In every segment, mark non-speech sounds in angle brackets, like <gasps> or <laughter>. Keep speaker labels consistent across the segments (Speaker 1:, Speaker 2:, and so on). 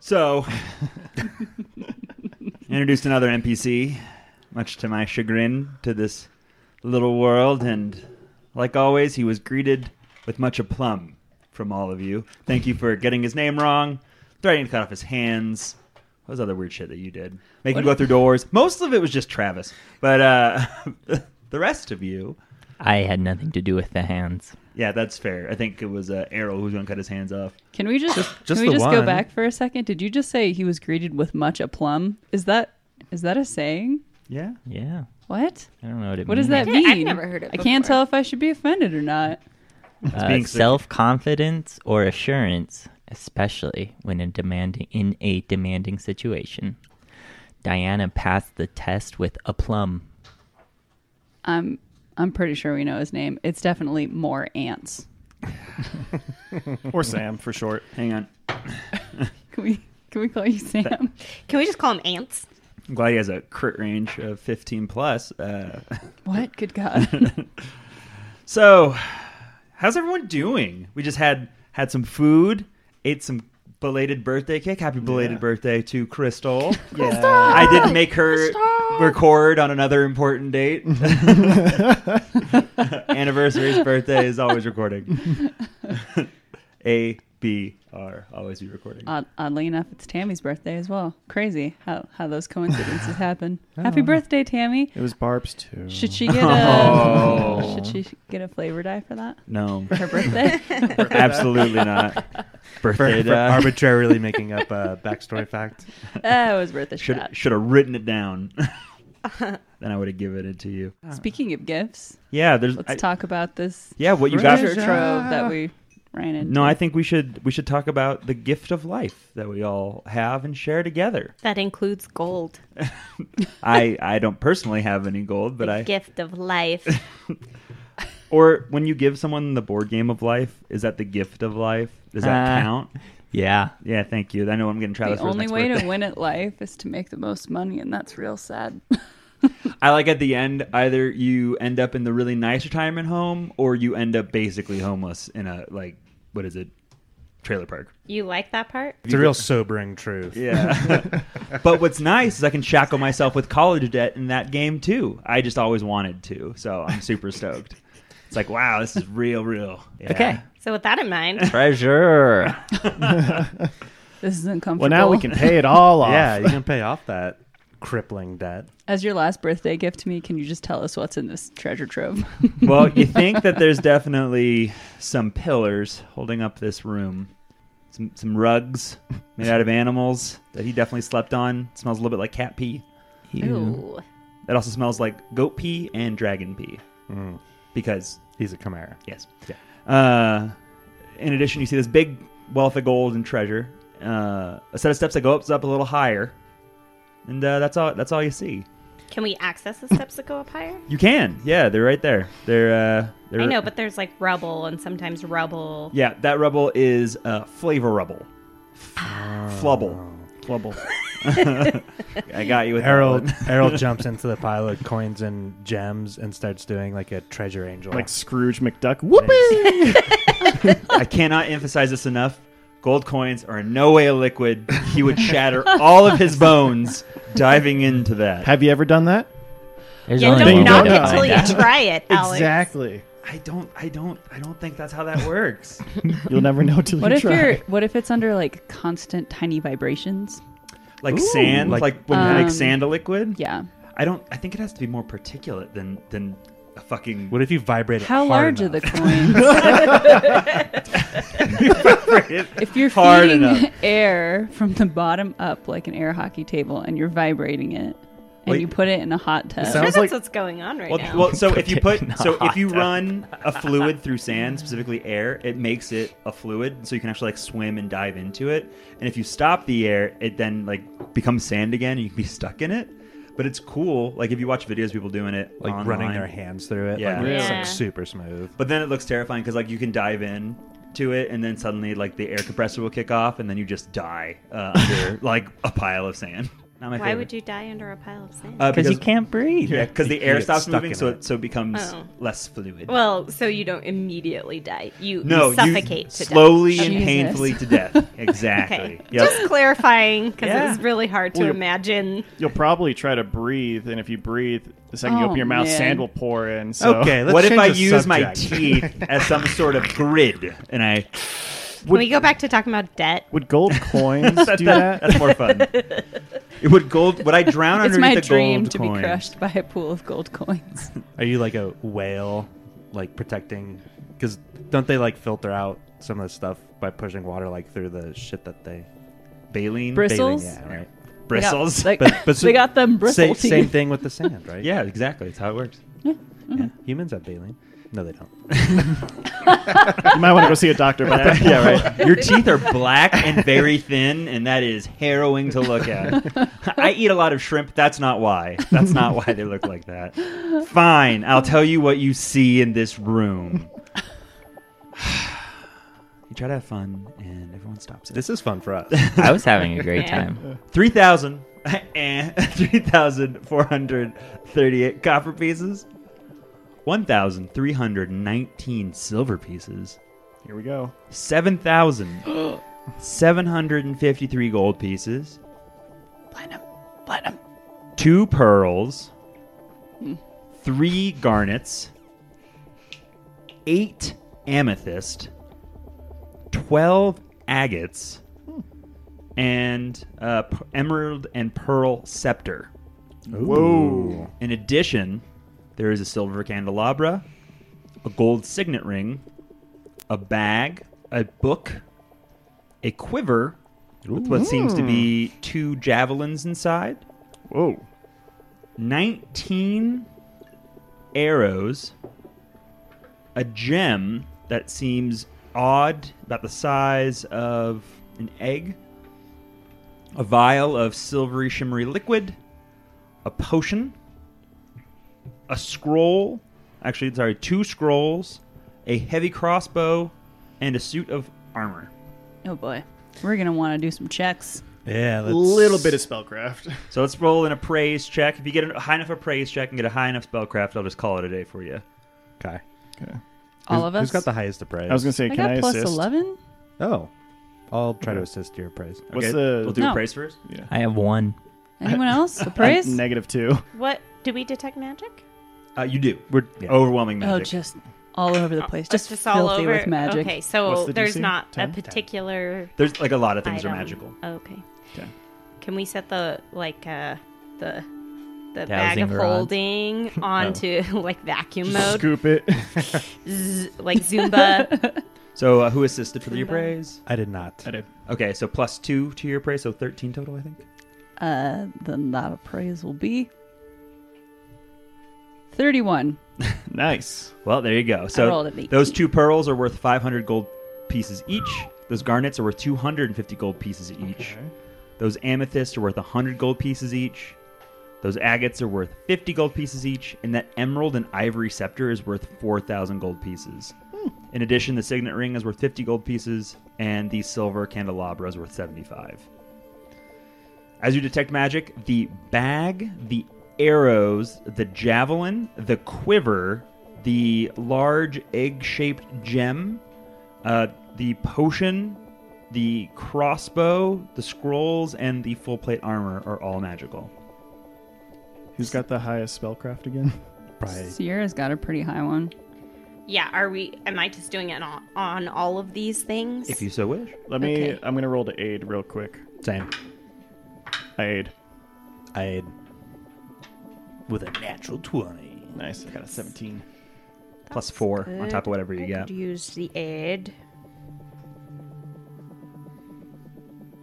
Speaker 1: So, introduced another NPC, much to my chagrin, to this little world, and like always, he was greeted with much aplomb from all of you. Thank you for getting his name wrong, threatening to cut off his hands. What was other weird shit that you did? Make him go through doors. Most of it was just Travis, but uh, <laughs> the rest of you,
Speaker 2: I had nothing to do with the hands.
Speaker 1: yeah, that's fair. I think it was uh, Arrow who's going to cut his hands off.
Speaker 3: Can we just,
Speaker 4: just
Speaker 3: can
Speaker 4: the
Speaker 3: we just go
Speaker 4: one.
Speaker 3: back for a second? Did you just say he was greeted with much aplomb? Is that is that a saying?
Speaker 1: Yeah,
Speaker 2: Yeah.
Speaker 3: What?
Speaker 2: I don't know what it
Speaker 3: What does
Speaker 2: means.
Speaker 3: that
Speaker 5: I didn't-
Speaker 3: mean?
Speaker 5: I've never heard it
Speaker 3: I can't
Speaker 5: before.
Speaker 3: tell if I should be offended or not.
Speaker 2: Uh,
Speaker 1: being sick.
Speaker 2: self-confidence or assurance, especially when in demanding in a demanding situation. Diana passed the test with aplomb.
Speaker 3: I'm I'm pretty sure we know his name. It's definitely more ants.
Speaker 4: or Sam for short.
Speaker 1: hang on.
Speaker 3: Can we can we call you Sam?
Speaker 5: Can we just call them ants?
Speaker 1: I'm glad he has a crit range of 15 plus. Uh, <laughs>
Speaker 3: What? Good God.
Speaker 1: so, how's everyone doing? We just had had some food, ate some belated birthday cake. Happy belated birthday to Crystal.
Speaker 4: <laughs> Yeah.
Speaker 1: I didn't make her record on another important
Speaker 4: <laughs>
Speaker 1: date. Anniversaries, birthdays, always recording. <laughs> A B R, always be recording.
Speaker 4: Uh,
Speaker 3: Odd, oddly enough, it's Tammy's birthday as well. Crazy how how those coincidences happen. Happy birthday, Tammy.
Speaker 4: It was Barb's too.
Speaker 3: Should she get a
Speaker 6: Oh.
Speaker 3: should she get a flavor die for that?
Speaker 4: <laughs>
Speaker 1: no,
Speaker 3: <laughs> Her birthday?
Speaker 1: absolutely not. Birthday
Speaker 4: for, for
Speaker 1: uh, <laughs>
Speaker 4: arbitrarily making up a backstory
Speaker 6: <laughs>
Speaker 4: fact.
Speaker 1: Oh,
Speaker 3: that was worth a
Speaker 1: Should
Speaker 3: shot.
Speaker 1: should have written it down. then I would have given it to you.
Speaker 3: Speaking of gifts,
Speaker 1: Yeah, there's.
Speaker 3: let's
Speaker 1: I-
Speaker 3: talk about this
Speaker 1: Yeah, what you got?
Speaker 3: treasure trove that we ran into.
Speaker 1: No, I think we should we should talk about the gift of life that we all have and share together. <laughs>
Speaker 5: That includes gold.
Speaker 1: I I don't personally have any gold, but
Speaker 5: the
Speaker 1: I
Speaker 5: gift of life.
Speaker 1: <laughs> or when you give someone the board game of life, is that the gift of life? Does that
Speaker 2: Uh,
Speaker 1: count?
Speaker 2: Yeah.
Speaker 1: Yeah, thank you. I know I'm getting
Speaker 3: the
Speaker 1: Travis for his
Speaker 3: only
Speaker 1: next <laughs>
Speaker 3: way
Speaker 1: birthday.
Speaker 3: to win at life is to make the most money, and that's real sad. <laughs>
Speaker 1: I like at the end either you end up in the really nice retirement home or you end up basically homeless in a like what is it trailer park.
Speaker 5: You like that part?
Speaker 4: It's a real sobering truth.
Speaker 1: Yeah. <laughs> but what's nice is I can shackle myself with college debt in that game too. I just always wanted to, so I'm super stoked. It's like, wow, this is real, real. Yeah.
Speaker 2: Okay.
Speaker 5: So with that
Speaker 1: <laughs>
Speaker 5: in mind,
Speaker 2: Treasure.
Speaker 3: This is uncomfortable.
Speaker 6: Well, now we can pay it all off.
Speaker 4: Yeah, you
Speaker 1: <laughs>
Speaker 4: can pay off that crippling debt.
Speaker 3: As your last birthday gift to me, can you just tell us what's in this treasure <laughs> trove?
Speaker 1: Well, you think that there's definitely some pillars holding up this room, some some rugs made out of animals that he definitely slept on. smells a little bit like cat pee.
Speaker 5: ooh,
Speaker 1: It also smells like goat pee and dragon pee, because
Speaker 4: He's a Chimera.
Speaker 1: Yes. Uh, in addition, you see this big wealth of gold and treasure. Uh, a set of steps that goes up, up a little higher, and uh, that's all. That's all you see.
Speaker 5: can we access the steps that go up higher?
Speaker 1: You can, yeah. They're right there. They're. Uh, they're
Speaker 5: I know, but there's like rubble and sometimes rubble.
Speaker 1: yeah, that rubble is uh, flavor rubble, flubble,
Speaker 6: <laughs>
Speaker 1: flubble. I got you with
Speaker 4: Errol
Speaker 1: That one. <laughs>
Speaker 4: <laughs> Errol jumps into the pile of coins and gems and starts doing like a treasure angel.
Speaker 6: Like Scrooge McDuck. Whoopee!
Speaker 1: I cannot emphasize this enough. Gold coins are in no way a liquid. He would shatter all of his bones diving into that.
Speaker 6: Have you ever
Speaker 3: <laughs>
Speaker 6: done that?
Speaker 2: There's
Speaker 5: Yeah,
Speaker 2: only
Speaker 5: don't
Speaker 2: one
Speaker 5: knock
Speaker 2: way to
Speaker 5: it
Speaker 2: find
Speaker 5: till you
Speaker 2: out.
Speaker 5: try it, Alex.
Speaker 6: Exactly.
Speaker 1: I don't I don't I don't think that's how that works.
Speaker 6: You'll never know till
Speaker 3: What
Speaker 6: you
Speaker 3: if
Speaker 6: try.
Speaker 3: you're? What if it's under like constant tiny vibrations?
Speaker 1: Like sand, like,
Speaker 4: like-
Speaker 1: when you
Speaker 3: Um,
Speaker 1: make sand a liquid.
Speaker 3: Yeah.
Speaker 1: I don't I think it has to be more particulate than than a fucking
Speaker 4: what if you vibrate? it
Speaker 3: How
Speaker 4: hard
Speaker 3: large
Speaker 4: enough?
Speaker 3: are the coins?
Speaker 1: <laughs>
Speaker 3: if you're
Speaker 1: Hard
Speaker 3: feeding
Speaker 1: enough.
Speaker 3: <laughs> air from the bottom up like an air hockey table, and you're vibrating it, and
Speaker 1: Wait.
Speaker 3: you put it in a hot tub.
Speaker 5: I'm sure
Speaker 6: Sounds
Speaker 5: that's
Speaker 6: like-
Speaker 5: what's going on right
Speaker 1: well,
Speaker 5: now.
Speaker 1: well, so if
Speaker 4: <laughs>
Speaker 1: you put so
Speaker 2: Potato
Speaker 1: if you
Speaker 2: hot dog.
Speaker 1: run a fluid through sand, specifically air, it makes it a fluid, so you can actually like swim and dive into it. And if you stop the air, it then like becomes sand again, and you can be <laughs> stuck in it. But it's cool. Like if you watch videos, of people doing it,
Speaker 4: like
Speaker 1: online.
Speaker 4: running their hands through it?
Speaker 1: Yeah.
Speaker 4: Like, It's
Speaker 5: Yeah.
Speaker 4: like super smooth.
Speaker 1: But then it looks terrifying because like you can dive in to it, and then
Speaker 4: <laughs>
Speaker 1: suddenly like the air compressor will kick off, and then you just die uh, under like a pile of sand. Not my
Speaker 5: Why
Speaker 1: favorite.
Speaker 5: would you die under a pile of sand?
Speaker 1: Uh,
Speaker 2: <laughs> because you can't breathe.
Speaker 1: Yeah, because the
Speaker 4: You
Speaker 1: air
Speaker 4: get
Speaker 1: stops
Speaker 4: stuck
Speaker 1: moving,
Speaker 4: in
Speaker 1: so
Speaker 4: it.
Speaker 1: it so it becomes
Speaker 5: Oh.
Speaker 1: less fluid.
Speaker 5: well, so you don't immediately die. You
Speaker 1: no,
Speaker 5: you suffocate
Speaker 1: you
Speaker 5: to
Speaker 1: slowly
Speaker 5: death.
Speaker 1: and
Speaker 3: Jesus.
Speaker 1: painfully to
Speaker 3: <laughs>
Speaker 1: death. Exactly.
Speaker 5: Okay.
Speaker 1: Yep.
Speaker 5: Just clarifying because
Speaker 1: Yeah.
Speaker 5: it was really hard to
Speaker 6: Well, you-
Speaker 5: imagine.
Speaker 6: You'll probably try to breathe, and if you breathe, the second you
Speaker 3: Oh,
Speaker 6: open your mouth,
Speaker 3: man.
Speaker 6: sand will pour in. So.
Speaker 4: Okay, let's
Speaker 1: what if
Speaker 4: change
Speaker 1: I
Speaker 4: the
Speaker 1: use my
Speaker 4: subject.
Speaker 1: teeth as some sort of grid and I?
Speaker 5: Can we go back to talking about debt?
Speaker 6: Would
Speaker 4: <laughs>
Speaker 6: gold coins do that?
Speaker 1: That's more fun. It would gold. Would I drown
Speaker 3: <laughs> It's
Speaker 1: underneath the
Speaker 3: my dream
Speaker 1: gold
Speaker 3: to
Speaker 1: coin?
Speaker 3: be crushed by a pool of gold coins.
Speaker 4: Are you like a whale, like protecting? Because don't they like filter out some of the stuff by pushing water like through the shit that they
Speaker 1: Baleen
Speaker 3: Bristles?
Speaker 4: Baleen, yeah, right.
Speaker 3: They got-
Speaker 1: bristles. <laughs>
Speaker 3: like,
Speaker 4: But- but
Speaker 3: <laughs>
Speaker 4: so-
Speaker 3: they got them
Speaker 4: Sa-
Speaker 3: bristle teeth.
Speaker 4: same thing with the sand, right?
Speaker 1: yeah, exactly. That's how it works.
Speaker 4: Yeah. Humans have baleen. No, they don't.
Speaker 6: you might want to go see a doctor about
Speaker 4: <laughs>
Speaker 6: that.
Speaker 1: yeah, right. Your teeth are black and very thin, and that is harrowing to look at. I eat a lot of shrimp. That's not why. That's not why they look like that. Fine. I'll tell you what you see in this room. <sighs> you try to have fun, and everyone stops it.
Speaker 4: This is fun for
Speaker 6: <laughs>
Speaker 4: us.
Speaker 2: I was having a great
Speaker 5: Yeah.
Speaker 2: time.
Speaker 1: 3,000 <laughs> and 3,438 copper pieces, 1,319 silver pieces,
Speaker 6: <laughs> Here we go.
Speaker 1: 7,753 gold pieces,
Speaker 3: Platinum. Platinum. Hmm.
Speaker 1: two pearls, three garnets, eight amethyst, 12 agates,
Speaker 3: Hmm.
Speaker 1: and uh, p- emerald and pearl scepter.
Speaker 6: Whoa.
Speaker 1: In addition, there is a silver candelabra, a gold signet ring, a bag, a book, a quiver with what seems to be two javelins inside,
Speaker 6: Whoa.
Speaker 1: 19 arrows, a gem that seems odd, about the size of an egg, a vial of silvery shimmery liquid, a potion, a scroll, actually, sorry, two scrolls, a heavy crossbow, and a suit of armor.
Speaker 3: Oh boy, we're gonna want to do some checks.
Speaker 4: yeah, let's...
Speaker 6: A little bit of spellcraft.
Speaker 1: So let's roll an appraise check. If you get a high enough appraise check and get a high enough spellcraft, I'll just call it a day for you.
Speaker 4: Okay.
Speaker 6: Okay.
Speaker 3: All
Speaker 4: Who's-
Speaker 3: of us.
Speaker 4: Who's got the highest appraise?
Speaker 6: I was gonna say,
Speaker 3: I
Speaker 6: can
Speaker 3: got
Speaker 6: I
Speaker 3: plus
Speaker 6: assist?
Speaker 3: eleven.
Speaker 4: Oh, I'll try to assist your appraise.
Speaker 6: What's
Speaker 1: okay,
Speaker 6: the-
Speaker 1: we'll do
Speaker 3: No.
Speaker 1: appraise first.
Speaker 2: I have one.
Speaker 3: Anyone else?
Speaker 6: I'm
Speaker 3: Appraise?
Speaker 6: negative two. <laughs>
Speaker 5: What do we detect magic?
Speaker 1: Uh, you do.
Speaker 4: We're yeah.
Speaker 1: Overwhelming
Speaker 3: Oh,
Speaker 1: magic.
Speaker 3: just all over the place.
Speaker 5: It's
Speaker 3: Just, filthy with magic.
Speaker 5: Okay,
Speaker 6: What's
Speaker 5: so
Speaker 6: the
Speaker 5: there's
Speaker 6: DC?
Speaker 5: not
Speaker 6: Ten?
Speaker 5: a particular
Speaker 1: There's like a lot of things
Speaker 5: item.
Speaker 1: are magical.
Speaker 5: Okay.
Speaker 6: Okay.
Speaker 5: Can we set the like uh the the bag
Speaker 2: Dowsing
Speaker 5: of
Speaker 1: <laughs>
Speaker 2: rods?
Speaker 5: holding onto like vacuum mode,
Speaker 6: Scoop it.
Speaker 5: Zzz, like <laughs> Zumba?
Speaker 1: So uh, who assisted for the appraise?
Speaker 4: I did not.
Speaker 6: I did.
Speaker 1: Okay, so plus two to your appraise, so thirteen total, I think.
Speaker 3: Uh, then that appraise will be thirty-one.
Speaker 6: Nice.
Speaker 1: Well, there you go.
Speaker 3: I
Speaker 1: So
Speaker 3: rolled an 18.
Speaker 1: those two pearls are worth five hundred gold pieces each. Those garnets are worth two hundred and fifty gold pieces each. Those amethysts are worth hundred gold pieces each. Those agates are worth fifty gold pieces each, and that emerald and ivory scepter is worth four thousand gold pieces. In addition, the signet ring is worth fifty gold pieces, and the silver candelabra is worth seventy-five. As you detect magic, the bag, the arrows, the javelin, the quiver, the large egg shaped gem, uh, the potion, the crossbow, the scrolls, and the full plate armor are all magical.
Speaker 6: Who's got the highest spellcraft again? <laughs>
Speaker 4: Probably.
Speaker 3: Sierra's got a pretty high one.
Speaker 5: yeah. Are we? Am I just doing it on, on all of these things?
Speaker 1: If you so wish.
Speaker 6: Let me.
Speaker 5: Okay.
Speaker 6: I'm gonna roll to aid real quick.
Speaker 4: Same.
Speaker 6: I aid.
Speaker 4: I with a natural twenty.
Speaker 6: Nice. I got a 17.
Speaker 1: Plus four on top of whatever you
Speaker 5: I
Speaker 1: got.
Speaker 5: could use the aid.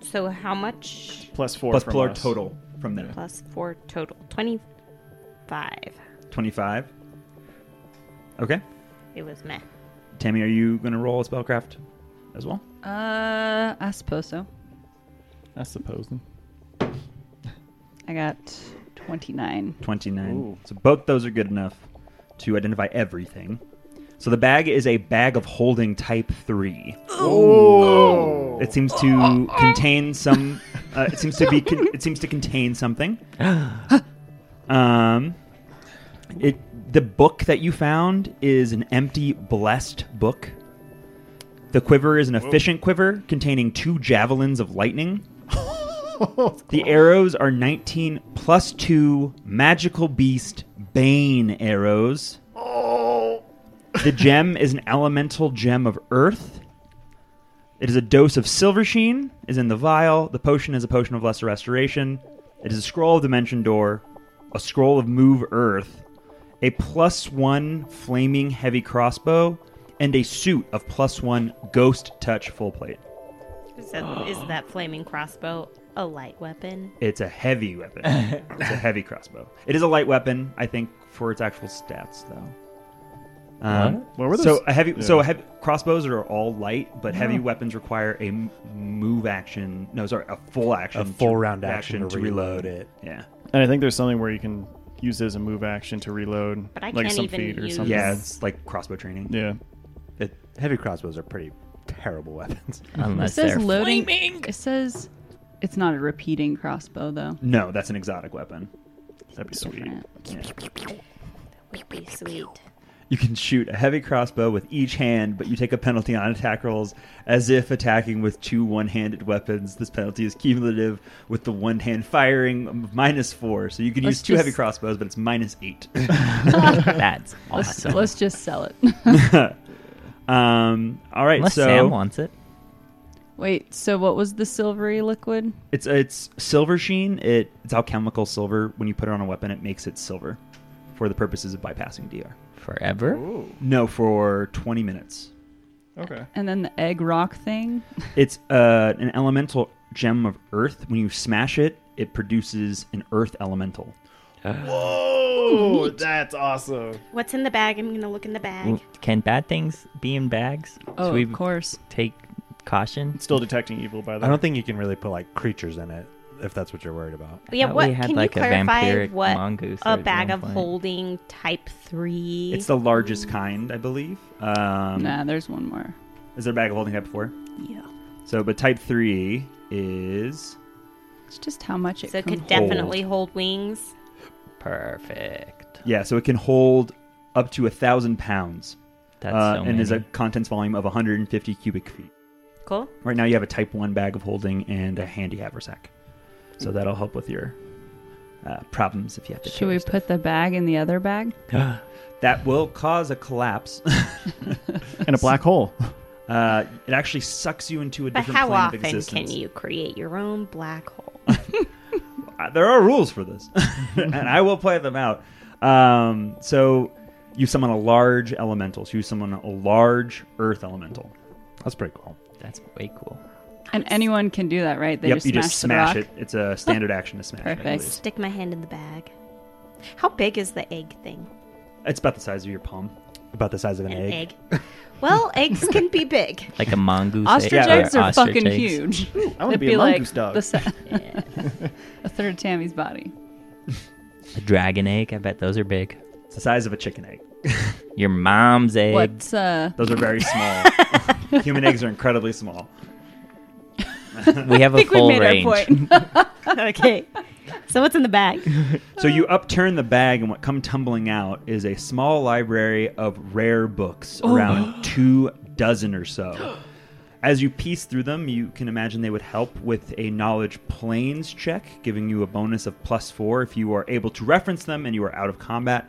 Speaker 5: So how much
Speaker 6: Plus four.
Speaker 1: Plus
Speaker 6: from
Speaker 1: four
Speaker 6: us.
Speaker 1: total from there.
Speaker 5: plus four total? Twenty-five.
Speaker 1: 25. Okay.
Speaker 5: It was meh.
Speaker 1: Tammy, are you going to roll a spellcraft as well?
Speaker 3: Uh, I suppose so.
Speaker 6: I suppose.
Speaker 3: I got twenty-nine.
Speaker 1: 29.
Speaker 6: Ooh.
Speaker 1: So both those are good enough to identify everything. So the bag is a bag of holding type three.
Speaker 6: Oh.
Speaker 1: It seems to contain some. Uh, it seems to be. Con- it seems to contain
Speaker 6: <gasps>
Speaker 1: something. Um, it the book that you found is an empty blessed book. The quiver is an efficient quiver containing two javelins of lightning. The arrows are 19 plus 2 magical beast bane arrows. The gem is an elemental gem of earth. It is a dose of silver sheen, is in the vial. The potion is a potion of lesser restoration. It is a scroll of dimension door, a scroll of move earth, a plus one flaming heavy crossbow, and a suit of plus one ghost touch full plate.
Speaker 5: Is that, is that flaming crossbow a light weapon?
Speaker 1: It's a heavy
Speaker 4: <laughs>
Speaker 1: weapon. it's a heavy crossbow. It is a light weapon, I think, for its actual stats, though. Um,
Speaker 6: What were
Speaker 1: So
Speaker 6: those?
Speaker 1: a heavy, so
Speaker 6: Yeah.
Speaker 1: a heavy, crossbows are all light, but
Speaker 4: Oh.
Speaker 1: heavy weapons require a m- move action. No, sorry, a full action,
Speaker 4: A
Speaker 1: to-
Speaker 4: full round action, to reload it.
Speaker 1: Yeah,
Speaker 6: <laughs> And I think there's something where you can use it as a move action to reload,
Speaker 5: But I
Speaker 6: like
Speaker 5: can't
Speaker 6: some
Speaker 5: even
Speaker 6: feat or
Speaker 5: use-
Speaker 6: something.
Speaker 1: yeah, it's like crossbow training.
Speaker 6: Yeah.
Speaker 4: it. Heavy crossbows are pretty terrible <laughs> weapons.
Speaker 3: It
Speaker 2: Unless
Speaker 3: says
Speaker 2: they're
Speaker 3: loading. It says it's not a repeating crossbow though.
Speaker 1: No, that's an exotic weapon.
Speaker 6: That'd be sweet.
Speaker 3: Different.
Speaker 5: Would be sweet.
Speaker 1: You can shoot a heavy crossbow with each hand, but you take a penalty on attack rolls as if attacking with two one handed weapons. This penalty is cumulative with the one hand firing um, minus four. So you can
Speaker 3: Let's
Speaker 1: use two heavy
Speaker 3: just-
Speaker 1: crossbows, but it's minus
Speaker 2: <laughs>
Speaker 1: eight. <laughs>
Speaker 3: <laughs>
Speaker 2: that's
Speaker 3: Let's,
Speaker 2: awesome.
Speaker 3: let's just sell it.
Speaker 1: <laughs>
Speaker 3: <laughs>
Speaker 1: um, all right,
Speaker 2: Unless
Speaker 1: so
Speaker 2: Sam wants it.
Speaker 3: Wait, so what was the silvery liquid?
Speaker 1: it's it's silver sheen. It, it's alchemical silver. When you put it on a weapon, it makes it silver for the purposes of bypassing DR.
Speaker 2: Forever?
Speaker 6: Ooh.
Speaker 1: No, for 20 minutes.
Speaker 6: Okay.
Speaker 3: And then the egg rock thing.
Speaker 1: It's uh, an elemental gem of earth. When you smash it, it produces an earth elemental.
Speaker 6: Whoa, that's awesome.
Speaker 5: What's in the bag? I'm gonna look in the bag.
Speaker 2: Ooh, Can bad things be in bags?
Speaker 3: Oh,
Speaker 2: Should we
Speaker 3: of course.
Speaker 2: take caution?
Speaker 6: It's still detecting evil by that.
Speaker 4: I don't think you can really put like creatures in it if that's what you're worried about.
Speaker 5: Yeah,
Speaker 2: thought Uh, we
Speaker 5: what
Speaker 2: had,
Speaker 5: can
Speaker 2: like, a
Speaker 5: you clarify?
Speaker 2: vampiric
Speaker 5: What
Speaker 2: mongoose
Speaker 5: a
Speaker 2: at
Speaker 5: bag
Speaker 2: one
Speaker 5: of
Speaker 2: point.
Speaker 5: holding type three?
Speaker 1: It's the largest kind, I believe. Um,
Speaker 3: Nah, there's one more.
Speaker 1: Is there a bag of holding type four?
Speaker 5: yeah.
Speaker 1: So, but type three is
Speaker 3: It's just how much it
Speaker 5: So it
Speaker 3: can
Speaker 5: could definitely hold wings.
Speaker 2: Perfect.
Speaker 1: yeah. So it can hold up to a thousand pounds,
Speaker 2: That's
Speaker 1: uh,
Speaker 2: so
Speaker 1: and
Speaker 2: many.
Speaker 1: is a contents volume of 150 cubic feet.
Speaker 5: Cool.
Speaker 1: Right now, you have a type one bag of holding and a handy haversack, so that'll help with your uh, problems if you have to.
Speaker 3: Should
Speaker 1: carry
Speaker 3: we
Speaker 1: stuff.
Speaker 3: put the bag in the other bag?
Speaker 1: that will cause a collapse?
Speaker 6: And a black hole.
Speaker 1: Uh, it actually sucks you into a
Speaker 5: But
Speaker 1: different
Speaker 5: how
Speaker 1: plane of
Speaker 5: often
Speaker 1: existence.
Speaker 5: can you create your own black hole?
Speaker 1: Uh, There are rules for this, <laughs> and I will play them out. Um, so you summon a large elemental. So you summon a large earth elemental.
Speaker 4: That's pretty cool.
Speaker 2: That's way cool.
Speaker 3: And anyone can do that, right? They
Speaker 1: yep,
Speaker 3: just
Speaker 1: you
Speaker 3: smash
Speaker 1: just
Speaker 3: the
Speaker 1: smash
Speaker 3: rock.
Speaker 1: it. It's a standard action to smash. it, I
Speaker 3: Perfect.
Speaker 1: believe.
Speaker 5: Stick my hand in the bag. How big is the egg thing?
Speaker 1: It's about the size of your palm.
Speaker 4: About the size of an,
Speaker 5: An egg. well, eggs can be big.
Speaker 2: Like a mongoose.
Speaker 3: Ostrich
Speaker 1: Yeah,
Speaker 3: eggs
Speaker 2: or
Speaker 3: are
Speaker 2: ostrich
Speaker 3: fucking
Speaker 2: eggs.
Speaker 3: huge.
Speaker 6: I want to
Speaker 3: It'd
Speaker 6: be a mongoose
Speaker 3: like
Speaker 6: dog.
Speaker 3: the sa- <laughs> a third of Tammy's body.
Speaker 2: A dragon egg. I bet those are big.
Speaker 1: It's the size of a chicken egg.
Speaker 2: Your mom's egg.
Speaker 3: What's uh?
Speaker 1: Those are very small. Human eggs are incredibly small.
Speaker 2: We have a
Speaker 3: I think we
Speaker 2: full
Speaker 3: made
Speaker 2: range.
Speaker 3: our
Speaker 1: <laughs>
Speaker 3: point.
Speaker 5: okay. So what's in the bag?
Speaker 1: So you upturn the bag, and what come tumbling out is a small library of rare books, around two dozen or so. As you piece through them, you can imagine they would help with a knowledge planes check, giving you a bonus of plus four if you are able to reference them and you are out of combat.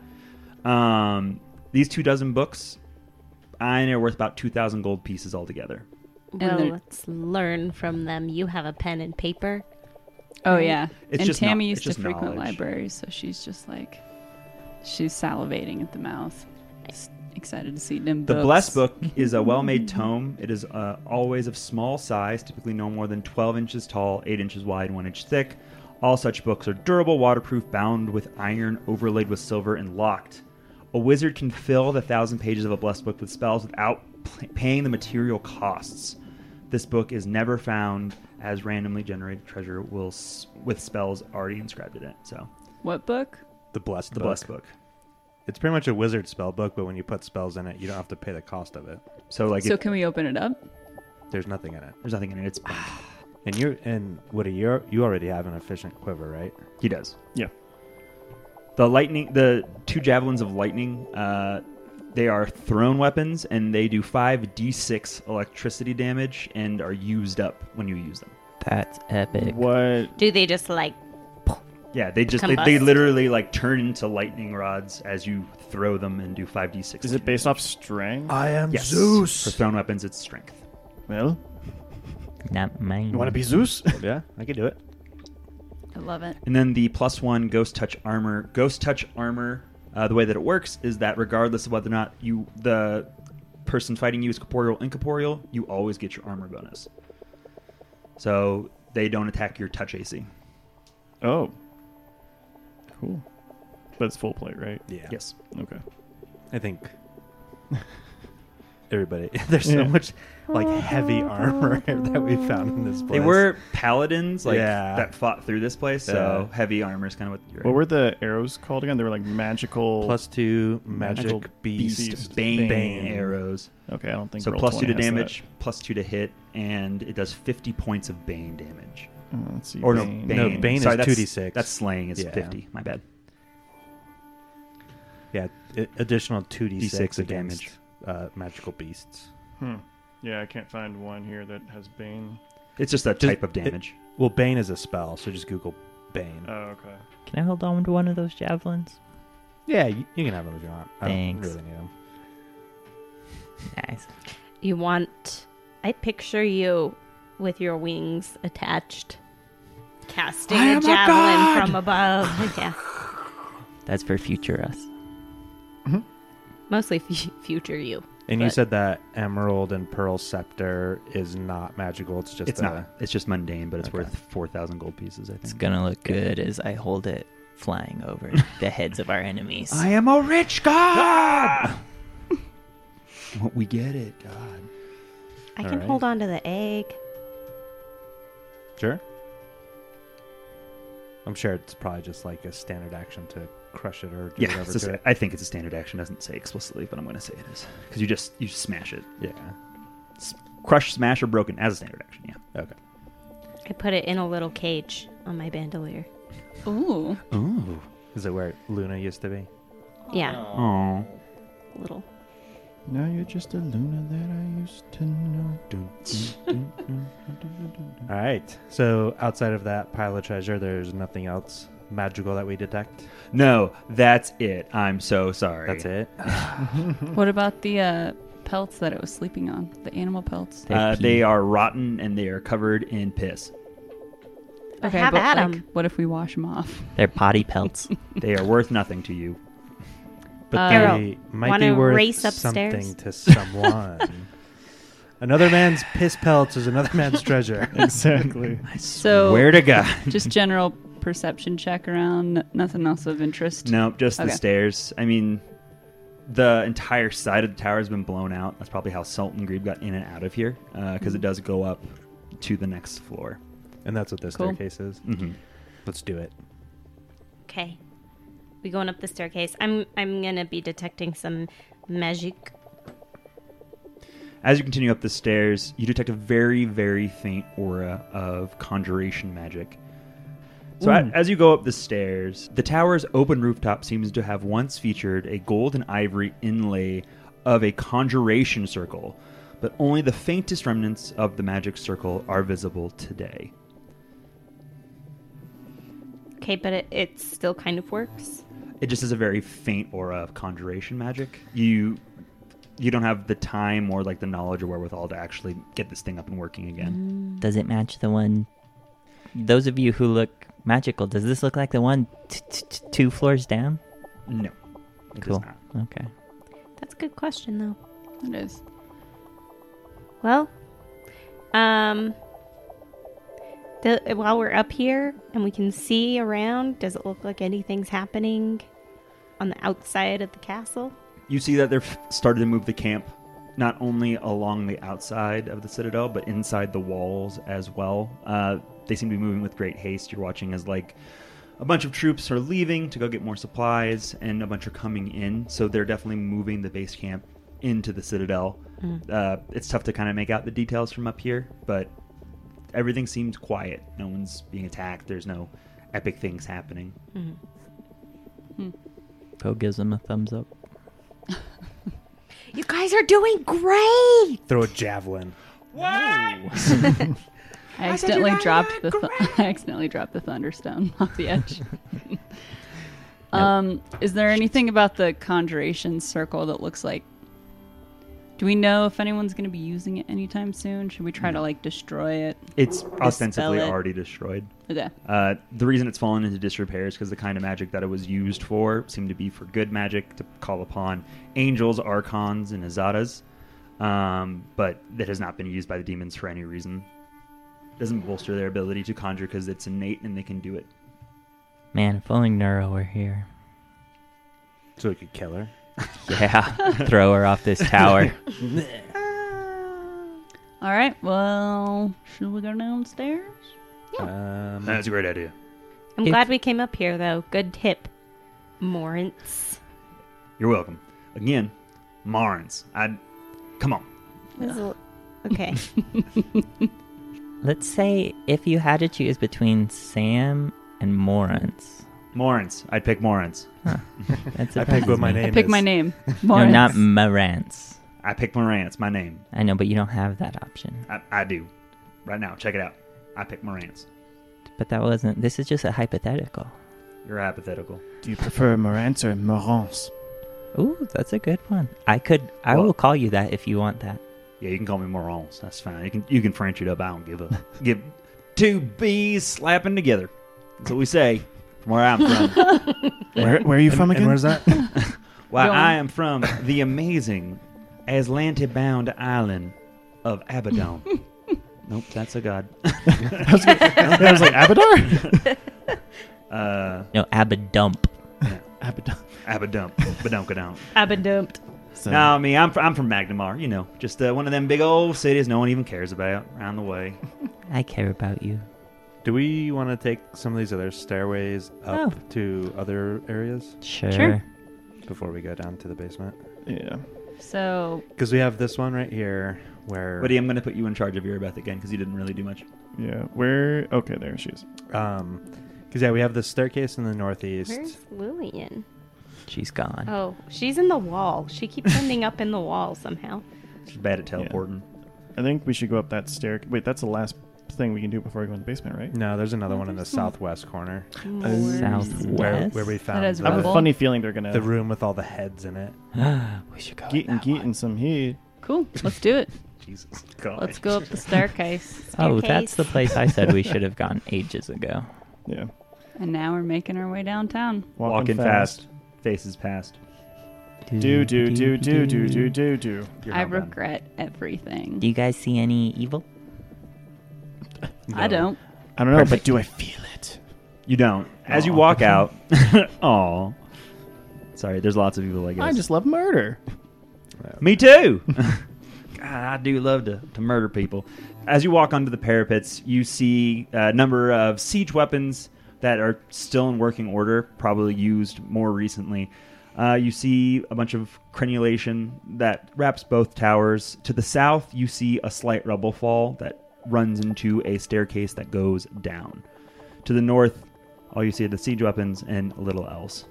Speaker 1: Um, these two dozen books, I know, are worth about two thousand gold pieces altogether.
Speaker 5: Well,
Speaker 3: they're-
Speaker 5: let's learn from them. You have a pen and paper.
Speaker 3: Oh yeah.
Speaker 1: It's
Speaker 3: and
Speaker 1: just
Speaker 3: Tammy
Speaker 1: kno-
Speaker 3: used
Speaker 1: it's
Speaker 3: to
Speaker 1: just
Speaker 3: frequent
Speaker 1: knowledge.
Speaker 3: libraries, so she's just like, she's salivating at the mouth. Just excited to see them.
Speaker 1: The
Speaker 3: books.
Speaker 1: Blessed Book is a well made tome. It is uh, always of small size, typically no more than 12 inches tall, 8 inches wide, 1 inch thick. All such books are durable, waterproof, bound with iron, overlaid with silver, and locked. A wizard can fill the thousand pages of a Blessed Book with spells without p- paying the material costs. This book is never found, as randomly generated treasure will s- with spells already inscribed in it. So,
Speaker 3: What book?
Speaker 4: the blessed
Speaker 1: the Blessed Book.
Speaker 4: It's pretty much a wizard spell book, but when you put spells in it, you don't have to pay the cost of it.
Speaker 1: So like
Speaker 3: So
Speaker 1: it,
Speaker 3: can we open it up?
Speaker 4: There's nothing in it.
Speaker 1: there's nothing in it. It's
Speaker 3: Ah.
Speaker 4: And you're and what are you? You already have an efficient quiver, right?
Speaker 1: he does.
Speaker 6: Yeah.
Speaker 1: The lightning, the two javelins of lightning, uh, they are thrown weapons and they do five d6 electricity damage and are used up when you use them.
Speaker 2: <laughs> That's epic.
Speaker 6: What?
Speaker 5: Do they just like
Speaker 1: Yeah, they just they, they
Speaker 5: Combust.
Speaker 1: literally like turn into lightning rods as you throw them and do five d6.
Speaker 6: Is it based off strength?
Speaker 4: I am
Speaker 1: Yes. For thrown weapons, it's strength.
Speaker 6: well,
Speaker 2: Not mine.
Speaker 6: you want to be Zeus? <laughs>
Speaker 4: <laughs> Yeah, I can do it.
Speaker 3: I love it.
Speaker 1: And then the plus one ghost touch armor. Ghost touch armor. Uh, the way that it works is that regardless of whether or not you the person fighting you is corporeal incorporeal, you always get your armor bonus. So they don't attack your touch AC.
Speaker 6: oh. Cool. But it's full plate, right?
Speaker 4: Yeah.
Speaker 1: Yes.
Speaker 6: Okay.
Speaker 4: I think <laughs> everybody. <laughs> There's so
Speaker 6: Yeah.
Speaker 4: much like heavy armor <laughs> that we found in this place.
Speaker 1: They were paladins like
Speaker 4: Yeah.
Speaker 1: that fought through this place, so
Speaker 4: Yeah.
Speaker 1: heavy armor is kind of what you're
Speaker 6: What were the arrows called again? They were like magical.
Speaker 4: plus two magic,
Speaker 6: Magical
Speaker 4: beast,
Speaker 6: beast
Speaker 1: bane,
Speaker 4: bane.
Speaker 1: arrows.
Speaker 6: Okay, I don't think.
Speaker 1: So
Speaker 6: roll
Speaker 1: plus two
Speaker 6: 20
Speaker 1: to
Speaker 6: has that.
Speaker 1: damage, plus two to hit, and it does fifty points of bane damage.
Speaker 6: Uh, let's see.
Speaker 1: Or
Speaker 6: Bane.
Speaker 1: no,
Speaker 4: No,
Speaker 1: bane.
Speaker 4: bane is
Speaker 1: Sorry, that's-
Speaker 4: 2d6.
Speaker 1: That's slaying. It's
Speaker 4: Yeah.
Speaker 1: fifty. My bad.
Speaker 4: Yeah, i- additional two d six
Speaker 1: D6 of
Speaker 4: against
Speaker 1: damage.
Speaker 4: uh, magical beasts.
Speaker 6: Hmm. Yeah, I can't find one here that has bane.
Speaker 1: It's just that
Speaker 4: Just-
Speaker 1: type of
Speaker 4: it-
Speaker 1: damage.
Speaker 4: Well, bane is a spell, so just Google bane.
Speaker 6: Oh, okay.
Speaker 2: Can I hold on to one of those javelins?
Speaker 4: yeah, you, you can have them if you want.
Speaker 2: Thanks.
Speaker 4: I don't really need them.
Speaker 2: Nice.
Speaker 5: you want? I picture you with your wings attached, casting a javelin from above. <laughs> yeah,
Speaker 2: That's for future us.
Speaker 5: mostly f- future you.
Speaker 4: And you
Speaker 5: But-
Speaker 4: said that emerald and pearl scepter is not magical. It's just
Speaker 1: It's
Speaker 4: a,
Speaker 1: not. It's just mundane, but it's
Speaker 4: Okay.
Speaker 1: worth four thousand gold pieces. I
Speaker 2: It's
Speaker 1: think.
Speaker 2: gonna look good as I hold it flying
Speaker 1: <laughs>
Speaker 2: over the heads of our enemies.
Speaker 1: am a rich god. we get it, God.
Speaker 5: I
Speaker 4: All
Speaker 5: can
Speaker 4: right.
Speaker 5: hold on to the egg.
Speaker 4: Sure. I'm sure it's probably just like a standard action to crush it or do
Speaker 1: Yeah,
Speaker 4: <laughs> whatever
Speaker 1: it's a
Speaker 4: to
Speaker 1: sta-
Speaker 4: it.
Speaker 1: I think it's a standard action. It doesn't say explicitly, but I'm going to say it is because you just you just smash it,
Speaker 4: Yeah.
Speaker 1: S- crush, smash, or broken as a standard action. Yeah.
Speaker 4: Okay.
Speaker 5: I put it in a little cage on my bandolier.
Speaker 1: <laughs>
Speaker 3: Ooh.
Speaker 1: Ooh.
Speaker 4: Is it where Luna used to be? <laughs>
Speaker 5: Yeah,
Speaker 1: Oh.
Speaker 5: little.
Speaker 6: Now you're just a Luna that I used to know.
Speaker 4: All right. So outside of that pile of treasure, there's nothing else magical that we detect.
Speaker 1: No, that's it. I'm so sorry.
Speaker 4: That's it.
Speaker 3: What about the uh, pelts that it was sleeping on? The animal pelts.
Speaker 1: Uh,
Speaker 2: They
Speaker 1: they
Speaker 2: pee.
Speaker 1: are rotten and they are covered in piss.
Speaker 5: But have at 'em.
Speaker 3: what if we wash them off?
Speaker 2: They're potty pelts.
Speaker 1: They are worth nothing to you.
Speaker 4: But
Speaker 3: Uh,
Speaker 4: they might be
Speaker 5: wanna
Speaker 4: worth
Speaker 5: race
Speaker 4: something
Speaker 5: upstairs?
Speaker 4: to someone. <laughs> another man's piss pelts is another man's <laughs> treasure.
Speaker 6: <laughs> Exactly.
Speaker 3: So-
Speaker 1: where to God.
Speaker 3: Just general perception check around. Nothing else of interest.
Speaker 1: No, just
Speaker 3: Okay.
Speaker 1: the stairs. I mean, the entire side of the tower has been blown out. That's probably how Sultan Grebe got in and out of here, because it does go up to the next floor.
Speaker 4: and that's what this
Speaker 3: Cool.
Speaker 4: staircase is.
Speaker 1: hmm
Speaker 4: Let's do it.
Speaker 5: Okay, we going up the staircase. I'm I'm gonna be detecting some magic.
Speaker 1: As you continue up the stairs, you detect a very, very faint aura of conjuration magic. So, a- as you go up the stairs, the tower's open rooftop seems to have once featured a gold and ivory inlay of a conjuration circle, but only the faintest remnants of the magic circle are visible today.
Speaker 5: Okay, but it, it still kind of works.
Speaker 1: It just is a very faint aura of conjuration magic. You you don't have the time or like the knowledge or wherewithal to actually get this thing up and working again.
Speaker 2: Does it match the one? Those of you who look magical, does this look like the one t- t- t- two floors down?
Speaker 1: No. It does
Speaker 2: Cool.
Speaker 1: not.
Speaker 2: Okay.
Speaker 5: That's a good question though.
Speaker 3: It is.
Speaker 5: Well, um, do, while we're up here and we can see around, does it look like anything's happening on the outside of the castle?
Speaker 1: You see that they've started to move the camp not only along the outside of the citadel, but inside the walls as well. Uh, they seem to be moving with great haste. You're watching as like a bunch of troops are leaving to go get more supplies, and a bunch are coming in. So they're definitely moving the base camp into the citadel. Uh, it's tough to kind of make out the details from up here, but everything seems quiet. No one's being attacked. There's no epic things happening.
Speaker 2: Poe gives him a thumbs up.
Speaker 5: You guys are doing great.
Speaker 4: Throw a javelin.
Speaker 3: I accidentally dropped the th- <laughs> I accidentally dropped the thunderstone <laughs> off the edge. um, is there anything about the conjuration circle that looks like? Do we know if anyone's going to be using it anytime soon? Should we try to like destroy it?
Speaker 1: It's ostensibly
Speaker 3: it.
Speaker 1: already destroyed.
Speaker 3: Okay.
Speaker 1: Uh, the reason it's fallen into disrepair is because the kind of magic that it was used for seemed to be for good magic to call upon angels, archons, and azadas. Um, but that has not been used by the demons for any reason. Doesn't bolster their ability to conjure because it's innate and they can do it.
Speaker 2: Man, if only Neuro were here.
Speaker 4: So we could kill her.
Speaker 2: Yeah, throw her off this tower.
Speaker 5: Ah.
Speaker 3: All right. Well, should we go downstairs?
Speaker 4: Um,
Speaker 1: That's a great idea.
Speaker 5: I'm
Speaker 2: If-
Speaker 5: glad we came up here though. Good tip, Morance.
Speaker 1: You're welcome. Again, Marins. I come on.
Speaker 5: Okay.
Speaker 2: Let's say if you had to choose between Sam and Morance.
Speaker 1: Morins. I'd pick Morins.
Speaker 2: That's
Speaker 4: I pick what my
Speaker 3: I
Speaker 4: name
Speaker 3: pick
Speaker 4: is.
Speaker 3: my
Speaker 4: <laughs>
Speaker 3: name.
Speaker 2: No,
Speaker 3: Morris.
Speaker 2: not Morance.
Speaker 1: I pick Moran. It's my name.
Speaker 2: I know, but you don't have that option.
Speaker 1: I, I do. Right now, check it out. I pick Morans.
Speaker 2: But that wasn't. This is just a hypothetical.
Speaker 1: You're hypothetical.
Speaker 6: Do you prefer Morantz or Morance?
Speaker 2: Ooh, that's a good one. I could. I
Speaker 1: Well-
Speaker 2: will call you that if you want that.
Speaker 1: Yeah, you can call me Morons. That's fine. You can you can French it up. I don't give a <laughs> give. Two bees slapping together. That's what we say from where I'm
Speaker 3: <laughs>
Speaker 1: from.
Speaker 6: Where, where are you from
Speaker 4: And
Speaker 6: again?
Speaker 4: where's that?
Speaker 1: Why
Speaker 3: Go on.
Speaker 1: I am from the amazing Atlante-bound island of
Speaker 3: <laughs>
Speaker 1: Abaddon. nope, that's a god.
Speaker 6: <laughs>
Speaker 1: <laughs>
Speaker 6: I was like, Abadar?
Speaker 1: Uh,
Speaker 2: No, Abadump.
Speaker 6: <laughs> Abadar.
Speaker 1: Abaddon,
Speaker 3: <laughs>
Speaker 1: Badonkadon.
Speaker 5: I've been dumped.
Speaker 6: So,
Speaker 1: No, I mean I'm fr- I'm from Magnemar. You know, just uh, one of them big old cities no one even cares about around the way.
Speaker 2: I care about you.
Speaker 4: Do we want to take some of these other stairways up to other areas
Speaker 2: Sure.
Speaker 3: Sure.
Speaker 4: before we go down to the basement?
Speaker 6: Yeah.
Speaker 3: So
Speaker 4: Because we have this one right here where
Speaker 1: Buddy, I'm going to put you in charge of Erebeth again because you didn't really do much.
Speaker 6: Yeah. Where? Okay, there she is.
Speaker 4: Um, because yeah, we have the staircase in the
Speaker 5: Where's
Speaker 4: northeast.
Speaker 5: Lillian?
Speaker 2: She's gone.
Speaker 5: Oh, she's in the wall. She keeps ending up in the wall somehow.
Speaker 1: She's bad at teleporting.
Speaker 6: I think we should go up that stair. Wait, that's the last thing we can do before we go in the basement, right?
Speaker 4: No, there's another one in the southwest corner
Speaker 6: Oh.
Speaker 4: where,
Speaker 2: Southwest.
Speaker 4: where we found
Speaker 3: That is
Speaker 6: I have
Speaker 4: the,
Speaker 6: a
Speaker 3: Rebel?
Speaker 6: funny feeling they're gonna
Speaker 4: the room with all the heads in it.
Speaker 2: <gasps> we should go. in
Speaker 6: getting
Speaker 2: that one.
Speaker 6: getting some heat.
Speaker 3: cool. Let's do it.
Speaker 1: Jesus God.
Speaker 3: Let's go up
Speaker 4: <laughs>
Speaker 3: the staircase.
Speaker 2: Oh, that's
Speaker 5: Staircase.
Speaker 2: the place I said
Speaker 3: <laughs>
Speaker 2: we should have gone ages ago.
Speaker 6: Yeah,
Speaker 3: And now we're making our way downtown.
Speaker 1: Walking fast. faces past.
Speaker 6: Do do do do do do do do.
Speaker 4: You're
Speaker 3: I
Speaker 4: not done.
Speaker 3: regret everything.
Speaker 2: Do you guys see any evil?
Speaker 3: I don't.
Speaker 6: I don't know, but
Speaker 2: Perfect.
Speaker 6: do I feel it?
Speaker 1: You don't. As you <laughs>
Speaker 6: Aw.
Speaker 1: walk out, oh, sorry. There's lots of people. I guess.
Speaker 6: I just love murder.
Speaker 1: Me too. God, I do love to, to murder people. As you walk onto the parapets, you see a number of siege weapons that are still in working order, probably used more recently. Uh, you see a bunch of crenulation that wraps both towers. To the south, you see a slight rubble fall that runs into a staircase that goes down. To the north, all you see are the siege weapons and little else.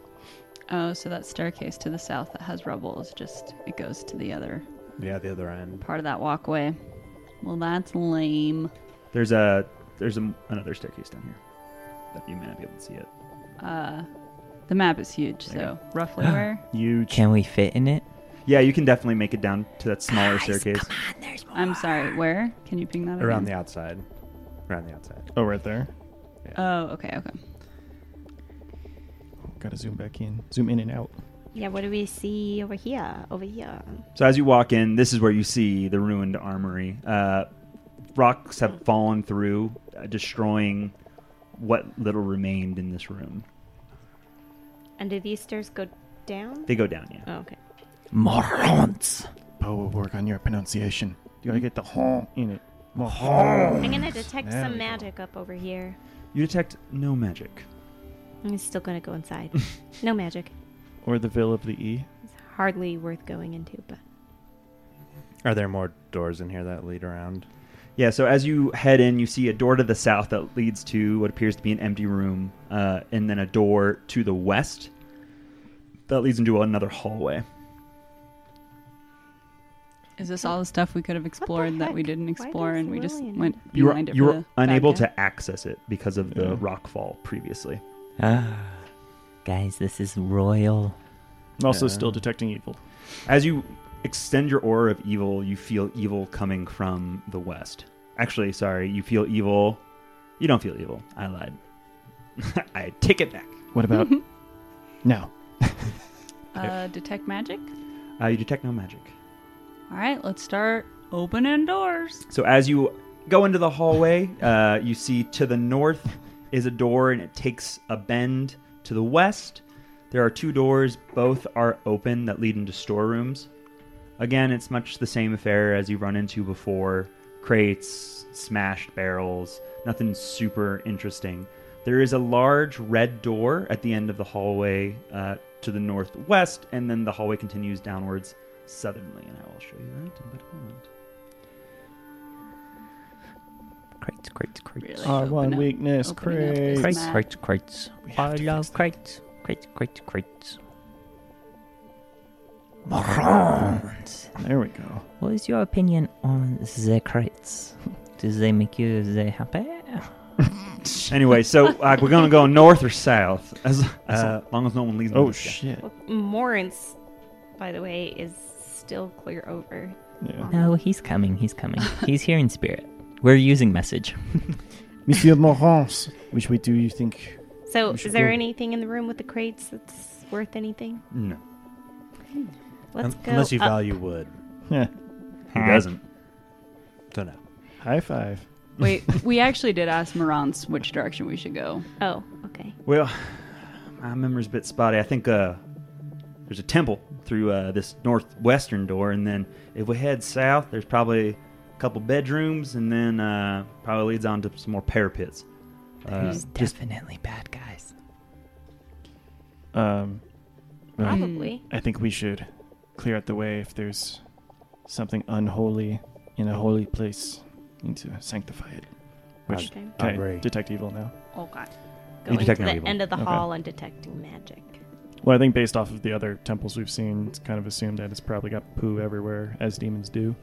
Speaker 3: Oh, so that staircase to the south that has rubble is just it goes to the other
Speaker 4: Yeah, the other end.
Speaker 3: part of that walkway. Well, that's lame.
Speaker 1: There's a there's a, another staircase down here that you may not be able to see it.
Speaker 3: The map is huge, so
Speaker 1: <gasps>
Speaker 3: roughly where?
Speaker 6: Huge.
Speaker 2: Can we fit in it?
Speaker 1: Yeah, you can definitely make it down to that smaller staircase.
Speaker 3: I'm sorry, where? Can you ping that
Speaker 4: Around the
Speaker 3: again?
Speaker 4: outside. Around the outside.
Speaker 6: Oh, right there.
Speaker 3: Oh, okay, okay.
Speaker 6: Gotta zoom back in. Zoom in and out.
Speaker 5: Yeah, what do we see over here? Over here.
Speaker 1: So as you walk in, this is where you see the ruined armory. Uh, rocks have fallen through, uh, destroying what little remained in this room.
Speaker 5: And do these stairs go down?
Speaker 1: They go down, yeah.
Speaker 5: Oh, okay.
Speaker 2: Morons.
Speaker 6: Poe will work on your pronunciation. You gotta get the hon in it. More
Speaker 5: I'm
Speaker 6: hon.
Speaker 5: gonna detect
Speaker 6: There
Speaker 5: some
Speaker 6: we go.
Speaker 5: magic up over here.
Speaker 1: You detect no magic.
Speaker 5: I'm still going to go
Speaker 4: <laughs>
Speaker 5: inside. no magic.
Speaker 6: Or the Ville of the E.
Speaker 5: It's hardly worth going into, but
Speaker 4: Are there more doors in here that lead around?
Speaker 1: Yeah, so as you head in, you see a door to the south that leads to what appears to be an empty room, uh, and then a door to the west that leads into another hallway.
Speaker 3: Is this all the stuff we could have explored that we
Speaker 5: heck?
Speaker 3: didn't
Speaker 5: Why
Speaker 3: explore
Speaker 5: does
Speaker 3: and we just
Speaker 5: Lillian-
Speaker 3: went
Speaker 1: You were,
Speaker 3: behind it
Speaker 1: you
Speaker 3: for
Speaker 1: were
Speaker 3: the bad
Speaker 1: unable
Speaker 3: guy?
Speaker 1: to access it because of the
Speaker 6: Yeah.
Speaker 1: rock fall previously.
Speaker 2: Ah, guys, this is royal.
Speaker 6: I'm also
Speaker 4: Uh.
Speaker 6: still detecting evil.
Speaker 1: As you extend your aura of evil, you feel evil coming from the west. Actually, sorry, you feel evil. You don't feel evil. I lied. <laughs> I take it back.
Speaker 6: What <laughs> about now?
Speaker 3: Uh, detect magic.
Speaker 1: Uh, you detect no magic.
Speaker 3: All right, let's start opening doors.
Speaker 1: So as you go into the hallway, uh, you see to the north is a door, and it takes a bend to the west. There are two doors, both are open that lead into storerooms. Again, it's much the same affair as you've run into before crates, smashed barrels, nothing super interesting. There is a large red door at the end of the hallway uh, to the northwest, and then the hallway continues downwards southernly, and I will show you that in but a moment.
Speaker 2: Crates, crates, crates.
Speaker 3: Really?
Speaker 6: Our
Speaker 3: open
Speaker 6: Ah, one
Speaker 3: up-
Speaker 6: weakness,
Speaker 3: opening up is
Speaker 6: crates.
Speaker 2: Crates,
Speaker 3: Matt.
Speaker 2: crates, crates.
Speaker 6: We have
Speaker 2: I
Speaker 6: to
Speaker 2: love
Speaker 6: fix that.
Speaker 2: crates. Crates, crates, crates. Morons.
Speaker 6: There we go.
Speaker 2: What is your opinion on the crates? <laughs> Do they make you they happy?
Speaker 1: Anyway,
Speaker 5: <laughs>
Speaker 1: so uh, we're gonna go north or south, as, uh, as long as no one leaves. me
Speaker 6: Oh
Speaker 1: this guy.
Speaker 6: shit.
Speaker 5: well, Morance, by the way, is still clear over.
Speaker 6: Yeah.
Speaker 2: No, he's coming. He's coming. he's here in spirit. We're using message.
Speaker 6: Monsieur Morons, which way do you think?
Speaker 5: So,
Speaker 6: We
Speaker 5: is
Speaker 6: should
Speaker 5: there
Speaker 6: go.
Speaker 5: anything in the room with the crates that's worth anything?
Speaker 1: No,
Speaker 5: Let's
Speaker 4: Un-
Speaker 5: go.
Speaker 4: unless you
Speaker 5: up.
Speaker 4: value wood.
Speaker 6: Heh.
Speaker 1: he doesn't.
Speaker 4: So no.
Speaker 6: High five. <laughs>
Speaker 3: Wait, we actually did ask Morantz which direction we should go.
Speaker 5: Oh, okay.
Speaker 1: Well, <sighs> my memory's a bit spotty. I think uh, there's a temple through uh, this northwestern door, and then if we head south, there's probably a couple bedrooms, and then uh, probably leads on to some more parapets. <laughs> Uh,
Speaker 2: There's
Speaker 1: just
Speaker 2: definitely bad guys.
Speaker 6: Um, well,
Speaker 5: Probably.
Speaker 6: I think we should clear out the way if there's something unholy in a holy place. We need to sanctify it. Which
Speaker 5: Okay.
Speaker 6: can I
Speaker 4: Agree.
Speaker 6: detect evil now?
Speaker 3: Oh god.
Speaker 5: Going to
Speaker 1: detect no
Speaker 5: the
Speaker 1: evil.
Speaker 5: end of the
Speaker 6: Okay.
Speaker 5: hall and detecting magic.
Speaker 6: Well, I think based off of the other temples we've seen, it's kind of assumed that it's probably got poo everywhere, as demons do.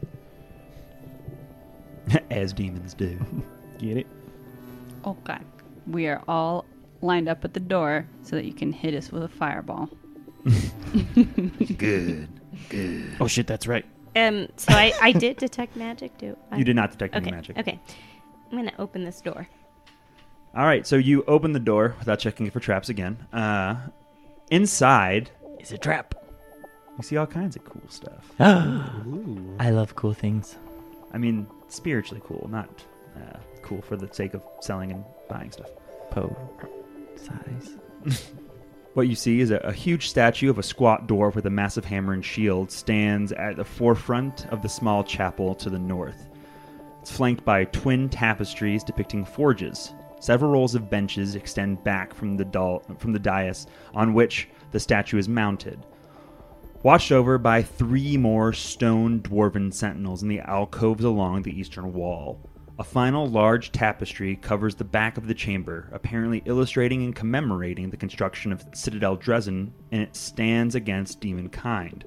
Speaker 1: as demons
Speaker 5: <laughs>
Speaker 1: do.
Speaker 6: Get it?
Speaker 3: Oh god. We are all lined up at the door so that you can hit us with
Speaker 1: <laughs>
Speaker 3: a fireball.
Speaker 1: Good.
Speaker 6: Oh shit, that's right.
Speaker 5: Um, so I,
Speaker 1: <laughs>
Speaker 5: I did detect magic too. I,
Speaker 1: You did not detect
Speaker 5: Okay.
Speaker 1: any magic.
Speaker 5: Okay. I'm gonna open this door.
Speaker 1: All right, so you open the door without checking for traps again. Uh, inside,
Speaker 2: It's a trap. <gasps>
Speaker 1: you see all kinds of cool stuff.
Speaker 2: I love cool things.
Speaker 1: I mean, spiritually cool, not uh, cool for the sake of selling and buying stuff.
Speaker 2: Po size.
Speaker 1: What you see is a, a huge statue of a squat dwarf with a massive hammer and shield stands at the forefront of the small chapel to the north. It's flanked by twin tapestries depicting forges. Several rows of benches extend back from the, dal- from the dais on which the statue is mounted, watched over by three more stone dwarven sentinels in the alcoves along the eastern wall. A final large tapestry covers the back of the chamber, apparently illustrating and commemorating the construction of Citadel Dresden, and it stands against demonkind.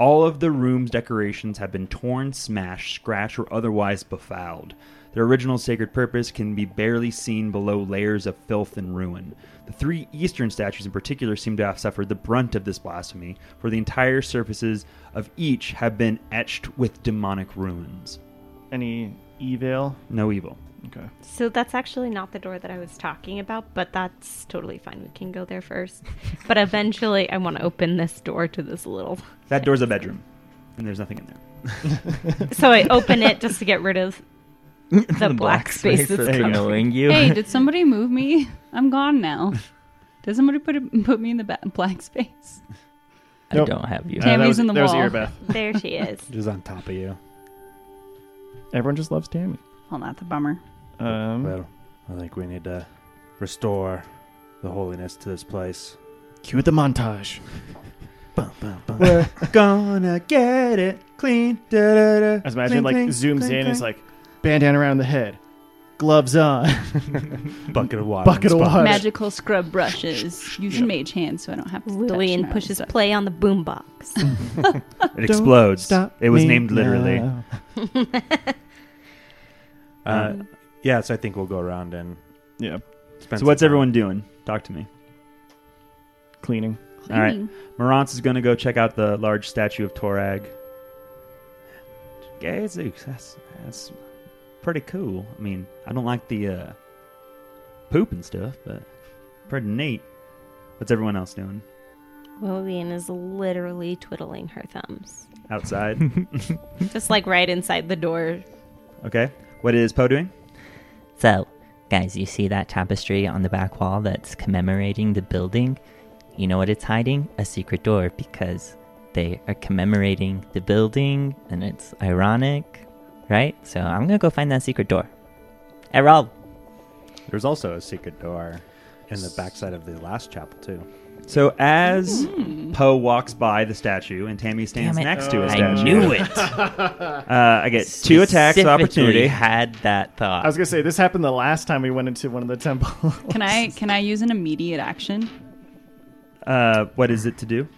Speaker 1: All of the room's decorations have been torn, smashed, scratched, or otherwise befouled. Their original sacred purpose can be barely seen below layers of filth and ruin. The three eastern statues in particular seem to have suffered the brunt of this blasphemy, for the entire surfaces of each have been etched with demonic ruins.
Speaker 6: Any evil?
Speaker 1: No evil.
Speaker 6: Okay.
Speaker 5: So that's actually not the door that I was talking about, but that's totally fine. We can go
Speaker 1: <laughs>
Speaker 5: there first. but eventually, I want to open this door to this little.
Speaker 1: That door's a bedroom, and there's nothing in there.
Speaker 6: <laughs>
Speaker 5: So I open it
Speaker 6: Uh,
Speaker 5: just to get rid of <laughs>
Speaker 2: <laughs>
Speaker 5: the, black, space. that's
Speaker 2: is
Speaker 5: coming.
Speaker 2: annoying you. <laughs>
Speaker 3: Hey, did somebody move me? I'm gone now. Did somebody put a, put me in the ba- black space?
Speaker 2: I
Speaker 6: Nope.
Speaker 2: don't have you.
Speaker 3: Tam- Tammy's
Speaker 6: that was,
Speaker 3: in the
Speaker 6: that was
Speaker 3: wall.
Speaker 6: Earbeth.
Speaker 5: There
Speaker 1: <laughs>
Speaker 5: she is.
Speaker 4: Just on top of you.
Speaker 6: Everyone just loves Tammy.
Speaker 4: Hmm?
Speaker 3: Well, not the bummer.
Speaker 6: Um,
Speaker 4: Well, I think we need to restore the holiness to this place.
Speaker 6: Cue the montage.
Speaker 4: Bum, bum, bum. We're gonna get it clean. Da-da-da.
Speaker 6: I was imagining like zooms in, it's like bandana around the head, gloves on,
Speaker 4: bucket of water.
Speaker 6: bucket of
Speaker 4: Spot.
Speaker 6: water.
Speaker 3: Magical scrub brushes. Using mage hands, so I don't have to. touch
Speaker 5: Lillian
Speaker 3: none of
Speaker 5: pushes
Speaker 3: that.
Speaker 5: play on the boombox.
Speaker 1: <laughs> It explodes.
Speaker 6: <laughs> Stop
Speaker 1: it was
Speaker 6: me
Speaker 1: named literally.
Speaker 6: now.
Speaker 4: Uh, yeah, so I think we'll go around and
Speaker 6: Yeah,
Speaker 4: spend.
Speaker 1: So what's
Speaker 4: some time.
Speaker 1: everyone doing? Talk to me.
Speaker 6: cleaning.
Speaker 1: All right. Marantz is going to go check out the large statue of Torag. Gazooks, that's, that's pretty cool. I mean, I don't like the uh, poop and stuff, but pretty neat. What's everyone else doing
Speaker 5: Lillian is literally twiddling her
Speaker 1: <laughs>
Speaker 5: thumbs,
Speaker 1: outside?
Speaker 5: just like right inside the door.
Speaker 1: okay. What is Poe doing?
Speaker 2: So, guys, you see that tapestry on the back wall that's commemorating the building? You know what it's hiding? A secret door because they are commemorating the building and it's ironic, right? So, I'm going to go find that secret door. Errol,
Speaker 4: There's also a secret door in the backside of the last chapel too.
Speaker 1: So as Poe walks by the statue and Tammy stands
Speaker 2: Hmm. Damn it. Oh,
Speaker 1: next to a statue,
Speaker 2: I knew it.
Speaker 1: <laughs> Uh, I get two attacks of
Speaker 2: Specifically
Speaker 1: opportunity.
Speaker 2: had that thought.
Speaker 6: I was gonna say this happened the last time we went into one of the temples.
Speaker 3: Can
Speaker 6: <laughs>
Speaker 3: I can I use an immediate action?
Speaker 1: Uh, what is it to do?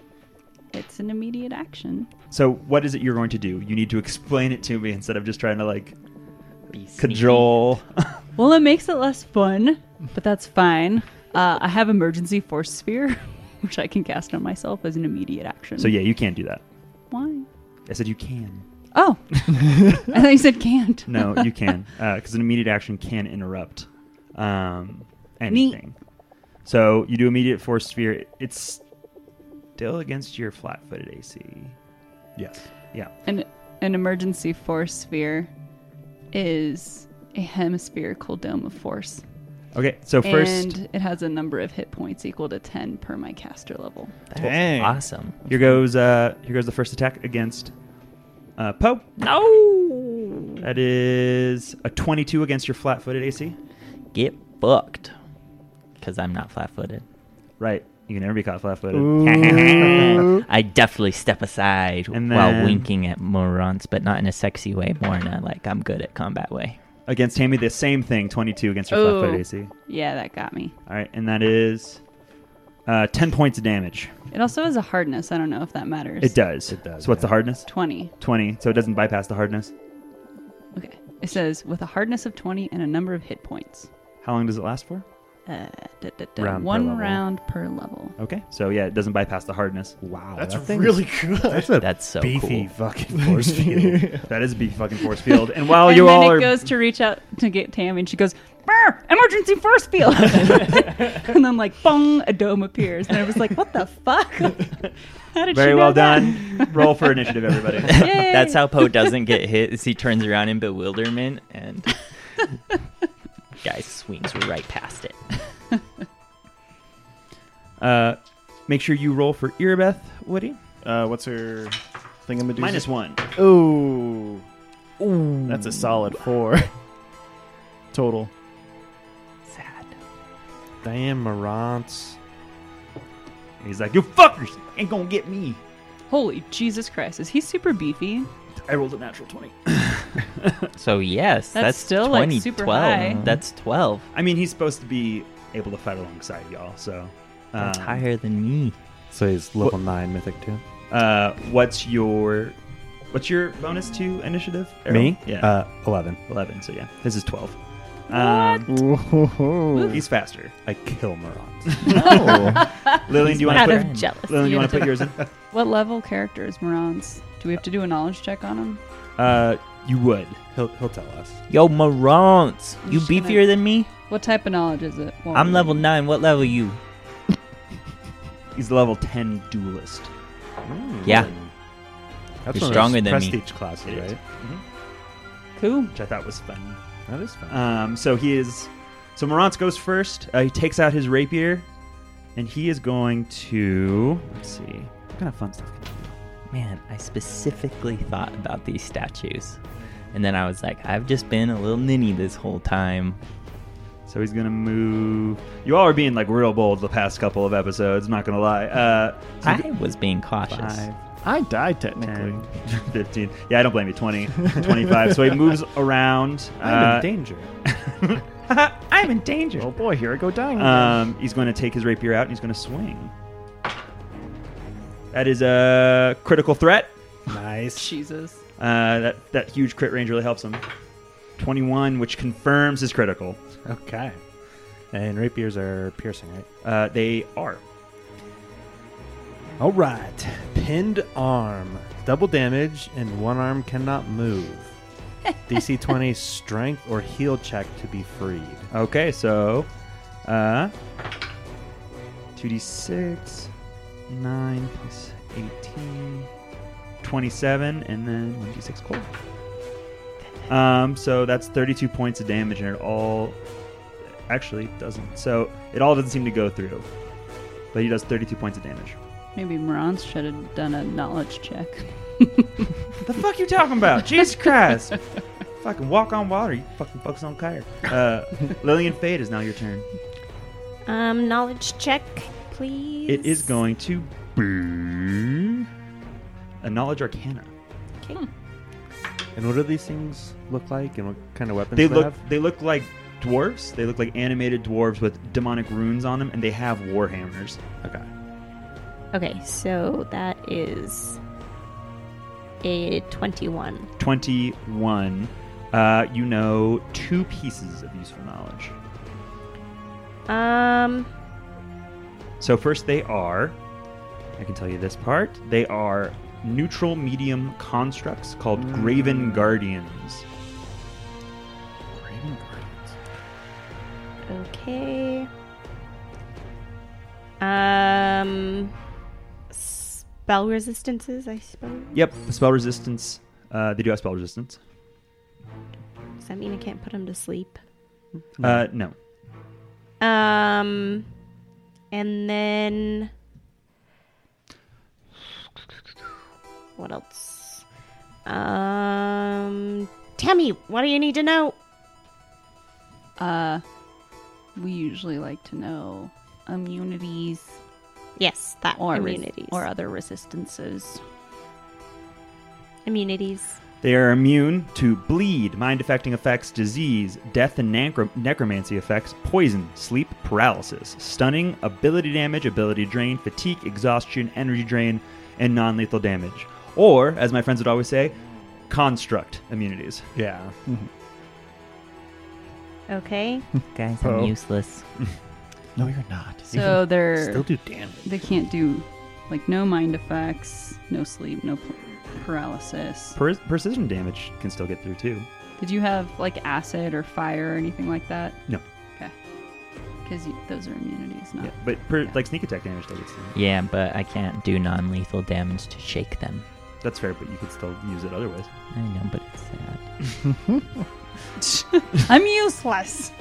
Speaker 3: It's an immediate action.
Speaker 1: So what is it you're going to do? You need to explain it to me instead of just trying to like
Speaker 2: Be sneaky.
Speaker 1: cajole.
Speaker 3: Well, it makes it less fun, but that's fine. Uh, I have emergency force sphere, <laughs> which I can cast on myself as an immediate action.
Speaker 1: so yeah, you can't do that.
Speaker 3: Why?
Speaker 1: I said you can. <laughs>
Speaker 3: Oh, I thought you said can't.
Speaker 1: No,
Speaker 3: <laughs>
Speaker 1: you can because an immediate action can interrupt um, anything. So you do immediate force sphere. It's still against your flat-footed AC.
Speaker 4: Yes.
Speaker 1: Yeah.
Speaker 3: An an emergency force sphere is a hemispherical dome of force,
Speaker 1: Okay. So first,
Speaker 3: and it has a number of hit points equal to ten per my caster level.
Speaker 2: That's
Speaker 6: Dang.
Speaker 2: awesome.
Speaker 1: here goes uh, here goes the first attack against uh, Poe.
Speaker 2: No!
Speaker 1: That is a 22 against your flat-footed AC.
Speaker 2: Get fucked. Because I'm not flat footed.
Speaker 1: Right. You can never be caught
Speaker 6: Ooh.
Speaker 1: flat-footed.
Speaker 3: Mm.
Speaker 2: I definitely step aside
Speaker 1: And
Speaker 2: while
Speaker 1: then-
Speaker 2: winking at morons, but not in a sexy way, more in a like I'm good at combat way.
Speaker 1: Against Tammy, the same thing. 22 against your
Speaker 3: Oh.
Speaker 1: flat-footed AC.
Speaker 3: Yeah, that got me.
Speaker 1: All right, and that is uh, 10 points of damage.
Speaker 3: It also has a hardness. I don't know if that matters.
Speaker 1: It does.
Speaker 4: It does,
Speaker 1: So what's the
Speaker 4: yeah.
Speaker 1: hardness?
Speaker 3: Twenty.
Speaker 1: 20. So it doesn't bypass the hardness.
Speaker 3: Okay. It says with a hardness of twenty and a number of hit points.
Speaker 1: How long does it last for?
Speaker 3: Uh, da, da, da,
Speaker 4: Round per
Speaker 3: one
Speaker 4: level.
Speaker 3: round per level.
Speaker 1: Okay. So yeah, it doesn't bypass the <laughs> hardness.
Speaker 4: Wow.
Speaker 6: That's
Speaker 4: that
Speaker 6: <laughs>
Speaker 4: thing
Speaker 6: really
Speaker 4: is-
Speaker 6: good.
Speaker 4: <laughs> That's a
Speaker 2: That's so
Speaker 4: beefy
Speaker 2: cool.
Speaker 4: <laughs> fucking force field.
Speaker 1: That is a big fucking force field. And while
Speaker 3: and
Speaker 1: Oh, you
Speaker 3: then
Speaker 1: all
Speaker 3: it
Speaker 1: are
Speaker 3: goes to reach out to get Tammy, and she goes, "Brr, emergency force field!" <laughs> and then like, bong, a dome appears, and I was like, "What the fuck? <laughs> How did
Speaker 1: <laughs> very
Speaker 3: she know
Speaker 1: well
Speaker 3: that?
Speaker 1: done, <laughs> roll for initiative, everybody. <laughs>
Speaker 3: Yay.
Speaker 2: That's how Poe doesn't get hit. Is he turns around in bewilderment
Speaker 3: <laughs>
Speaker 2: and guy swings right past it.
Speaker 1: Uh, make sure you roll for Irabeth, Woody.
Speaker 6: Uh, what's her thing? I'm
Speaker 1: Minus one.
Speaker 6: Ooh. That's a solid four. <laughs> Total.
Speaker 2: Sad.
Speaker 4: Damn, Marantz.
Speaker 1: He's like, you fuckers ain't gonna get me.
Speaker 3: Holy Jesus Christ! Is he super beefy?
Speaker 1: I rolled a natural 20.
Speaker 2: So yes,
Speaker 3: That's
Speaker 2: that's,
Speaker 3: still, like,
Speaker 2: 20,
Speaker 3: super
Speaker 2: 12.
Speaker 3: high.
Speaker 2: That's twelve.
Speaker 1: <coughs> I mean, he's supposed to be able to fight alongside y'all, so.
Speaker 2: That's
Speaker 1: um,
Speaker 2: higher than
Speaker 3: <laughs>
Speaker 2: me.
Speaker 4: So he's level nine mythic too.
Speaker 1: Uh, what's your what's your bonus to initiative? Errol?
Speaker 4: Me?
Speaker 1: Yeah,
Speaker 4: Uh, eleven.
Speaker 1: eleven. So yeah, his is twelve. Um, he's faster.
Speaker 4: I kill Marantz.
Speaker 2: No.
Speaker 1: Lillian, do you
Speaker 2: my
Speaker 1: want
Speaker 5: Out
Speaker 1: to
Speaker 5: of
Speaker 2: friend.
Speaker 1: put
Speaker 5: jealousy.
Speaker 1: Lillian? You want to put yours in?
Speaker 3: What level character is Moran's? Do we have to do a knowledge check on him?
Speaker 1: Uh, you would.
Speaker 4: He'll he'll tell us.
Speaker 2: Yo, Marantz,
Speaker 3: I'm
Speaker 2: you
Speaker 3: just gonna-
Speaker 2: beefier than me?
Speaker 3: What type of knowledge is it? Well,
Speaker 2: I'm level nine. What level you?
Speaker 1: He's level ten duelist.
Speaker 2: Yeah. You're
Speaker 4: That's one of those
Speaker 2: stronger than me.
Speaker 4: prestige classes,
Speaker 1: It is.
Speaker 4: right?
Speaker 3: Cool.
Speaker 1: Which I thought was fun.
Speaker 4: That is fun.
Speaker 1: Um, so he is. So Morantz goes first. Uh, he takes out his rapier, and he is going to. Let's see. What kind of fun stuff? Can I do?
Speaker 2: Man, I specifically thought about these statues. And then I was like, I've just been a little ninny this whole time.
Speaker 1: So he's gonna move. You all are being like real bold the past couple of episodes. Not gonna lie. Uh, so
Speaker 2: I was being cautious.
Speaker 1: five,
Speaker 6: I died technically.
Speaker 1: <laughs> 10, 15. Yeah, I don't blame you. 20, 25. so he moves around.
Speaker 4: I'm in
Speaker 1: uh,
Speaker 4: danger. <laughs>
Speaker 1: I'm in danger.
Speaker 6: Oh boy, here I go dying. again.
Speaker 1: Um, he's going to take his rapier out and he's going to swing. That is a critical threat.
Speaker 4: Nice.
Speaker 3: Jesus.
Speaker 1: Uh, that that huge crit range really helps him. Twenty-one, which confirms his critical.
Speaker 4: Okay. And rapiers are piercing, right?
Speaker 1: Uh, they are.
Speaker 4: All right. Pinned arm. Double damage, and one arm cannot move. DC 20 strength or heal check to be freed.
Speaker 1: Okay, so uh, 2d6, 9 plus 18, 27, and then 1d6 cold. Um, so that's 32 points of damage, and it all actually it doesn't. So it all doesn't seem to go through, but he does 32 points of damage.
Speaker 3: Maybe Morans should have done a knowledge check. <laughs>
Speaker 1: the fuck you talking <laughs> about? Jesus Christ! fucking walk on water. You fucking focus on fire. <laughs> Uh, Lillian Fade is now your turn.
Speaker 5: Um, knowledge check, please.
Speaker 1: It is going to be a knowledge arcana.
Speaker 4: And what do these things look like, and what kind of weapons
Speaker 1: They
Speaker 4: they,
Speaker 1: look
Speaker 4: have?
Speaker 1: they look like dwarves. They look like animated dwarves with demonic runes on them, and they have warhammers.
Speaker 4: Okay.
Speaker 5: Okay, so that is a 21.
Speaker 1: Twenty one. Uh, you know two pieces of useful knowledge.
Speaker 5: Um,
Speaker 1: So first, they are. I can tell you this part. They are neutral medium constructs called Graven Guardians.
Speaker 6: Raven Guardians.
Speaker 5: okay. Um, spell resistances, I suppose.
Speaker 1: Yep, spell resistance. Uh, they do have spell resistance.
Speaker 5: Does that mean I can't put them to sleep?
Speaker 1: Uh, no.
Speaker 5: Um, and then what else? Um, Tammy, what do you need to know?
Speaker 3: Uh, we usually like to know immunities
Speaker 5: Yes, that
Speaker 3: or res-
Speaker 5: immunities
Speaker 3: or other resistances.
Speaker 5: immunities.
Speaker 1: They are immune to bleed, mind affecting effects, disease, death and necro- necromancy effects, poison, sleep, paralysis, stunning, ability damage, ability drain, fatigue, exhaustion, energy drain, and non lethal damage. Or, as my friends would always say, construct immunities.
Speaker 4: Yeah.
Speaker 5: <laughs> Okay.
Speaker 2: Guys,
Speaker 1: Oh.
Speaker 2: I'm useless.
Speaker 6: No, you're not.
Speaker 3: So they're
Speaker 4: Still do damage.
Speaker 3: they can't do like no mind effects, no sleep, no p- paralysis.
Speaker 1: Per- precision damage can still get through too.
Speaker 3: Did you have like acid or fire or anything like that?
Speaker 1: No.
Speaker 3: Okay. Because those are immunities, not
Speaker 1: Ah, Yeah, but per-
Speaker 3: Yeah.
Speaker 1: like sneak attack damage still gets through.
Speaker 2: Yeah, but I can't do non lethal damage to shake them.
Speaker 1: That's fair, but you could still use it otherwise.
Speaker 2: I know, but it's sad.
Speaker 3: I'm
Speaker 1: <laughs>
Speaker 3: useless.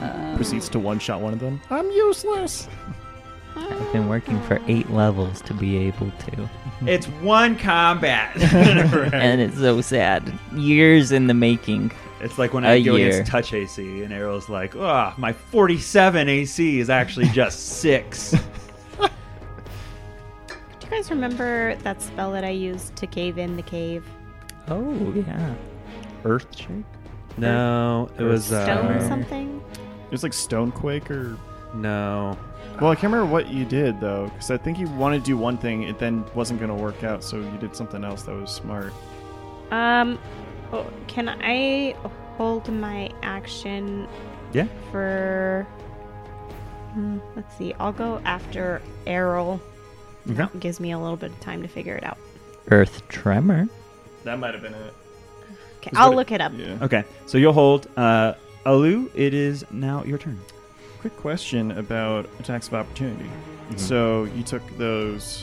Speaker 3: Um,
Speaker 6: Proceeds to one shot one of them. I'm useless.
Speaker 2: I've been working for eight levels to be able to.
Speaker 1: it's one <laughs> combat.
Speaker 2: And it's so sad. Years in the making.
Speaker 1: It's like when I
Speaker 2: A
Speaker 1: go
Speaker 2: year.
Speaker 1: against touch AC, and Arrow's like, "Ah, my 47 AC is actually just
Speaker 2: <laughs>
Speaker 1: six.
Speaker 5: Do you guys remember that spell that I used to cave in the cave?
Speaker 2: Oh, yeah.
Speaker 1: Earthshake?
Speaker 4: No, it was
Speaker 5: Stone
Speaker 4: uh,
Speaker 5: something?
Speaker 6: There's like Stonequake or.
Speaker 4: no.
Speaker 6: Well, I can't remember what you did though, because I think you wanted to do one thing, it then wasn't going to work out, so you did something else that was smart.
Speaker 5: Um, oh, can I hold my action
Speaker 1: Yeah.
Speaker 5: for Hmm, let's see i'll go after errol
Speaker 1: Okay.
Speaker 5: It gives me a little bit of time to figure it out
Speaker 2: Earth Tremor.
Speaker 6: That might have been it.
Speaker 5: okay
Speaker 1: Is
Speaker 5: i'll
Speaker 1: what
Speaker 5: look it up
Speaker 6: Yeah.
Speaker 1: Okay, so you'll hold. Uh, Alu, it is now your turn.
Speaker 6: Quick question about attacks of opportunity. So you took those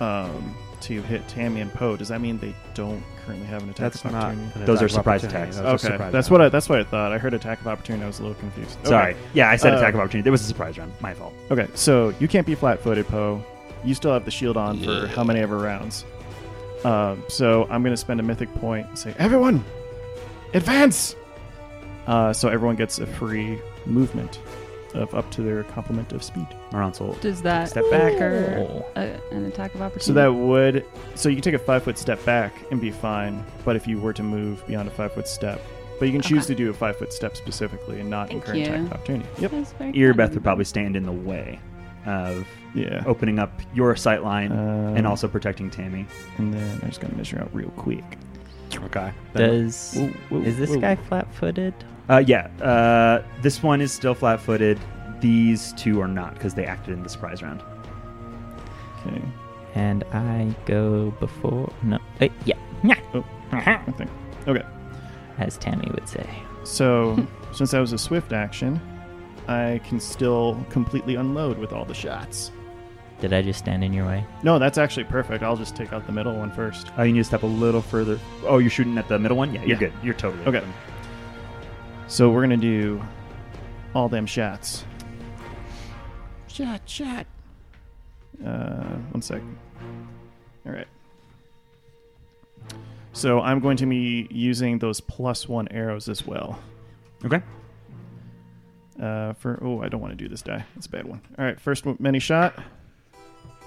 Speaker 6: um, to hit Tammy and Poe. Does that mean they don't currently have an attack
Speaker 4: That's
Speaker 6: of
Speaker 4: not.
Speaker 6: opportunity?
Speaker 4: an
Speaker 1: Those
Speaker 4: attack
Speaker 1: are
Speaker 4: of
Speaker 1: surprise
Speaker 4: opportunity.
Speaker 1: attacks.
Speaker 4: That was a
Speaker 6: Okay,
Speaker 4: surprise
Speaker 6: that's
Speaker 4: attack.
Speaker 6: what I, that's what I thought. I heard attack of opportunity. I was a little confused. Okay.
Speaker 1: Sorry. Yeah, I said
Speaker 6: Uh,
Speaker 1: attack of opportunity. There was a surprise round. My fault.
Speaker 6: Okay, so you can't be flat-footed, Poe. You still have the shield on for how many ever rounds. Um, so I'm going to spend a mythic point and say, "Everyone, advance!" Uh, so everyone gets a free movement of up to their complement of speed.
Speaker 1: Maransel.
Speaker 3: Does that
Speaker 6: Step back.
Speaker 3: trigger
Speaker 2: Oh.
Speaker 3: a- an attack of opportunity?
Speaker 6: So that would. So you can take a five foot step back and be fine, but if you were to move beyond a five foot step, but you can choose
Speaker 3: Okay.
Speaker 6: to do a five foot step specifically and not
Speaker 3: Thank
Speaker 6: incur an attack
Speaker 3: you.
Speaker 6: of opportunity. Yep.
Speaker 3: That's very
Speaker 1: Earbeth
Speaker 3: kind.
Speaker 1: would probably stand in the way of
Speaker 6: Yeah.
Speaker 1: opening up your sight line
Speaker 6: Um,
Speaker 1: and also protecting Tammy.
Speaker 6: And then I'm just gonna measure out real quick.
Speaker 1: Okay.
Speaker 2: Does
Speaker 6: Whoa, whoa,
Speaker 2: is this
Speaker 6: whoa.
Speaker 2: guy flat-footed?
Speaker 1: Uh, yeah. Uh, this one is still flat footed. These two are not because they acted in the surprise round.
Speaker 6: Okay.
Speaker 2: And I go before no, uh, yeah, Nyah.
Speaker 6: Oh.
Speaker 2: <laughs> Aha,
Speaker 6: I think. Okay.
Speaker 2: as Tammy would say.
Speaker 6: <laughs> So since that was a swift action, I can still completely unload with all the shots.
Speaker 2: Did I just stand in your way?
Speaker 6: No, that's actually perfect. I'll just take out the middle one first.
Speaker 1: Oh, you need to step a little further. Oh, you're shooting at the middle one? Yeah, you're
Speaker 6: Yeah.
Speaker 1: good. You're totally
Speaker 6: Okay.
Speaker 1: good.
Speaker 6: So we're gonna do all them shots. Shot, shot. Uh, one sec. All right. So I'm going to be using those plus one arrows as well.
Speaker 1: Okay.
Speaker 6: Uh, for oh, I don't want to do this die. That's a bad one. All right, first one- many shot.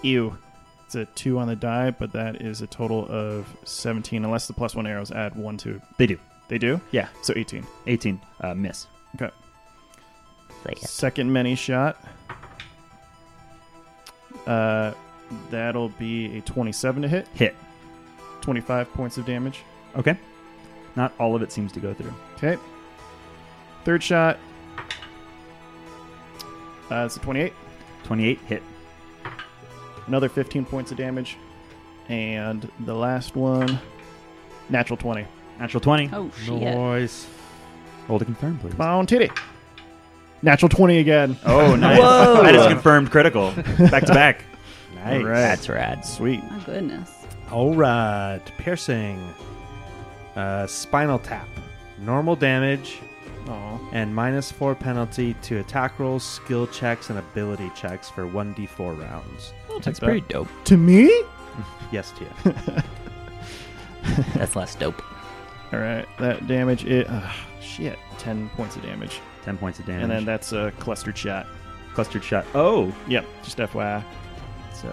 Speaker 6: Ew, it's a two on the die, but that is a total of seventeen. Unless the plus one arrows add one to.
Speaker 1: They do.
Speaker 6: They do.
Speaker 1: Yeah.
Speaker 6: So eighteen.
Speaker 1: 18. Uh, miss.
Speaker 6: Okay.
Speaker 2: So yeah.
Speaker 6: Second many shot. Uh, that'll be a twenty-seven to hit.
Speaker 1: Hit.
Speaker 6: Twenty-five points of damage.
Speaker 1: Okay. Not all of it seems to go through.
Speaker 6: Okay. Third shot. Uh, it's a twenty-eight.
Speaker 1: 28. Hit.
Speaker 6: another 15 points of damage and the last one natural 20
Speaker 1: Natural 20.
Speaker 3: Oh shit!
Speaker 4: Noise.
Speaker 1: Roll to confirm, please.
Speaker 6: bound titty natural 20 again
Speaker 1: Oh, nice.
Speaker 2: Whoa.
Speaker 1: <laughs> That is confirmed critical. Back <laughs> to back.
Speaker 4: Nice.
Speaker 6: All right.
Speaker 2: That's rad.
Speaker 6: sweet
Speaker 3: My goodness.
Speaker 4: All right. Piercing. Uh, spinal tap. Normal damage
Speaker 6: oh
Speaker 4: and minus four penalty to attack rolls, skill checks, and ability checks for 1d4 rounds.
Speaker 2: That's
Speaker 6: that.
Speaker 2: pretty dope. <laughs>
Speaker 6: to me
Speaker 4: Yes,
Speaker 6: <laughs>
Speaker 4: to you.
Speaker 2: That's less dope.
Speaker 6: all right that damage it uh, shit 10 points of damage
Speaker 1: 10 points of damage.
Speaker 6: and then that's a clustered shot
Speaker 1: clustered shot. Oh.
Speaker 6: yep just fyi
Speaker 1: So, a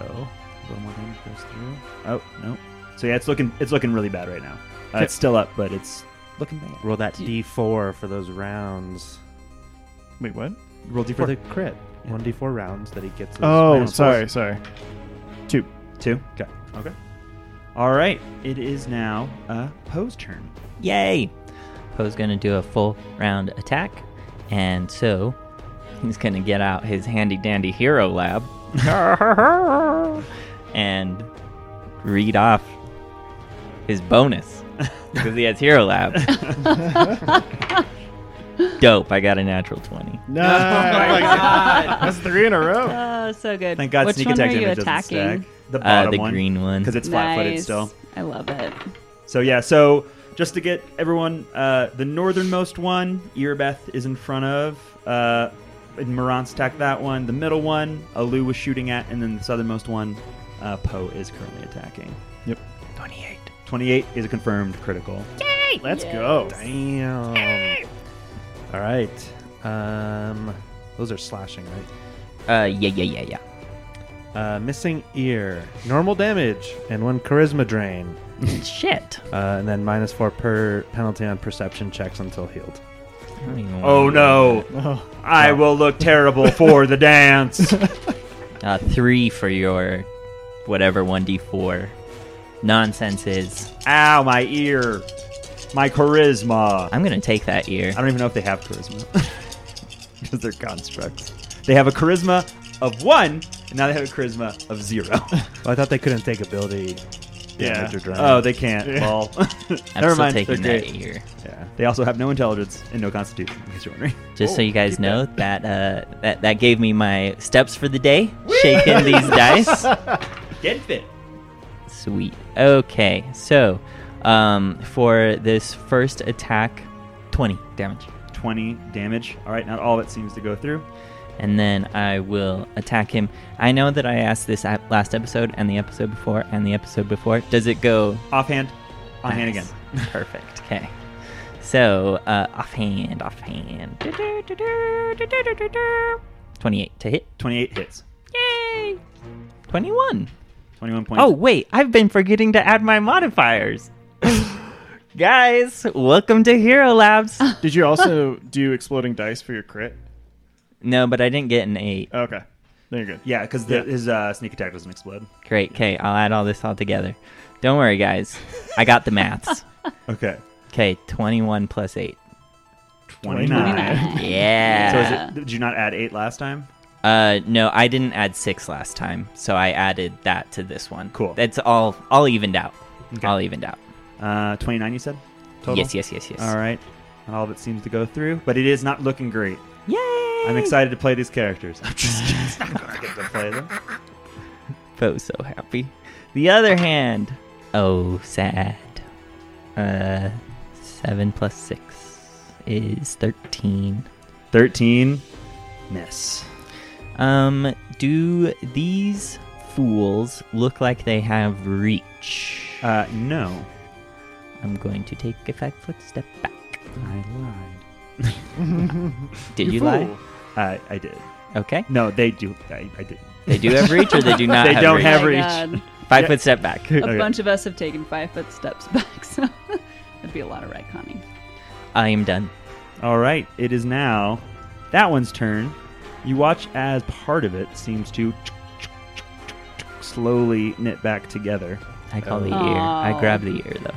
Speaker 1: little more damage goes through. Oh, no. So yeah, it's looking it's looking really bad right now. Uh,
Speaker 6: Okay.
Speaker 1: it's still up, but it's looking bad.
Speaker 4: Roll that
Speaker 3: Do-
Speaker 4: d4 for those rounds.
Speaker 6: wait what
Speaker 1: Roll
Speaker 4: For
Speaker 1: d4.
Speaker 4: the crit. 1d4 rounds that he gets. those
Speaker 6: oh
Speaker 4: minus
Speaker 6: sorry sorry two
Speaker 1: Two. Okay.
Speaker 6: Okay.
Speaker 1: All right. It is now uh, Poe's turn.
Speaker 2: Yay! Poe's gonna do a full round attack, and so he's gonna get out his handy dandy hero lab and read off his bonus because he has hero lab. Dope! I got a natural twenty.
Speaker 6: <laughs> no that's three in a row
Speaker 3: Oh, so good.
Speaker 1: Thank God
Speaker 3: Which
Speaker 1: sneak
Speaker 3: one
Speaker 1: attack
Speaker 3: are you
Speaker 1: damage
Speaker 3: attacking?
Speaker 1: doesn't stack. The
Speaker 2: Uh,
Speaker 1: bottom
Speaker 2: the
Speaker 1: one.
Speaker 2: green one.
Speaker 1: Because it's flat footed
Speaker 3: Nice.
Speaker 1: still.
Speaker 3: I love it.
Speaker 1: So yeah, so just to get everyone, uh, the northernmost one, Earbeth is in front of. Uh, and Moran's attacked that one. The middle one, Alu was shooting at, and then the southernmost one, uh, Poe is currently attacking.
Speaker 6: yep
Speaker 2: twenty-eight.
Speaker 1: 28 is a confirmed critical.
Speaker 6: let's go
Speaker 4: Damn. All right. Um, those are slashing, right?
Speaker 2: Uh, yeah, yeah, yeah, yeah.
Speaker 4: Uh, missing ear. Normal damage and one charisma drain.
Speaker 2: Shit!
Speaker 4: Uh, and then minus four per penalty on perception checks until healed.
Speaker 2: I don't even wanna
Speaker 1: Oh
Speaker 2: read <laughs>
Speaker 1: no!
Speaker 6: oh <laughs>
Speaker 1: I will look terrible for the
Speaker 4: <laughs>
Speaker 1: dance.
Speaker 4: Oh,
Speaker 2: Uh, three for your whatever 1d4 nonsense is.
Speaker 1: Ow, my ear. My charisma. I
Speaker 2: I'm gonna take that ear.
Speaker 1: don't even know if they have charisma. <laughs> Because they're constructs. They have a charisma of one, and now they have a charisma of zero. <laughs>
Speaker 2: Uh,
Speaker 4: Well, I thought they couldn't take ability
Speaker 6: Yeah.
Speaker 4: damage or drain.
Speaker 1: oh, they can't.
Speaker 6: Yeah.
Speaker 1: Well,
Speaker 2: I'm
Speaker 1: <laughs> never
Speaker 2: still
Speaker 1: mind. They're
Speaker 2: taking that
Speaker 1: great.
Speaker 2: ear.
Speaker 4: yeah.
Speaker 1: They also have no intelligence and no constitution, in case you're wondering.
Speaker 2: <laughs>
Speaker 1: Oh,
Speaker 2: Just so you guys know that. uh, that that gave me my steps for the day. Shaking
Speaker 1: <laughs>
Speaker 2: these dice.
Speaker 1: Get fit.
Speaker 2: Sweet. Okay, so um, for this first attack, 20 damage,
Speaker 1: 20 damage. All right, not all of it seems to go through.
Speaker 2: and then I will attack him. I know that I asked this at last episode and the episode before and the episode before. Does it go
Speaker 1: Offhand, on hand
Speaker 2: <laughs> Nice.
Speaker 1: again.
Speaker 2: Perfect. Okay. So, uh, offhand, offhand. 28 to hit.
Speaker 1: 28 hits.
Speaker 2: Yay! 21.
Speaker 1: 21 points.
Speaker 2: Oh, wait, I've been forgetting to add my modifiers. <laughs> Guys, welcome to Hero Labs.
Speaker 6: Did you also do exploding dice for your crit?
Speaker 2: no, but I didn't get an 8.
Speaker 6: Okay. Then you're good.
Speaker 1: Yeah, because
Speaker 6: Yeah.
Speaker 1: his uh, sneak attack doesn't explode.
Speaker 2: Great. Okay, I'll add all this all together. Don't worry, guys. I got the maths.
Speaker 1: <laughs> Okay.
Speaker 2: Okay, 21 plus 8.
Speaker 1: 29.
Speaker 3: 29.
Speaker 1: So
Speaker 2: <laughs> Yeah.
Speaker 1: is it, did you not add 8 last time?
Speaker 2: Uh, no, I didn't add 6 last time, so I added that to this one.
Speaker 1: Cool.
Speaker 2: That's all all evened out.
Speaker 1: Okay.
Speaker 2: All evened out.
Speaker 1: Uh, 29, you said? Total?
Speaker 2: Yes, yes, yes, yes.
Speaker 1: All right. And all of it seems to go through, but it is not looking great.
Speaker 2: Yay!
Speaker 1: I'm excited to play these characters. I'm <laughs> just it's not gonna get to play them.
Speaker 2: Foe so happy. The other hand. Oh, sad. Uh, 7 plus 6 is 13.
Speaker 1: 13. Miss.
Speaker 2: Um, do these fools look like they have reach?
Speaker 1: Uh, no.
Speaker 2: I'm going to take a five foot step back.
Speaker 1: I lied.
Speaker 2: Did you, lie?
Speaker 1: Uh, I did.
Speaker 2: Okay.
Speaker 1: No, they do. I, I did.
Speaker 2: They do have reach
Speaker 1: <laughs>
Speaker 2: or they do not
Speaker 1: They
Speaker 2: have
Speaker 1: don't
Speaker 2: reach?
Speaker 1: have
Speaker 3: Oh My
Speaker 1: reach.
Speaker 3: God.
Speaker 2: Five foot step <laughs> back.
Speaker 3: A
Speaker 1: Okay.
Speaker 3: bunch of us have taken five foot steps <laughs> back, so that'd be a lot of retconning.
Speaker 2: I am done.
Speaker 1: All right, it is now that one's turn. You watch as part of it seems to slowly knit back together.
Speaker 2: I call the ear.
Speaker 3: Oh.
Speaker 2: I grab the ear though.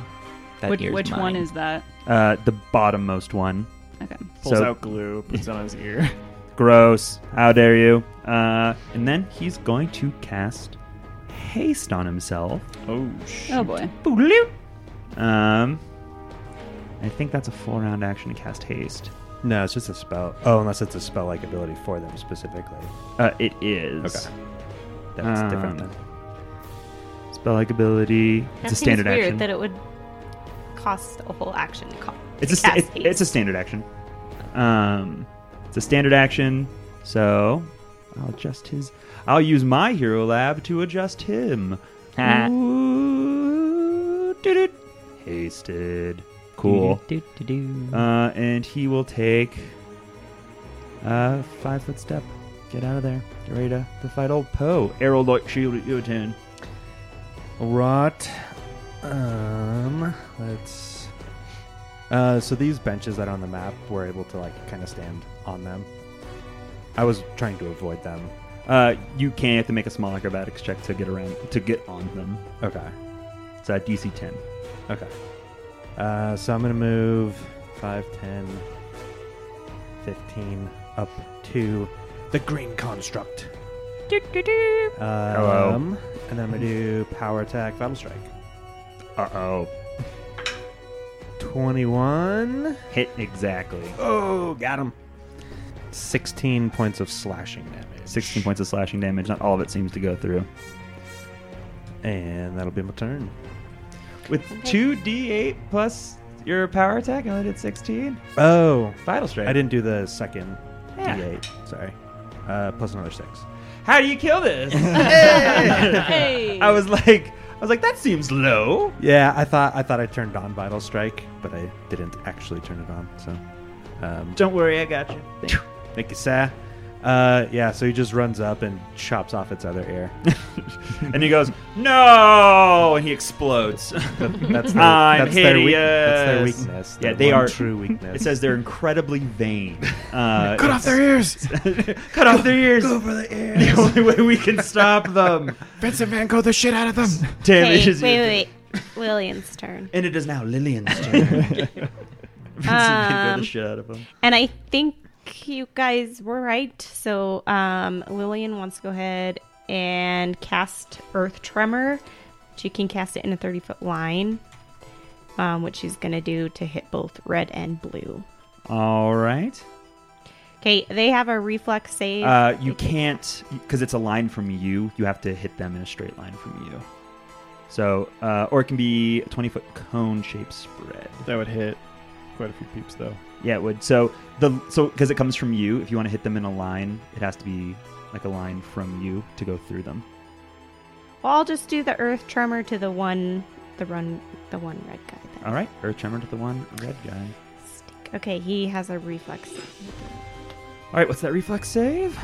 Speaker 2: That
Speaker 3: which
Speaker 2: ear's
Speaker 3: which one
Speaker 2: mine.
Speaker 3: is that?
Speaker 1: Uh, the bottommost one.
Speaker 3: Okay.
Speaker 6: Pulls
Speaker 1: So-
Speaker 6: out glue, puts it on his ear. <laughs>
Speaker 1: Gross. How dare you? Uh, and then he's going to cast haste on himself.
Speaker 6: Oh, shit.
Speaker 3: Oh boy.
Speaker 1: Um, I think that's a full round action to cast haste.
Speaker 4: No, it's just a spell. Oh, unless it's a spell like ability for them specifically.
Speaker 1: Uh, it is.
Speaker 4: Okay. That's different
Speaker 1: Um,
Speaker 4: then.
Speaker 1: Spell like ability.
Speaker 5: That
Speaker 1: It's a
Speaker 5: seems
Speaker 1: standard
Speaker 5: weird
Speaker 1: action.
Speaker 5: That it would cost a whole action to call.
Speaker 1: It's a sta- it- it's a standard action. Um, it's a standard action. So I'll adjust his. I'll use my hero lab to adjust him.
Speaker 2: Ah.
Speaker 1: Ooh, doo-doo. Hasted. Cool.
Speaker 2: Do, do, do, do.
Speaker 1: Uh, and he will take uh five foot step. Get out of there. Get ready to, to fight old Poe. Arrow like shield at your turn.
Speaker 4: Rot. Um, let's. Uh, so these benches that are on the map, we're able to like kind of stand on them. I was trying to avoid them.
Speaker 1: Uh, you can have to make a small acrobatics check to get around to get on them.
Speaker 4: Okay.
Speaker 1: It's a DC ten.
Speaker 4: Okay. Uh, so I'm gonna move 5, 10, 15 up to the green construct. Um,
Speaker 1: Hello.
Speaker 4: And then I'm gonna do power attack, battle strike.
Speaker 1: Uh oh.
Speaker 4: 21.
Speaker 1: Hit exactly.
Speaker 4: Oh, got him. 16 points of slashing damage.
Speaker 1: 16 points of slashing damage. Not all of it seems to go through.
Speaker 4: And that'll be my turn.
Speaker 1: With 2d8 plus your power attack, I only did 16.
Speaker 4: Oh,
Speaker 1: Vital strike.
Speaker 4: I didn't do the second
Speaker 1: Yeah.
Speaker 4: d8. Sorry. Uh, plus another 6.
Speaker 1: How do you kill <laughs> this?
Speaker 3: Hey.
Speaker 1: I was like, I was like, that seems low.
Speaker 4: Yeah, I thought I thought I turned on Vital Strike, but I didn't actually turn it on. So, um,
Speaker 1: Don't worry, I got you.
Speaker 4: thank you, sir. Uh, yeah, so he just runs up and chops off its other
Speaker 1: <laughs>
Speaker 4: ear.
Speaker 1: and he goes, no, and he <laughs> explodes.
Speaker 4: That's their,
Speaker 1: I'm
Speaker 4: that's their, weak- that's their
Speaker 1: hideous.
Speaker 4: weakness.
Speaker 1: Yeah,
Speaker 4: their
Speaker 1: they
Speaker 4: one
Speaker 1: are-
Speaker 4: true weakness.
Speaker 1: it says they're incredibly vain. <laughs> Uh,
Speaker 6: Cut off their ears!
Speaker 1: ears. <laughs> Cut off their ears.
Speaker 6: Go for the ears!
Speaker 1: The only way we can stop them.
Speaker 6: Vincent Van Gogh the shit out of them!
Speaker 1: Damn it
Speaker 5: Wait,
Speaker 1: is
Speaker 5: wait,
Speaker 1: your-
Speaker 5: wait. Lillian's turn.
Speaker 1: And it is now Lillian's <laughs> turn. Vincent can go
Speaker 5: Um,
Speaker 1: the shit out of him.
Speaker 5: And I think you guys were right. So um, Lillian wants to go ahead and cast Earth Tremor. She can cast it in a 30 foot line, um, which she's going to do to hit both red and blue.
Speaker 1: All right.
Speaker 5: Okay, they have a reflex save.
Speaker 1: Uh, you can't because it's a line from you. You have to hit them in a straight line from you. So, uh, or it can be a twenty-foot cone-shaped spread.
Speaker 6: That would hit quite a few peeps, though.
Speaker 1: Yeah, it would. So the so because it comes from you. If you want to hit them in a line, it has to be like a line from you to go through them.
Speaker 5: well, I'll just do the Earth Tremor to the one, the run, the one red guy. Then.
Speaker 1: All right, Earth Tremor to the one red guy.
Speaker 5: Okay, he has a reflex.
Speaker 1: All right, what's that reflex save?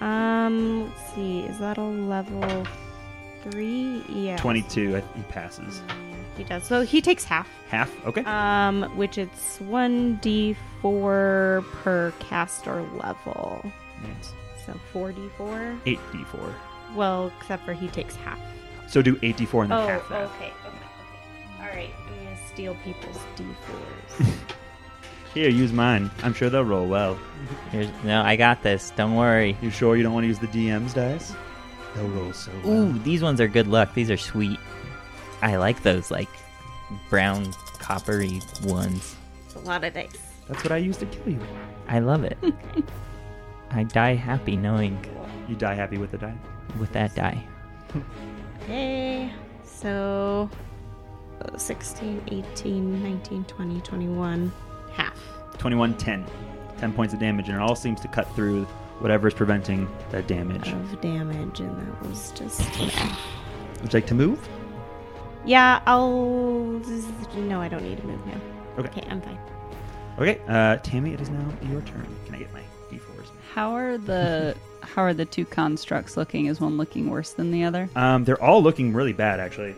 Speaker 5: Um, let's see. Is that a level three? Yeah.
Speaker 1: 22. I- He passes.
Speaker 5: He does. So he takes half,
Speaker 1: Half? Okay.
Speaker 5: um, which it's 1d4 per caster level.
Speaker 1: That's
Speaker 5: So 4d4.
Speaker 1: 8d4.
Speaker 5: Well, except for he takes half.
Speaker 1: So do 8d4 and then
Speaker 5: Oh,
Speaker 1: half that.
Speaker 5: okay. All right. I'm going to steal people's
Speaker 1: <laughs>
Speaker 5: d4s.
Speaker 1: Here, use mine. I'm sure they'll roll well.
Speaker 2: Here's, no, I got this. Don't worry.
Speaker 1: You sure you don't want to use the DM's dice? They'll roll so well.
Speaker 2: Ooh, these ones are good luck. These are sweet. I like those, like brown coppery ones.
Speaker 5: It's a lot of dice.
Speaker 1: That's what I used to kill you.
Speaker 2: I love
Speaker 3: <laughs>
Speaker 2: it. I die happy knowing
Speaker 1: You die happy with the die.
Speaker 2: with that die.
Speaker 5: Okay. So uh, 16, 18, 19, 20, 21. Half.
Speaker 1: 21, 10. 10 points of damage, and it all seems to cut through whatever is preventing that damage.
Speaker 5: Of damage, and that was just.
Speaker 1: Would you like to move?
Speaker 5: Yeah, I'll. No, I don't need to move now.
Speaker 1: Okay.
Speaker 5: Okay, I'm fine.
Speaker 1: Okay, uh, Tammy, it is now your turn. Can I get my d4s?
Speaker 3: How are the how are the two constructs looking? Is one looking worse than the other?
Speaker 1: Um, they're all looking really bad, actually.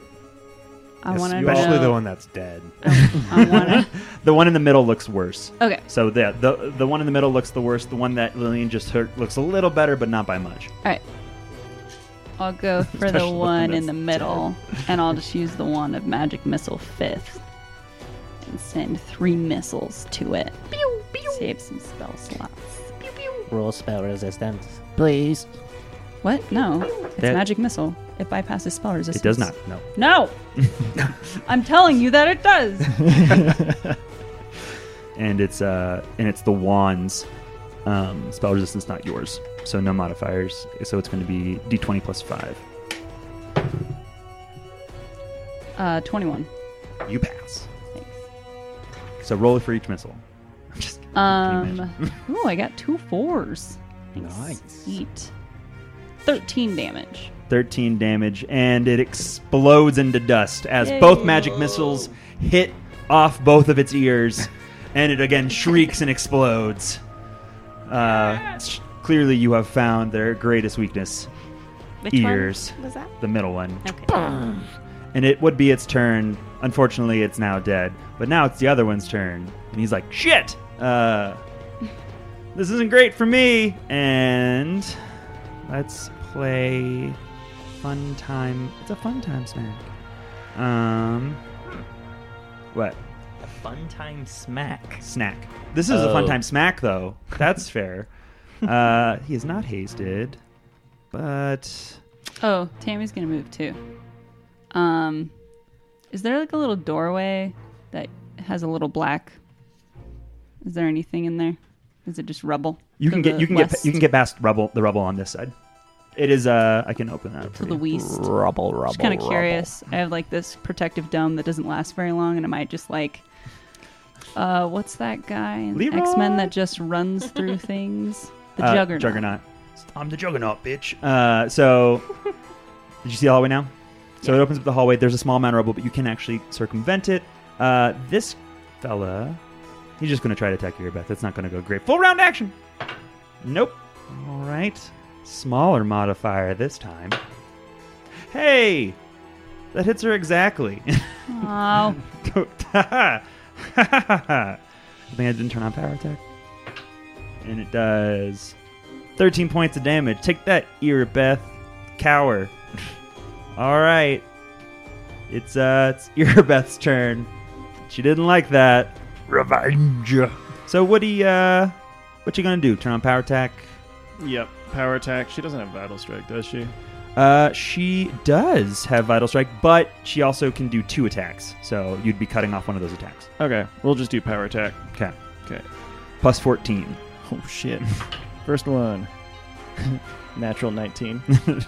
Speaker 3: I
Speaker 4: Yes,
Speaker 3: want to know.
Speaker 4: Especially the one that's dead.
Speaker 3: I wanna, <laughs>
Speaker 1: The one in the middle looks worse.
Speaker 3: okay.
Speaker 1: So the, the the one in the middle looks the worst. The one that Lillian just hurt looks a little better, but not by much.
Speaker 3: All right.
Speaker 1: <laughs>
Speaker 3: I'll go for
Speaker 1: Especially
Speaker 3: the
Speaker 1: the one
Speaker 3: one in
Speaker 1: that's
Speaker 3: the middle, and I'll
Speaker 1: <laughs>
Speaker 3: just use the one of magic missile fifth, and send three missiles to it. Save some spell slots.
Speaker 7: Roll spell resistance, please.
Speaker 3: What? No, it's
Speaker 1: That-
Speaker 3: magic missile. It bypasses spell resistance.
Speaker 1: It does not. No. <laughs>
Speaker 3: No. I'm telling you that it does.
Speaker 1: And it's uh and it's the wand's um, spell resistance, not yours. So no modifiers. So it's going to be d20 plus five.
Speaker 3: Uh, 21.
Speaker 1: You pass.
Speaker 3: Thanks.
Speaker 1: So roll for each missile. I'm just kidding. Can you
Speaker 3: Um,
Speaker 1: imagine?
Speaker 3: ooh, I got two
Speaker 1: <laughs>
Speaker 3: fours.
Speaker 7: Nice.
Speaker 3: Eat. 13 damage.
Speaker 1: 13 damage, and it explodes into dust as both magic missiles hit off both of its ears, and it again shrieks and explodes. Uh, sh- clearly, you have found their greatest weakness,
Speaker 5: Which
Speaker 1: ears,
Speaker 5: one was that?
Speaker 1: the middle one.
Speaker 5: Okay.
Speaker 1: And it would be its turn. Unfortunately, it's now dead, but now it's the other one's turn, and he's like, shit! Uh, this isn't great for me! And let's play fun time. It's a fun time snack. Um, what
Speaker 2: A fun time smack.
Speaker 1: snack? This is a fun
Speaker 2: Oh.
Speaker 1: time smack, though. That's fair. uh, he is not hasted, but
Speaker 3: Oh, Tammy's gonna move too. Um, is there like a little doorway that has a little black? Is there anything in there? Is it just rubble?
Speaker 1: you
Speaker 3: To
Speaker 1: can get
Speaker 3: the
Speaker 1: you can
Speaker 3: west?
Speaker 1: get you can get past rubble the rubble on this side. It is uh I can open that up
Speaker 3: to
Speaker 1: for
Speaker 3: the
Speaker 1: you.
Speaker 3: west.
Speaker 2: Rubble, rubble.
Speaker 3: Just kind of curious. I have like this protective dome that doesn't last very long, and I might just like, uh, what's that guy in
Speaker 1: Leroy?
Speaker 3: X Men that just runs
Speaker 1: <laughs>
Speaker 3: through things? The
Speaker 1: Uh,
Speaker 3: Juggernaut.
Speaker 1: Juggernaut. I'm the Juggernaut, bitch. Uh, so,
Speaker 3: <laughs>
Speaker 1: did you see the hallway now? So it opens up the hallway. There's a small amount of rubble, but you can actually circumvent it. Uh, this fella, he's just going to try to attack you, Beth. That's not going to go great. Full round action. Nope. All right. Smaller modifier this time. Hey, that hits her exactly. <laughs>
Speaker 3: Oh,
Speaker 1: Go- ha ha ha ha. I think I didn't turn on power attack. And it does 13 points of damage. Take that, ear, Beth. Cower. <laughs> All right. It's uh, it's <laughs> Earbeth's turn. She didn't like that. Revenge. So what do you, uh, what you gonna do? Turn on power attack?
Speaker 6: Yep. Power attack. She doesn't have vital strike, does she?
Speaker 1: Uh, she does have vital strike, but she also can do two attacks. So you'd be cutting off one of those attacks.
Speaker 6: Okay, we'll just do power attack. <laughs>
Speaker 1: Okay.
Speaker 6: Okay.
Speaker 1: Plus 14.
Speaker 6: Oh shit. First one. <laughs> Natural 19.
Speaker 3: <laughs> does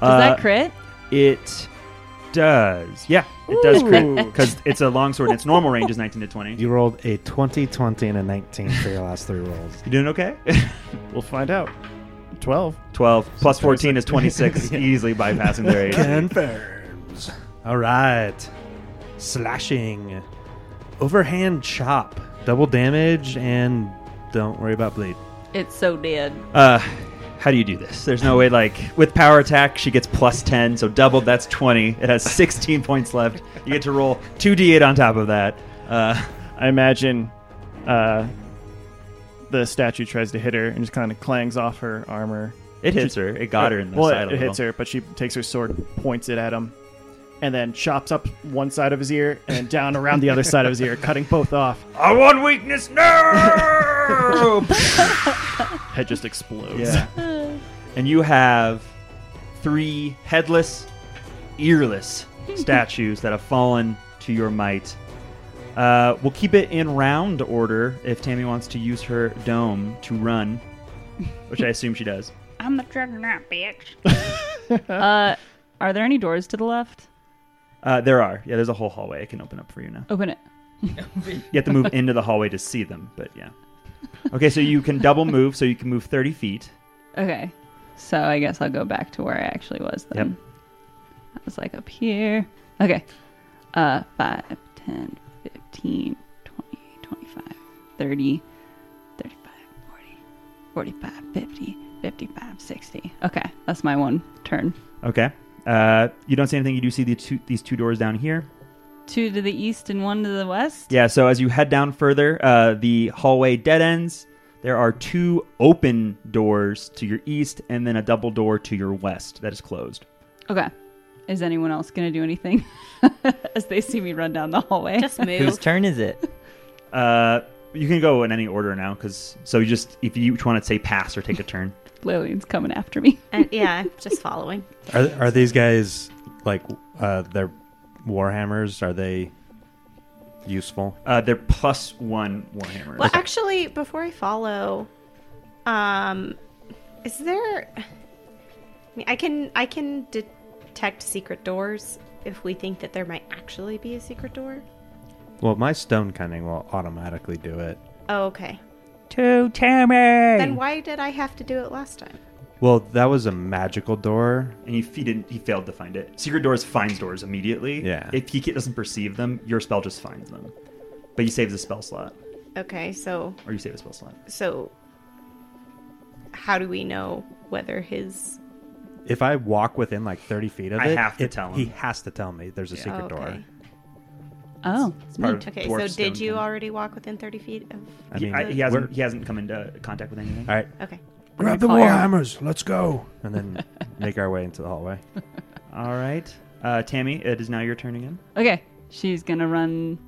Speaker 3: that crit?
Speaker 1: Uh, It does. Yeah, it does crit
Speaker 3: <laughs>
Speaker 1: because it's a longsword. and Its normal range is 19 to 20. You
Speaker 4: You rolled a 20, 20, and a 19 for your last three rolls.
Speaker 1: doing okay? <laughs>
Speaker 6: we'll find out. 12.
Speaker 1: 12 plus
Speaker 6: So
Speaker 1: 14 is
Speaker 6: 26. <laughs>
Speaker 1: 26, easily bypassing their AC.
Speaker 4: Confirms. All right. Slashing. Overhand chop. Double damage and don't worry about bleed.
Speaker 3: It's so dead.
Speaker 1: Uh, how do you do this? There's no way. Like with power attack, she gets plus ten, so doubled. That's twenty. It has sixteen <laughs> points left. You get to roll two d8 on top of that. Uh,
Speaker 6: I imagine uh, the statue tries to hit her and just kind of clangs off her armor.
Speaker 1: it hits her. It got her in the
Speaker 6: well,
Speaker 1: side.
Speaker 6: it,
Speaker 1: a
Speaker 6: it hits
Speaker 1: little.
Speaker 6: her, but she takes her sword, points it at him, and then chops up one side of his ear and then down around the other side of his ear, cutting both off.
Speaker 1: I want weakness. <laughs>
Speaker 6: <laughs>
Speaker 1: No.
Speaker 6: Head just explodes.
Speaker 1: yeah. And you have three headless, earless statues that have fallen to your might. Uh, we'll keep it in round order if Tammy wants to use her dome to run, which I assume she does.
Speaker 3: I'm the juggernaut, bitch. uh, are there any doors to the left?
Speaker 1: Uh, there are. Yeah, there's a whole hallway I can open up for you now.
Speaker 3: Open it.
Speaker 1: You have to move into the hallway to see them, but yeah. Okay, so you can double move, so you can move 30 feet.
Speaker 3: Okay. So I guess I'll go back to where I actually was then. I was like up here. Okay. Uh 5, 10, 15, 20, 25, 30, 35, 40, 45, 50, 55, 60. Okay. That's my one turn.
Speaker 1: Okay. Uh, you don't see anything. You do see the two, these two doors down here.
Speaker 3: Two to the east and one to the west.
Speaker 1: Yeah, so as you head down further, uh, the hallway dead ends. There are two open doors to your east and then a double door to your west that is closed.
Speaker 3: Okay. Is anyone else going to do anything <laughs> as they see me run down the hallway?
Speaker 5: Just
Speaker 2: Whose
Speaker 5: move.
Speaker 2: turn is it?
Speaker 1: Uh, you can go in any order now because so you just if you want to say pass or take a
Speaker 4: <laughs>
Speaker 1: turn.
Speaker 3: Lillian's coming after me.
Speaker 5: and, yeah, just following.
Speaker 4: Are, are these guys like uh, their warhammers? Are they useful?
Speaker 1: Uh, they're plus one warhammer.
Speaker 5: Well, actually, before I follow, um, is there? I mean, I can I can detect secret doors if we think that there might actually be a secret door.
Speaker 4: Well, my stone cunning will automatically do it.
Speaker 5: Oh, okay.
Speaker 2: To Tammy.
Speaker 5: Then why did I have to do it last time?
Speaker 4: Well, that was a magical door.
Speaker 1: and he, he didn't he failed to find it. Secret doors finds doors immediately.
Speaker 4: Yeah.
Speaker 1: If he ca- doesn't perceive them, your spell just finds them. But you save the spell slot,
Speaker 5: Okay, so
Speaker 1: or you save a spell slot.
Speaker 5: so how do we know whether his
Speaker 4: If I walk within like 30 feet of
Speaker 1: I
Speaker 4: it,
Speaker 1: have to
Speaker 4: it-
Speaker 1: tell him.
Speaker 4: He has to tell me there's a secret
Speaker 5: okay.
Speaker 4: door.
Speaker 3: Oh,
Speaker 1: It's part of
Speaker 5: Okay,
Speaker 1: dwarf
Speaker 5: so
Speaker 1: stone
Speaker 5: did you
Speaker 1: cunning.
Speaker 5: already walk within thirty feet of?
Speaker 4: I
Speaker 1: He,
Speaker 4: mean,
Speaker 1: I, he
Speaker 4: we're-
Speaker 1: hasn't he hasn't come into contact with anything.
Speaker 4: All right,
Speaker 5: Okay.
Speaker 4: grab the
Speaker 3: call you out.
Speaker 4: warhammers. Let's go, and then make our way into the hallway.
Speaker 1: All right. Uh, Tammy, it is now your turn again.
Speaker 3: Okay, she's gonna run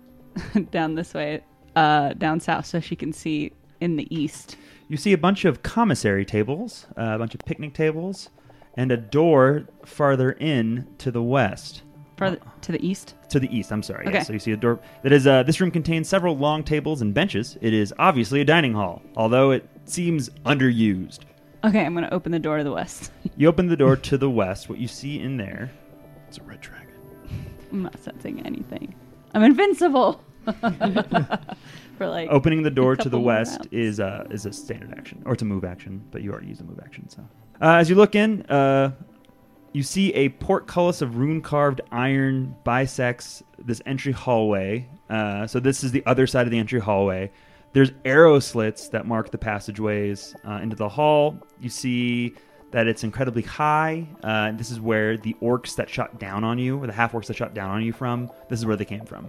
Speaker 3: <laughs> down this way, uh, down south, so she can see in the east.
Speaker 1: You see a bunch of commissary tables, uh, a bunch of picnic tables, and a door farther in to the west.
Speaker 3: Farther
Speaker 1: Uh-huh.
Speaker 3: to the east.
Speaker 1: To the east, I'm sorry.
Speaker 3: Okay.
Speaker 1: Yes, so you see a door. That is, uh, this room contains several long tables and benches. It is obviously a dining hall, although it seems underused.
Speaker 3: Okay, I'm gonna open the door to the west. <laughs>
Speaker 1: You open the door to the west. What you see in there
Speaker 6: It's a red dragon.
Speaker 3: I'm not sensing anything. I'm invincible. <laughs> For like
Speaker 1: opening the door
Speaker 3: A
Speaker 1: to the
Speaker 3: couple more
Speaker 1: west
Speaker 3: rounds.
Speaker 1: is uh, is a standard action or it's a move action, but you already used a move action. So uh, as you look in, uh, you see a portcullis of rune carved iron bisects this entry hallway. Uh, so this is the other side of the entry hallway. There's arrow slits that mark the passageways uh, into the hall. You see that it's incredibly high. Uh, this is where the orcs that shot down on you, or the half orcs that shot down on you from, this is where they came from.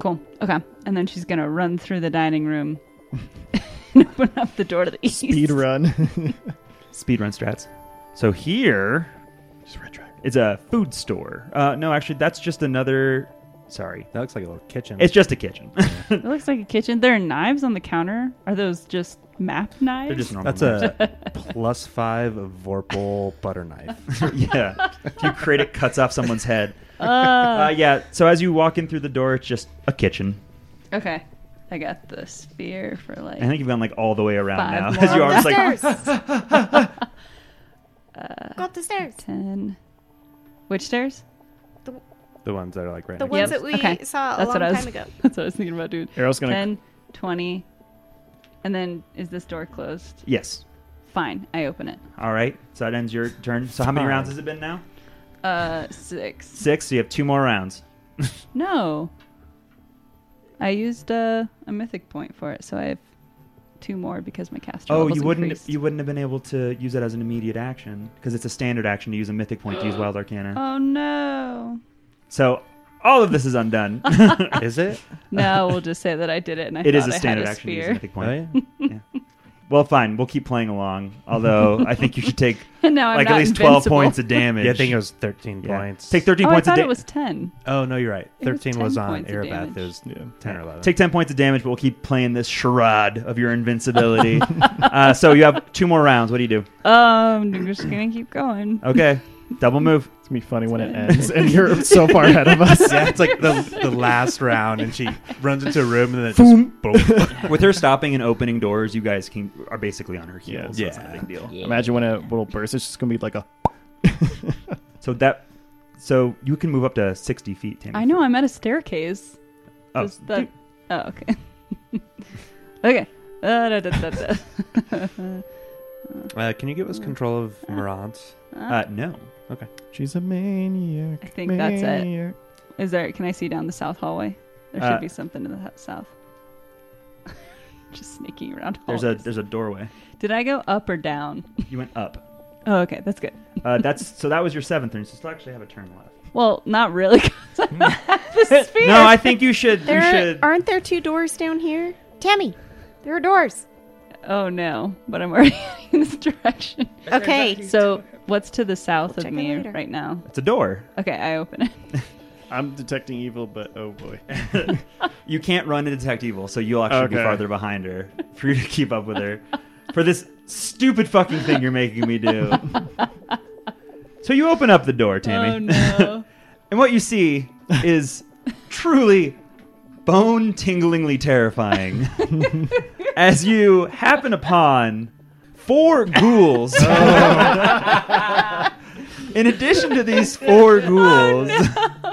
Speaker 3: cool. Okay, and then she's gonna run through the dining room <laughs> and open up the door to the east.
Speaker 6: <laughs> Speed run. <laughs>
Speaker 1: speedrun strats. So here
Speaker 6: just red dragon.
Speaker 1: is a food store. Uh, no, actually, that's just another. Sorry,
Speaker 4: That looks like a little kitchen.
Speaker 1: it's just a kitchen.
Speaker 3: <laughs>
Speaker 1: <laughs>
Speaker 3: It looks like a kitchen. There are knives on the counter. Are those just map knives?
Speaker 1: They're just normal.
Speaker 4: That's a plus five Vorpal butter knife. <laughs>
Speaker 1: knives.
Speaker 3: <laughs>
Speaker 1: yeah. If you create it, cuts off someone's head.
Speaker 3: Uh,
Speaker 1: Uh, yeah. So as you walk in through the door, it's just a kitchen.
Speaker 3: Okay. I got the spear for like.
Speaker 1: I think you've gone like all the way around
Speaker 3: Five
Speaker 1: now. <laughs>
Speaker 3: more
Speaker 1: As you are just like, <laughs>
Speaker 5: Go up the stairs.
Speaker 3: 10. Which stairs?
Speaker 4: the ones that are like right.
Speaker 5: The
Speaker 4: next-
Speaker 5: ones that we
Speaker 3: Okay.
Speaker 5: saw a
Speaker 3: That's
Speaker 5: long
Speaker 3: what I was,
Speaker 5: time ago.
Speaker 3: <laughs> That's what I was thinking about doing.
Speaker 6: Arrow's gonna.
Speaker 3: 10, 20. And then is this door closed?
Speaker 1: yes.
Speaker 3: Fine. I open it.
Speaker 1: All right. So that ends your turn. So how many
Speaker 4: Fine.
Speaker 1: rounds has it been now?
Speaker 3: Uh, six.
Speaker 1: Six. So you have two more rounds.
Speaker 3: No. I used uh, a mythic point for it, so I have two more because my caster.
Speaker 1: Oh,
Speaker 3: level's
Speaker 1: you wouldn't
Speaker 3: increased.
Speaker 1: you wouldn't have been able to use that as an immediate action because it's a standard action to use a mythic point
Speaker 3: <gasps>
Speaker 1: to use wild arcana.
Speaker 3: Oh no!
Speaker 1: So all of this is
Speaker 3: <laughs>
Speaker 1: undone.
Speaker 4: Is it?
Speaker 1: <laughs>
Speaker 3: No, we'll just say that I did it, and I
Speaker 1: it is
Speaker 3: thought
Speaker 1: a
Speaker 3: I had
Speaker 1: standard
Speaker 3: a
Speaker 1: action to use a
Speaker 3: sphere. <laughs>
Speaker 1: mythic
Speaker 4: Oh,
Speaker 1: point.
Speaker 4: yeah.
Speaker 1: Well, fine. We'll keep playing along.
Speaker 3: <laughs>
Speaker 1: Although I think you should take
Speaker 3: And now I'm
Speaker 1: like
Speaker 3: not
Speaker 1: at least
Speaker 3: invincible.
Speaker 1: twelve points of damage.
Speaker 4: Yeah, I think it was 13
Speaker 1: <laughs> Yeah.
Speaker 4: points.
Speaker 1: Take thirteen
Speaker 3: Oh, I
Speaker 1: points of
Speaker 3: thought it
Speaker 1: damage.
Speaker 3: was ten.
Speaker 4: Oh, no, you're right.
Speaker 3: It was
Speaker 4: 13
Speaker 3: 10
Speaker 4: was on
Speaker 3: points of
Speaker 4: Erebeth.
Speaker 3: damage.
Speaker 4: It was
Speaker 6: Yeah.
Speaker 4: 10 or 11.
Speaker 1: Take ten points of damage, but we'll keep playing this charade of your
Speaker 3: <laughs>
Speaker 1: invincibility. uh, so you have two more rounds. What do you do?
Speaker 3: Um, I'm just gonna keep going.
Speaker 1: Okay, double move.
Speaker 6: It's gonna be funny when it ends, and you're so far ahead of us.
Speaker 4: yeah, it's like the, the last round, and she runs into a room, and then it just
Speaker 1: <laughs>
Speaker 4: boom.
Speaker 1: With her stopping and opening doors, you guys can are basically on her
Speaker 6: Yeah,
Speaker 1: heels. so it's not a
Speaker 4: yeah.
Speaker 1: big deal.
Speaker 6: Imagine when a little burst, it's just gonna be like a.
Speaker 1: So that, so you can move up to sixty feet. Tammy.
Speaker 3: I know I'm at a staircase.
Speaker 1: Oh,
Speaker 3: Does that- oh, okay. <laughs> okay. Uh, da, da, da, da. <laughs>
Speaker 4: Uh, can you give us control of Marant?
Speaker 1: uh, no.
Speaker 6: She's a maniac.
Speaker 3: I think that's it.
Speaker 6: maniac.
Speaker 3: Is there? Can I see down the south hallway? There should
Speaker 1: Uh,
Speaker 3: be something to the h- south. <laughs> Just sneaking around.
Speaker 1: There's a
Speaker 3: hallways.
Speaker 1: there's a doorway.
Speaker 3: Did I go up or down? <laughs>
Speaker 1: You went up.
Speaker 3: Oh, okay, that's good.
Speaker 1: Uh, that's so that was your seventh turn. So you still actually have a turn left.
Speaker 3: Well, not really. <laughs> 'cause I'm
Speaker 1: Mm.
Speaker 3: not the
Speaker 1: <laughs>
Speaker 3: sphere.
Speaker 1: No, I think you should.
Speaker 5: There
Speaker 1: you
Speaker 5: are,
Speaker 1: should.
Speaker 5: aren't there two doors down here, Tammy. There are doors.
Speaker 3: Oh no! But I'm already <laughs> in this direction.
Speaker 5: Okay,
Speaker 3: So, what's to the south
Speaker 5: We'll
Speaker 3: of
Speaker 5: check it
Speaker 3: me
Speaker 5: later.
Speaker 3: right now?
Speaker 1: It's a door.
Speaker 3: Okay, I open it.
Speaker 6: I'm detecting evil, but oh boy. <laughs>
Speaker 1: You can't run and detect evil, so you'll actually be
Speaker 6: Okay.
Speaker 1: farther behind her for you to keep up with her for this stupid fucking thing you're making me do. so you open up the door, Tammy,
Speaker 3: Oh
Speaker 1: <laughs>
Speaker 3: no!
Speaker 1: and what you see is truly bone tinglingly terrifying as you happen upon four ghouls. <laughs> In addition to these four ghouls,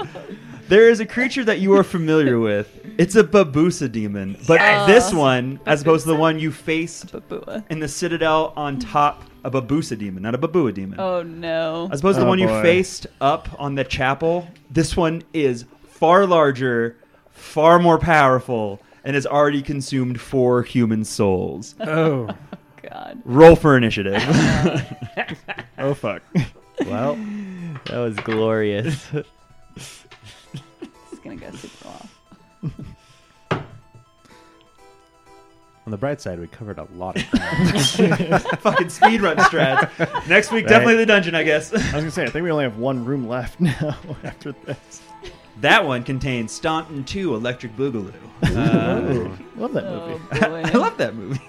Speaker 1: <laughs> there is a creature that you are familiar with. It's a babusa demon, but
Speaker 3: Yes.
Speaker 1: this one, as opposed to the one you faced
Speaker 3: Babua.
Speaker 1: in the citadel on top, a babusa demon, not a babua demon.
Speaker 3: Oh no!
Speaker 1: <laughs> As opposed to the
Speaker 6: Oh,
Speaker 1: one you
Speaker 6: boy.
Speaker 1: faced up on the chapel, this one is far larger, far more powerful, and has already consumed four human souls.
Speaker 4: Oh.
Speaker 3: God.
Speaker 1: Roll for initiative.
Speaker 6: Oh fuck.
Speaker 2: Well, that was glorious.
Speaker 3: It's gonna go super off.
Speaker 4: On the bright side, we covered a lot of ground.
Speaker 1: Fucking speedrun strats. Next week,
Speaker 4: Right.
Speaker 1: definitely the dungeon, I guess. <laughs>
Speaker 6: I was gonna say, I think we only have one room left <laughs> now after this.
Speaker 1: that one contains Staunton 2 Electric Boogaloo. Uh,
Speaker 6: Love that
Speaker 1: <laughs>
Speaker 3: Oh
Speaker 6: movie.
Speaker 3: boy!
Speaker 1: I love that movie.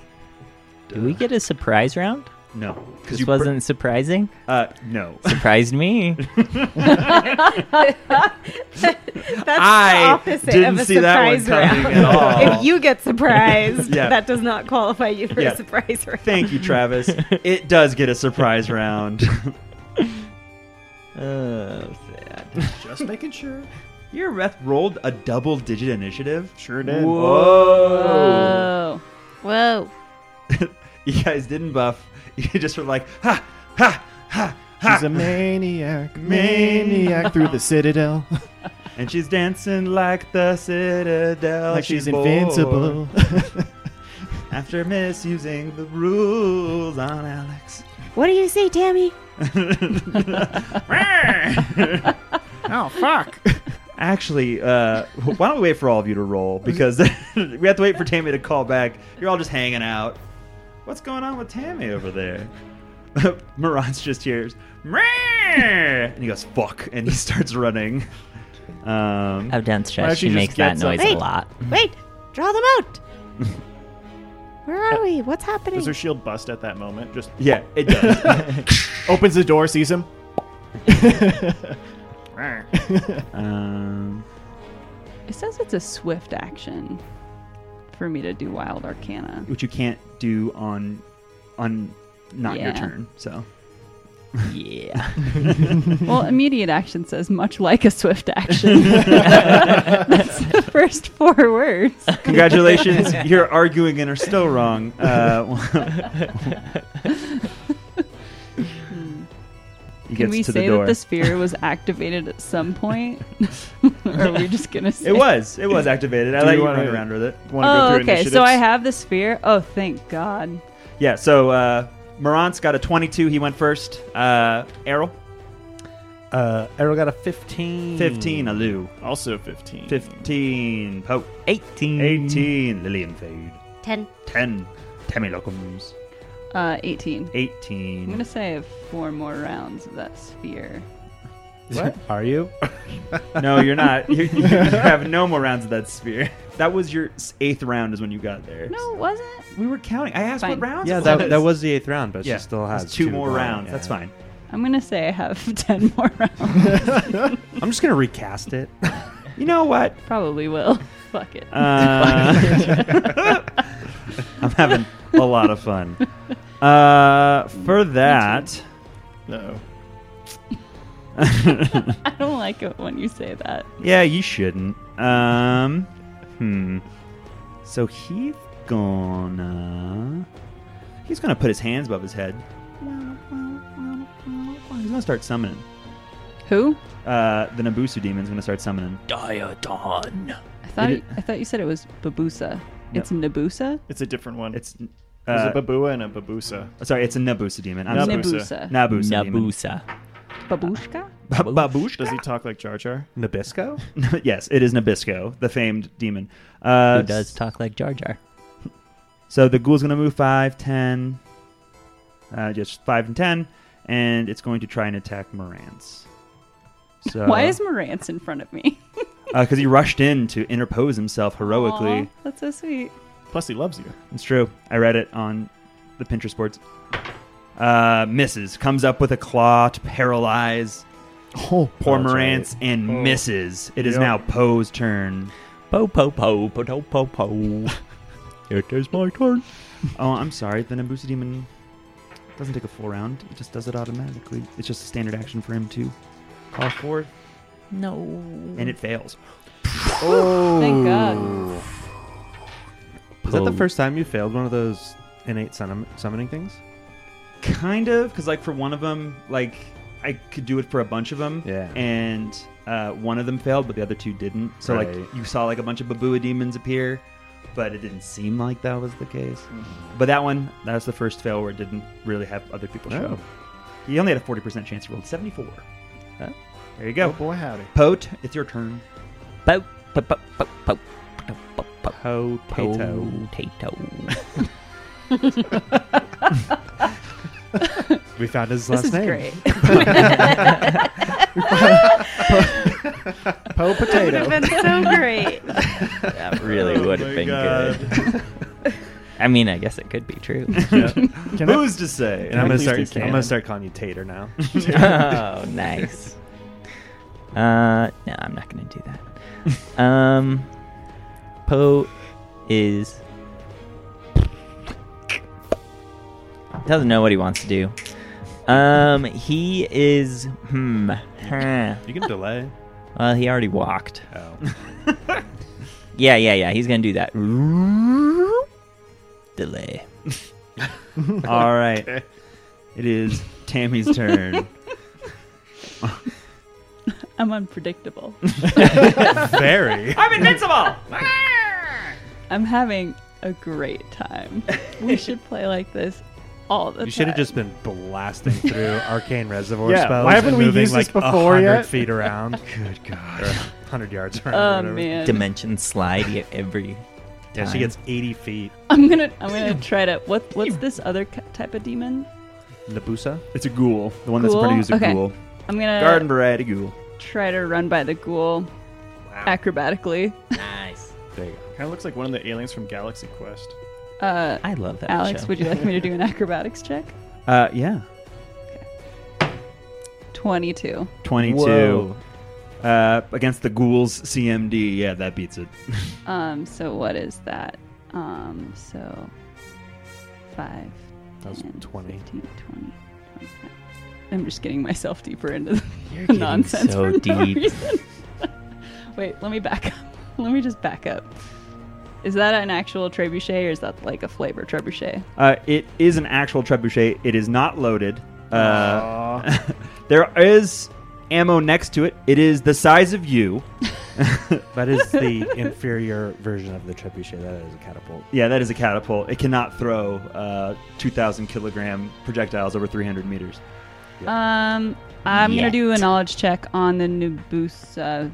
Speaker 2: Did we get a surprise round?
Speaker 1: No. Because
Speaker 2: This wasn't surprising.
Speaker 1: uh, no.
Speaker 2: Surprised me.
Speaker 5: That's the
Speaker 1: I
Speaker 5: opposite
Speaker 1: didn't
Speaker 5: of a
Speaker 1: see that one
Speaker 5: surprise
Speaker 1: coming
Speaker 5: round.
Speaker 1: at all.
Speaker 5: <laughs> If you get
Speaker 1: <laughs>
Speaker 5: surprised,
Speaker 1: Yeah.
Speaker 5: that does not qualify you for
Speaker 1: Yeah.
Speaker 5: a surprise round.
Speaker 1: Thank you, Travis. It does get a surprise round.
Speaker 2: Oh, sad.
Speaker 6: Just making sure.
Speaker 1: Your Reth rolled a double digit initiative.
Speaker 6: Sure did.
Speaker 1: Whoa.
Speaker 3: Whoa!
Speaker 5: Whoa.
Speaker 1: <laughs> you guys didn't buff. You <laughs> just were like, ha, ha, ha, ha.
Speaker 6: She's a maniac, maniac through the citadel,
Speaker 1: and she's dancing like the citadel.
Speaker 6: like she's
Speaker 1: bored.
Speaker 6: invincible. <laughs>
Speaker 1: After misusing the rules on Alex. <laughs>
Speaker 5: What do you say, Tammy?
Speaker 7: Oh, fuck.
Speaker 1: Actually, uh, <laughs> why don't we wait for all of you to roll? Because <laughs> we have to wait for Tammy to call back. You're all just hanging out. What's going on with Tammy over there? <laughs> Moran's just hears, "Meh," and he goes, fuck, and he <laughs> starts running. Um,
Speaker 2: How dense
Speaker 6: Why
Speaker 2: stress.
Speaker 6: don't
Speaker 2: She
Speaker 6: you just
Speaker 2: makes that
Speaker 6: get some-
Speaker 2: noise
Speaker 5: Hey.
Speaker 2: a lot.
Speaker 5: Wait, draw them
Speaker 1: <laughs>
Speaker 5: out. Where are we? What's happening?
Speaker 6: Does her shield bust at that moment? Just
Speaker 1: yeah, it does.
Speaker 6: opens the door, sees him.
Speaker 1: um,
Speaker 3: It says it's a swift action for me to do
Speaker 1: <laughs>
Speaker 3: wild arcana.
Speaker 1: which you can't do on, on not your
Speaker 3: Yeah.
Speaker 1: turn. So
Speaker 2: Yeah.
Speaker 3: Well, immediate action says much like a swift
Speaker 1: <laughs>
Speaker 3: action. <laughs> That's the first four words.
Speaker 1: congratulations, you're arguing and are still wrong.
Speaker 3: <laughs>
Speaker 1: Uh, He
Speaker 3: Can
Speaker 1: gets
Speaker 3: we
Speaker 1: to
Speaker 3: say
Speaker 1: the door.
Speaker 3: that the sphere was activated at some point? <laughs> or
Speaker 1: <laughs>
Speaker 3: are we just gonna say
Speaker 1: It was. It was activated. I
Speaker 6: Do
Speaker 1: like
Speaker 6: you
Speaker 1: you
Speaker 6: wanna-
Speaker 1: running around with it.
Speaker 6: Want to go
Speaker 3: Oh,
Speaker 6: through
Speaker 3: okay.
Speaker 6: initiatives?
Speaker 3: So I have the sphere. Oh, thank God.
Speaker 1: Yeah, so uh, Morant's got a 22. He went first. Uh, Errol,
Speaker 4: <laughs> Uh, Errol got a
Speaker 6: Hmm.
Speaker 4: 15.
Speaker 1: 15. Alu,
Speaker 6: also 15.
Speaker 1: 15. Pope,
Speaker 6: Hmm.
Speaker 2: 18.
Speaker 1: 18. Lillian Fade,
Speaker 5: Ten.
Speaker 1: 10. Temilocums,
Speaker 3: Uh, 18. I'm
Speaker 1: 18.
Speaker 3: gonna say four more rounds of that sphere.
Speaker 4: What? Are you?
Speaker 1: No, you're not. You, you <laughs> have no more rounds of that sphere. That was your s- eighth round, is when you got there.
Speaker 3: No, it wasn't.
Speaker 1: We were counting. I asked
Speaker 3: Fine.
Speaker 1: what rounds.
Speaker 4: yeah,
Speaker 1: it
Speaker 4: that,
Speaker 1: was.
Speaker 4: that was the eighth round, but
Speaker 1: Yeah,
Speaker 4: she still
Speaker 1: that's
Speaker 4: has
Speaker 1: two, more
Speaker 4: going,
Speaker 1: rounds.
Speaker 4: yeah.
Speaker 1: That's
Speaker 4: <laughs>
Speaker 1: fine.
Speaker 3: I'm gonna say I have <laughs> 10 more rounds.
Speaker 4: I'm just gonna recast <laughs> it.
Speaker 1: You know what?
Speaker 3: Probably will. <laughs> Fuck it.
Speaker 1: Uh, I'm having a lot of fun. Uh, for that,
Speaker 6: No.
Speaker 3: I don't like it when you say that.
Speaker 1: yeah, you shouldn't. Um, hmm. So he's gonna he's gonna put his hands above his head. He's gonna start summoning.
Speaker 3: Who?
Speaker 1: Uh, the Nabusu demon's gonna start summoning.
Speaker 2: Diodon.
Speaker 3: I thought
Speaker 1: It-
Speaker 3: I thought you said it was Babusa. It's Nabusa.
Speaker 6: It's a different one.
Speaker 1: It's
Speaker 6: There's
Speaker 1: uh,
Speaker 6: a babua and a babusa.
Speaker 1: sorry, it's a Nabusa demon. I'm sorry.
Speaker 3: Nabusa.
Speaker 6: Nabusa.
Speaker 1: Nabusa. demon.
Speaker 2: Nabusa.
Speaker 3: Babushka.
Speaker 1: Ba- babushka?
Speaker 6: Does he talk like Jar Jar?
Speaker 4: Nabisco?
Speaker 1: <laughs> yes, it is Nabisco, the famed demon. Uh,
Speaker 2: Who does talk like Jar Jar?
Speaker 1: So the ghoul's going to move 5, 10, uh, just 5 and 10, and it's going to try and attack
Speaker 3: <laughs>
Speaker 1: Morantz. So,
Speaker 3: Why is Morantz in front of me?
Speaker 1: Because he rushed in to interpose himself heroically.
Speaker 3: Aw, that's so sweet.
Speaker 6: Plus, he loves you.
Speaker 1: It's true. I read it on the Pinterest boards. Uh, misses. Comes up with a claw to paralyze
Speaker 4: Oh,
Speaker 1: poor Morantz and misses. It is
Speaker 6: Yep.
Speaker 1: now Poe's turn.
Speaker 2: Po po po po po po po. it is my turn.
Speaker 1: Oh, I'm sorry. The Nabusa Demon doesn't take a full round. It just does it automatically. It's just a standard action for him to call forth,
Speaker 2: No.
Speaker 1: and it fails.
Speaker 4: Oh.
Speaker 3: Thank God.
Speaker 4: Is that the first time you failed one of those innate summon- summoning things?
Speaker 1: Kind of, because like for one of them, like I could do it for a bunch of them,
Speaker 4: Yeah.
Speaker 1: and uh, one of them failed, but the other two didn't. So like
Speaker 4: Right.
Speaker 1: you saw like a bunch of Babua demons appear, but it didn't seem like that was the case. But that one, that was the first fail where it didn't really have other people show.
Speaker 4: Oh.
Speaker 1: up. He only had a forty percent chance. He rolled seventy-four.
Speaker 4: Huh.
Speaker 1: There you
Speaker 6: Oh,
Speaker 1: go.
Speaker 6: boy, howdy. <laughs>
Speaker 1: Pote, it's your turn.
Speaker 2: Po po po po po po po po.
Speaker 6: <laughs>
Speaker 4: Potato.
Speaker 2: Potato.
Speaker 4: We found his
Speaker 3: This
Speaker 4: last
Speaker 3: is
Speaker 4: name. <laughs>
Speaker 3: great. <laughs>
Speaker 6: Po
Speaker 5: Would have
Speaker 6: potato.
Speaker 5: been so great.
Speaker 2: That really
Speaker 6: Oh
Speaker 2: would have been good. I mean, I guess it could be true.
Speaker 1: <laughs>
Speaker 6: Can I-
Speaker 1: Who's to say?
Speaker 4: And I'm gonna
Speaker 6: Please
Speaker 4: start.
Speaker 6: do
Speaker 4: I'm
Speaker 6: canon.
Speaker 4: gonna start calling you Tater now.
Speaker 2: oh, nice. Uh, no, I'm not gonna do that. Um, Poe is doesn't know what he wants to do. Um, he is hmm. huh.
Speaker 4: you can delay.
Speaker 2: Well, he already walked.
Speaker 4: <laughs> Oh,
Speaker 2: Yeah, yeah, yeah. He's gonna do that. Delay.
Speaker 1: All right.
Speaker 6: <laughs>
Speaker 1: It is Tammy's turn.
Speaker 3: I'm unpredictable.
Speaker 4: <laughs> very.
Speaker 1: I'm invincible.
Speaker 3: I'm having a great time. We should play like this all the time.
Speaker 4: You should have just been
Speaker 6: <laughs>
Speaker 4: blasting through arcane reservoir
Speaker 6: Yeah,
Speaker 4: spells.
Speaker 6: why haven't
Speaker 4: and
Speaker 6: we
Speaker 4: moving
Speaker 6: used
Speaker 4: like
Speaker 6: this before
Speaker 4: 100
Speaker 6: yet? <laughs>
Speaker 4: Feet around. Good God. Hundred yards around. or
Speaker 3: Oh
Speaker 4: whatever.
Speaker 3: man.
Speaker 2: Dimension slide y- every.
Speaker 4: Yeah, she
Speaker 2: Time.
Speaker 4: gets eighty feet.
Speaker 3: I'm gonna I'm gonna try to what what's this other ki- type of demon?
Speaker 4: Nabusa.
Speaker 1: It's a ghoul. The one that's in front of you is a
Speaker 3: Ghoul? Okay. Uh,
Speaker 1: ghoul.
Speaker 3: I'm gonna
Speaker 1: Garden variety ghoul.
Speaker 3: try to run by the ghoul acrobatically.
Speaker 2: Nice.
Speaker 4: There you go.
Speaker 6: Kind of looks like one of the aliens from Galaxy Quest.
Speaker 3: Uh,
Speaker 2: I love that.
Speaker 3: Alex,
Speaker 2: show.
Speaker 3: would you like me to
Speaker 4: <laughs>
Speaker 3: do an acrobatics check?
Speaker 1: Uh, yeah.
Speaker 3: 22.
Speaker 1: 22.
Speaker 4: Whoa.
Speaker 1: Uh, against the ghoul's CMD. Yeah, that beats it.
Speaker 3: Um, so what is that? Um, so 5,
Speaker 4: That was
Speaker 3: 10,
Speaker 4: twenty.
Speaker 3: 15, 20, 25. I'm just getting myself deeper into
Speaker 2: You're
Speaker 3: the
Speaker 2: getting
Speaker 3: <laughs> nonsense.
Speaker 2: so
Speaker 3: for no
Speaker 2: deep.
Speaker 3: reason. Wait, let me back <laughs> up. Let me just back up. Is that an actual trebuchet or is that like a flavor trebuchet?
Speaker 1: Uh, it is an actual trebuchet. It is not loaded. Uh, <laughs> there is ammo next to it. It is the size of
Speaker 3: <laughs>
Speaker 1: you. <laughs>
Speaker 4: That
Speaker 6: <laughs>
Speaker 4: is the inferior version of the trebuchet. That is a catapult.
Speaker 1: Yeah, that is a catapult. It cannot throw uh, 2,000 kilogram projectiles over 300 meters.
Speaker 3: Um, I'm gonna
Speaker 2: Yet.
Speaker 3: do a knowledge check on the Nabusa,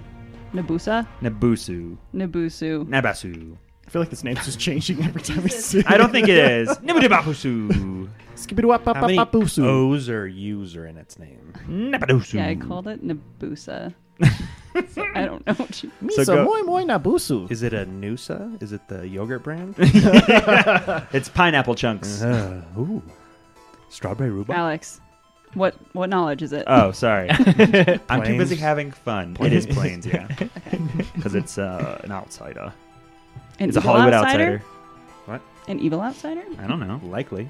Speaker 3: Nabusa,
Speaker 1: Nabusu.
Speaker 3: Nabusu.
Speaker 1: Nabasu.
Speaker 6: I feel like this name's just changing every time we see it.
Speaker 1: I don't think it is.
Speaker 3: <laughs>
Speaker 1: Nabasu.
Speaker 4: How many
Speaker 6: Skibidiwapapapapusu.
Speaker 4: O's or U's are in its name?
Speaker 1: Nabasu.
Speaker 3: Yeah, I called it
Speaker 1: <laughs>
Speaker 3: Nabusa. so I don't know what you.
Speaker 1: So
Speaker 6: Misa
Speaker 1: go-
Speaker 6: moi moi nabusu.
Speaker 4: Is it a Noosa? Is it the yogurt brand?
Speaker 1: It's pineapple <laughs> chunks.
Speaker 4: uh, ooh. Strawberry rhubarb?
Speaker 3: Alex, what what knowledge is it?
Speaker 1: Oh, sorry. I'm too
Speaker 4: Planes.
Speaker 1: busy having fun. It is planes, yeah. Because it's uh, an outsider.
Speaker 3: An
Speaker 1: it's a
Speaker 3: evil
Speaker 1: Hollywood
Speaker 3: outsider?
Speaker 1: outsider?
Speaker 3: An
Speaker 1: <laughs>
Speaker 3: evil outsider?
Speaker 1: I don't know.
Speaker 4: Likely.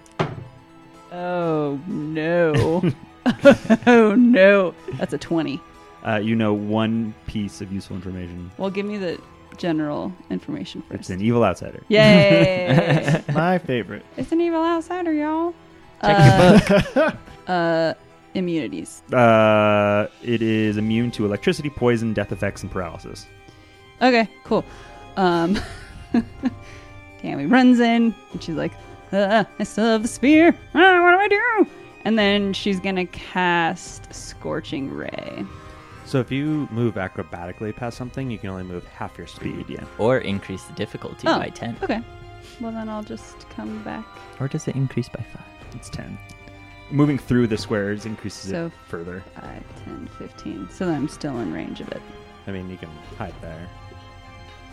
Speaker 3: Oh no!
Speaker 1: <laughs>
Speaker 3: <laughs> oh no! That's a twenty.
Speaker 1: Uh, you know one piece of useful information.
Speaker 3: Well, give me the general information first.
Speaker 1: It's an evil outsider.
Speaker 2: <laughs>
Speaker 3: Yay!
Speaker 6: <laughs> My favorite.
Speaker 3: it's an evil outsider, y'all.
Speaker 2: Check
Speaker 3: uh,
Speaker 2: your book.
Speaker 3: <laughs> uh, immunities.
Speaker 1: Uh, it is immune to electricity, poison, death effects, and paralysis.
Speaker 3: Okay, cool. Um, <laughs> Tammy runs in and she's like, uh, I still have the spear. Ah, what do I do? And then she's gonna cast Scorching Ray.
Speaker 4: So if you move acrobatically past something, you can only move half your speed.
Speaker 1: Speed, yeah.
Speaker 2: or increase the difficulty
Speaker 3: Oh.
Speaker 2: by 10.
Speaker 3: Okay. Well, then I'll just come back.
Speaker 2: Or does it increase by 5?
Speaker 1: It's 10. Moving through the squares increases
Speaker 3: So-
Speaker 1: it further.
Speaker 3: 5, 10, 15. So then I'm still in range of it.
Speaker 4: I mean, you can hide there.